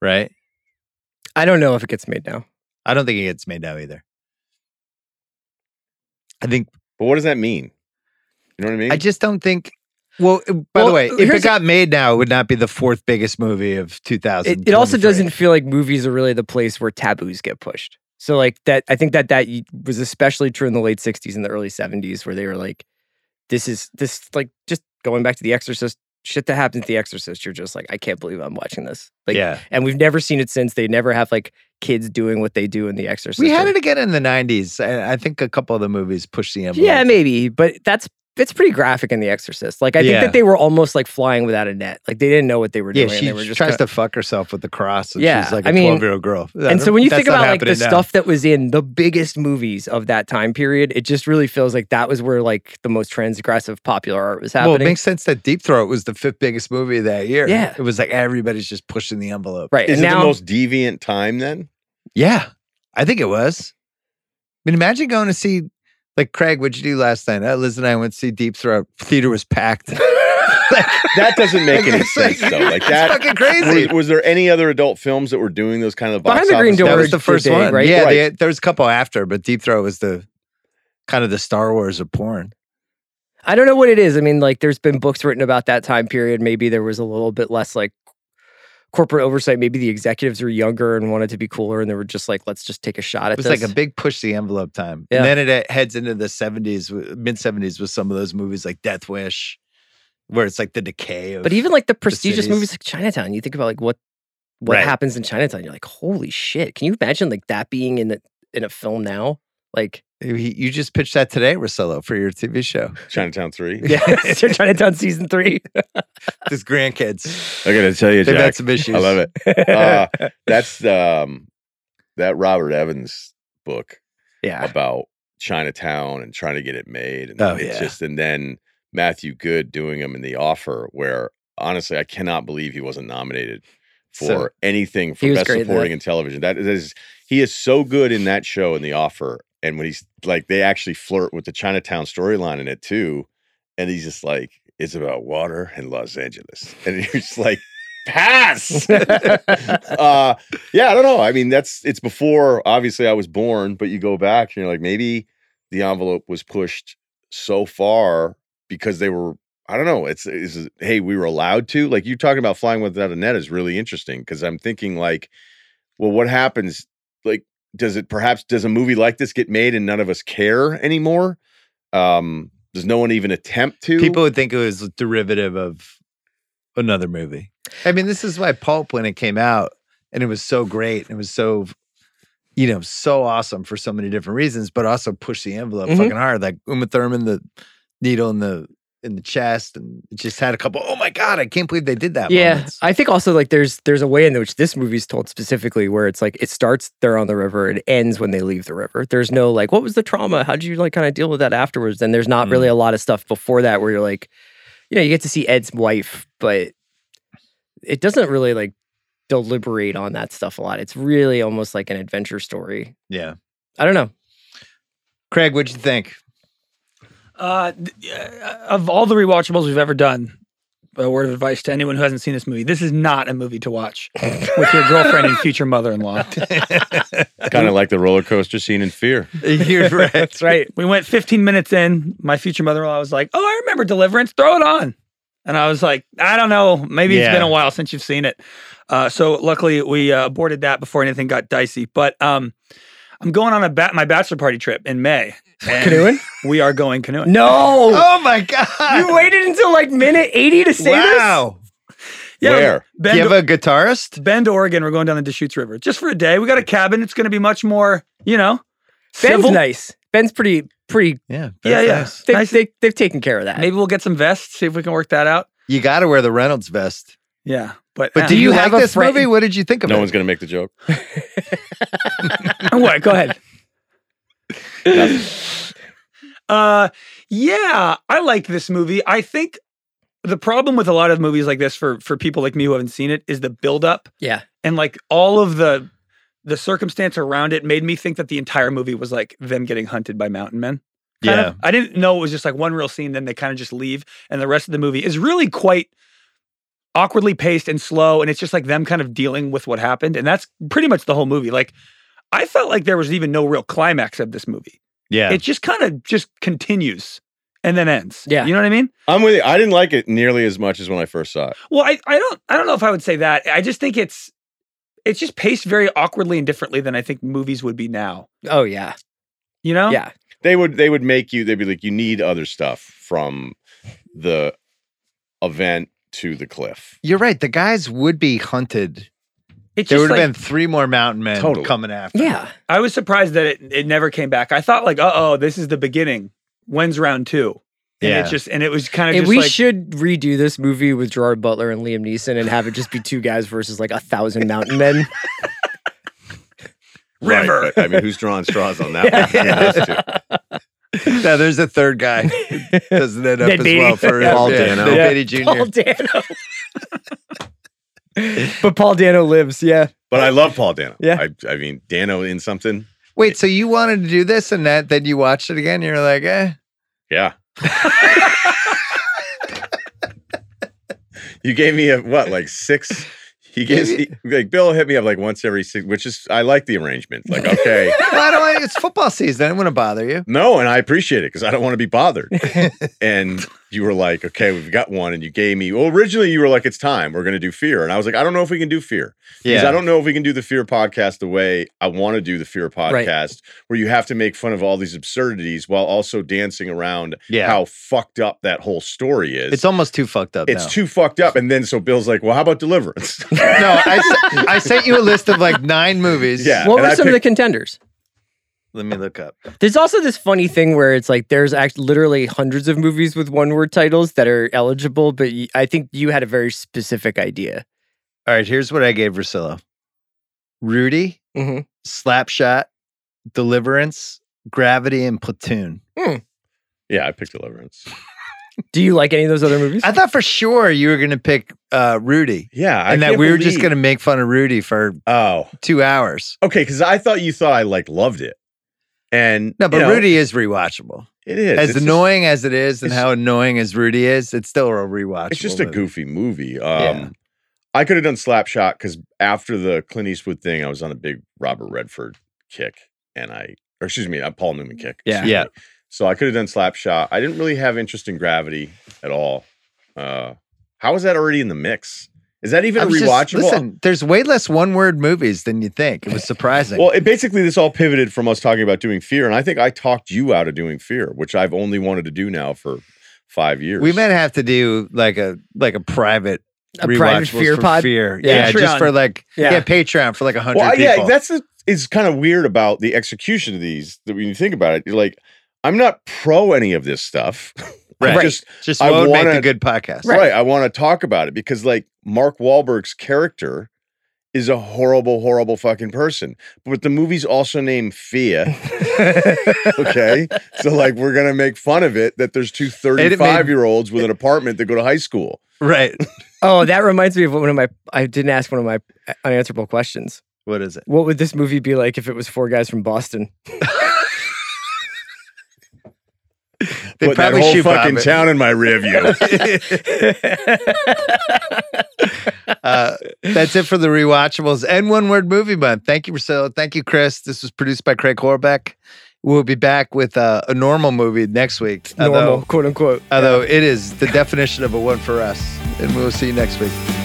Speaker 7: right?
Speaker 3: I don't know if it gets made now.
Speaker 7: I don't think it gets made now either. I think
Speaker 4: But what does that mean? You know what I mean?
Speaker 7: I just don't think. Well, it- by
Speaker 3: Well, uh,
Speaker 7: the way, if
Speaker 3: here's
Speaker 7: it
Speaker 3: the-
Speaker 7: got made now, it would not be the fourth biggest movie of 2000.
Speaker 3: It, it also doesn't feel like movies are really the place where taboos get pushed. So like that, I think that that y- was especially true in the late '60s and the early '70s, where they were like, "This is this like just going back to The Exorcist shit that happens. to The Exorcist, you're just like, I can't believe I'm watching this. Like,
Speaker 7: yeah,
Speaker 3: and we've never seen it since. They never have like kids doing what they do in The Exorcist.
Speaker 7: we had
Speaker 3: or-
Speaker 7: it again in the 90s. I, I think a couple of the movies pushed the envelope.
Speaker 3: yeah, maybe, but that's it's pretty graphic in The Exorcist. Like I
Speaker 7: Yeah.
Speaker 3: think that they were almost like flying without a net. Like they didn't know what they were
Speaker 7: yeah.
Speaker 3: doing. and
Speaker 7: She
Speaker 3: they were just
Speaker 7: tries
Speaker 3: kinda-
Speaker 7: to fuck herself with the cross. And
Speaker 3: Yeah,
Speaker 7: she's like a
Speaker 3: I mean-
Speaker 7: 12 year old girl. I
Speaker 3: and so
Speaker 7: don't-
Speaker 3: when you
Speaker 7: that's
Speaker 3: think
Speaker 7: not
Speaker 3: about like the
Speaker 7: happening now.
Speaker 3: stuff that was in the biggest movies of that time period, it just really feels like that was where like the most transgressive popular art was happening.
Speaker 7: well, it makes sense that Deep Throat was the fifth biggest movie of that year.
Speaker 3: Yeah.
Speaker 7: it was like everybody's just pushing the envelope.
Speaker 3: right.
Speaker 4: is
Speaker 3: and
Speaker 4: it
Speaker 3: now
Speaker 4: the most deviant time then?
Speaker 7: Yeah, I think it was. I mean, imagine going to see, like, Craig, what'd you do last night? Uh, Liz and I went to see Deep Throat. Theater was packed. Like-
Speaker 4: That doesn't make any
Speaker 7: It's like-
Speaker 4: sense though. Like
Speaker 7: it's
Speaker 4: that,
Speaker 7: fucking crazy.
Speaker 4: Was, was there any other adult films that were doing those kind of box
Speaker 3: Behind the Green
Speaker 4: office
Speaker 3: Door
Speaker 7: that
Speaker 4: numbers?
Speaker 7: was the
Speaker 3: did
Speaker 7: first
Speaker 3: big,
Speaker 7: one,
Speaker 3: right?
Speaker 7: Yeah,
Speaker 4: Right.
Speaker 7: they- there was a couple after, but Deep Throat was the kind of the Star Wars of porn.
Speaker 3: I don't know what it is. I mean, like there's been books written about that time period. Maybe there was a little bit less like corporate oversight. Maybe the executives were younger and wanted to be cooler, and they were just like, let's just take a shot at
Speaker 7: It was
Speaker 3: this.
Speaker 7: like a big push the envelope time,
Speaker 3: Yeah.
Speaker 7: and then it uh, heads into the seventies, mid seventies, with some of those movies like Death Wish, where it's like the decay of.
Speaker 3: but even like the prestigious
Speaker 7: cities.
Speaker 3: movies like Chinatown, you think about like what what
Speaker 7: Right.
Speaker 3: happens in Chinatown. You're like, holy shit! Can you imagine like that being in the in a film now? Like
Speaker 7: He- you just pitched that today, Rosillo, for your TV show.
Speaker 4: Chinatown Three.
Speaker 7: Yeah.
Speaker 3: Chinatown season three.
Speaker 7: His grandkids,
Speaker 4: I gotta tell you,
Speaker 7: they've had
Speaker 4: Jack,
Speaker 7: some issues.
Speaker 4: I love it. Uh, that's um, that Robert Evans book
Speaker 3: yeah.
Speaker 4: about Chinatown and trying to get it made, and
Speaker 7: Oh,
Speaker 4: it's
Speaker 7: yeah.
Speaker 4: just and then Matthew Good doing him in The Offer, where honestly I cannot believe he wasn't nominated for
Speaker 7: So-
Speaker 4: anything
Speaker 3: He
Speaker 4: for
Speaker 3: was
Speaker 4: best
Speaker 3: great in
Speaker 4: supporting
Speaker 3: that.
Speaker 4: in television. That is, he is so good in that show in The Offer, and when he's like, they actually flirt with the Chinatown storyline in it too, and he's just like, it's about water and Los Angeles, and you're just like, pass. uh, yeah, I don't know. I mean, that's it's before obviously I was born, but you go back and you're like, maybe the envelope was pushed so far because they were. I don't know. It's is hey, we were allowed to like you talking about flying without a net is really interesting because I'm thinking like, well, what happens? Like, does it perhaps does a movie like this get made and none of us care anymore? Um, does no one even attempt to?
Speaker 7: People would think it was derivative of another movie. I mean, this is why Pulp, when it came out, and it was so great, and it was so, you know, so awesome for so many different reasons, but also pushed the envelope
Speaker 3: Mhm.
Speaker 7: fucking hard. Like Uma Thurman, the needle in the in the chest and just had a couple, oh my God, I can't believe they did that.
Speaker 3: yeah,
Speaker 7: moments.
Speaker 3: I think also like there's there's a way in which this movie's told specifically where it's like it starts they're on the river and it ends when they leave the river. There's no like what was the trauma? How did you like kind of deal with that afterwards? And there's not
Speaker 7: Mm.
Speaker 3: really a lot of stuff before that where you're like, you know, you get to see Ed's wife, but it doesn't really like deliberate on that stuff a lot. It's really almost like an adventure story.
Speaker 7: Yeah.
Speaker 3: I don't know.
Speaker 7: Craig, what'd you think?
Speaker 13: Uh, th- uh, of all the rewatchables we've ever done, a word of advice to anyone who hasn't seen this movie: this is not a movie to watch with your girlfriend and future mother-in-law.
Speaker 4: kind of like the roller coaster scene in Fear.
Speaker 7: You're right.
Speaker 13: That's right. We went 15 minutes in. My future mother-in-law was like, "Oh, I remember Deliverance. Throw it on." And I was like, "I don't know. Maybe
Speaker 7: Yeah.
Speaker 13: it's been a while since you've seen it." Uh, so luckily, we uh, aborted that before anything got dicey. But um, I'm going on a ba- my bachelor party trip in May. and
Speaker 3: Canoeing?
Speaker 13: We are going canoeing.
Speaker 3: No.
Speaker 7: Oh my God.
Speaker 3: You waited until like minute 80 to say this?
Speaker 7: wow.
Speaker 4: Where?
Speaker 13: um, Bend,
Speaker 7: Do you have a guitarist?
Speaker 13: Bend, Oregon. We're going down the Deschutes River just for a day. We got a cabin. It's going to be much more, you know,
Speaker 3: Ben's
Speaker 13: civil.
Speaker 3: nice. Ben's pretty pretty
Speaker 7: Yeah.
Speaker 13: Yeah,
Speaker 7: very
Speaker 13: yeah.
Speaker 7: fast.
Speaker 3: they,
Speaker 13: Nice.
Speaker 3: they, they've taken care of that.
Speaker 13: Maybe we'll get some vests. See if we can work that out.
Speaker 7: You got to wear the Reynolds vest.
Speaker 13: Yeah, but
Speaker 7: But
Speaker 13: eh.
Speaker 7: do you,
Speaker 3: you
Speaker 7: like
Speaker 3: have a
Speaker 7: this
Speaker 3: friend-
Speaker 7: movie? What did you think of
Speaker 4: No
Speaker 7: it?
Speaker 4: one's going to make the joke.
Speaker 13: what? Go ahead. uh, yeah, I like this movie. I think the problem with a lot of movies like this for for people like me who haven't seen it is the buildup
Speaker 3: Yeah.
Speaker 13: and like all of the the circumstance around it made me think that the entire movie was like them getting hunted by mountain men. kind
Speaker 7: yeah.
Speaker 13: of. I didn't know it was just like one real scene, then they kind of just leave. And the rest of the movie is really quite awkwardly paced and slow. And it's just like them kind of dealing with what happened. And that's pretty much the whole movie. Like, I felt like there was even no real climax of this movie.
Speaker 7: Yeah.
Speaker 13: It just kind of just continues and then ends.
Speaker 3: Yeah.
Speaker 13: You know what I mean?
Speaker 4: I'm with you. I didn't like it nearly as much as when I first saw it.
Speaker 13: Well, I, I don't I don't know if I would say that. I just think it's it's just paced very awkwardly and differently than I think movies would be now.
Speaker 3: Oh yeah.
Speaker 13: You know?
Speaker 3: Yeah.
Speaker 4: They would they would make you. They'd be like, you need other stuff from the event to the cliff.
Speaker 7: You're right. The guys would be hunted.
Speaker 13: It's
Speaker 7: There
Speaker 13: just
Speaker 7: would have
Speaker 13: like-
Speaker 7: been three more mountain men
Speaker 4: Totally.
Speaker 7: coming after. them.
Speaker 3: Yeah.
Speaker 13: I was surprised that it, it never came back. I thought like, uh oh, this is the beginning. When's round two? And
Speaker 7: Yeah.
Speaker 13: it just and it was kind of
Speaker 3: And
Speaker 13: just
Speaker 3: we
Speaker 13: like
Speaker 3: should redo this movie with Gerard Butler and Liam Neeson and have it just be two guys versus like a thousand mountain men.
Speaker 13: river.
Speaker 4: Right, but, I mean, who's drawing straws on that? one? Those two.
Speaker 7: Now there's a third guy. Doesn't end up
Speaker 3: Ned
Speaker 7: as
Speaker 3: Beatty.
Speaker 7: well for
Speaker 4: Paul
Speaker 7: yeah,
Speaker 4: Dano.
Speaker 7: Ned
Speaker 3: Yeah.
Speaker 7: Beatty Jr.
Speaker 3: Paul Dano. but Paul Dano lives, yeah.
Speaker 4: But I love Paul Dano.
Speaker 3: Yeah.
Speaker 4: I, I mean, Dano in something.
Speaker 7: Wait, so you wanted to do this and that, then you watched it again. You're like, eh.
Speaker 4: Yeah. you gave me a what, like six? He gives he, like Bill hit me up like once every six, which is I like the arrangement. Like, okay.
Speaker 7: Why do I? It's football season. I don't want to bother you.
Speaker 4: No, and I appreciate it because I don't want to be bothered. and you were like, okay, we've got one. And you gave me, well, originally you were like, it's time. We're going to do fear. And I was like, I don't know if we can do fear. Because I don't know if we can do the fear podcast the way I want to do the fear
Speaker 3: Right.
Speaker 4: podcast, where you have to make fun of all these absurdities while also dancing around
Speaker 7: Yeah.
Speaker 4: how fucked up that whole story is.
Speaker 7: It's almost too fucked up.
Speaker 4: It's
Speaker 7: now.
Speaker 4: too fucked up. And then so Bill's like, well, how about deliverance?
Speaker 7: no, I, s- I sent you a list of like nine movies.
Speaker 4: Yeah.
Speaker 3: What
Speaker 4: and
Speaker 3: were
Speaker 4: I
Speaker 3: some of the
Speaker 4: picked-
Speaker 3: contenders?
Speaker 7: Let me look up.
Speaker 3: There's also this funny thing where it's like there's act literally hundreds of movies with one word titles that are eligible, but y- I think you had a very specific idea.
Speaker 7: All right, here's what I gave Rosillo. Rudy,
Speaker 3: Mm-hmm.
Speaker 7: Slapshot, Deliverance, Gravity, and Platoon.
Speaker 4: yeah, I picked deliverance.
Speaker 3: Do you like any of those other movies?
Speaker 7: I thought for sure you were going to pick uh, Rudy
Speaker 4: Yeah. I
Speaker 7: and that
Speaker 4: can't
Speaker 7: we were just
Speaker 4: believe-
Speaker 7: going to make fun of Rudy for
Speaker 4: Oh,
Speaker 7: two hours.
Speaker 4: okay. Cause I thought you thought I like loved it. And
Speaker 7: No,
Speaker 4: you
Speaker 7: but
Speaker 4: know,
Speaker 7: Rudy is rewatchable.
Speaker 4: it is
Speaker 7: As
Speaker 4: It's just-
Speaker 7: annoying as it is and
Speaker 4: it's-
Speaker 7: how annoying as Rudy is, it's still a rewatchable.
Speaker 4: it's just a
Speaker 7: movie.
Speaker 4: goofy movie. Um,
Speaker 7: Yeah.
Speaker 4: I could have done Slapshot because after the Clint Eastwood thing, I was on a big Robert Redford kick, and I, or excuse me, a Paul Newman kick.
Speaker 3: Yeah.
Speaker 4: excuse
Speaker 7: Yeah.
Speaker 4: me. So I could have done Slapshot. I didn't really have interest in Gravity at all. Uh, how is that already in the mix? Is that even
Speaker 7: I was just-
Speaker 4: rewatchable?
Speaker 7: listen, there's way less one word movies than you think. It was surprising.
Speaker 4: Well, it basically this all pivoted from us talking about doing Fear, and I think I talked you out of doing Fear, which I've only wanted to do now for five years.
Speaker 7: we might have to do like a like a private
Speaker 3: A private
Speaker 7: rewatchables
Speaker 3: fear
Speaker 7: for
Speaker 3: pod?
Speaker 7: Fear.
Speaker 3: Yeah.
Speaker 7: Yeah, just
Speaker 13: Patreon.
Speaker 7: for like yeah.
Speaker 3: Yeah.
Speaker 7: Patreon for like a hundred
Speaker 4: Well, I-
Speaker 7: people.
Speaker 4: yeah, that's the, is kind of weird about the execution of these. That when you think about it, you're like, I'm not pro any of this stuff.
Speaker 7: Right.
Speaker 4: I just
Speaker 7: Just
Speaker 4: I
Speaker 7: would make
Speaker 4: wanna-
Speaker 7: a good podcast.
Speaker 4: right. I want to talk about it because like Mark Wahlberg's character is a horrible, horrible fucking person. But the movie's also named Fia. Okay. so like we're gonna make fun of it that there's two 35 year olds with an apartment that go to high school.
Speaker 7: Right.
Speaker 3: oh, that reminds me of one of my. I didn't ask one of my uh, unanswerable questions.
Speaker 7: What is it?
Speaker 3: What would this movie be like if it was four guys from Boston?
Speaker 7: They
Speaker 4: Put that
Speaker 7: probably
Speaker 4: whole
Speaker 7: shoot bomb
Speaker 4: fucking
Speaker 7: it.
Speaker 4: town in my rear view.
Speaker 7: Uh, that's it for the rewatchables and one word movie month. Thank you, Priscilla. Thank you, Chris. This was produced by Craig Horbeck. We'll be back with uh, a normal movie next week.
Speaker 3: Normal,
Speaker 7: Although,
Speaker 3: quote unquote.
Speaker 7: although it is the definition of a one for us. And we'll see you next week.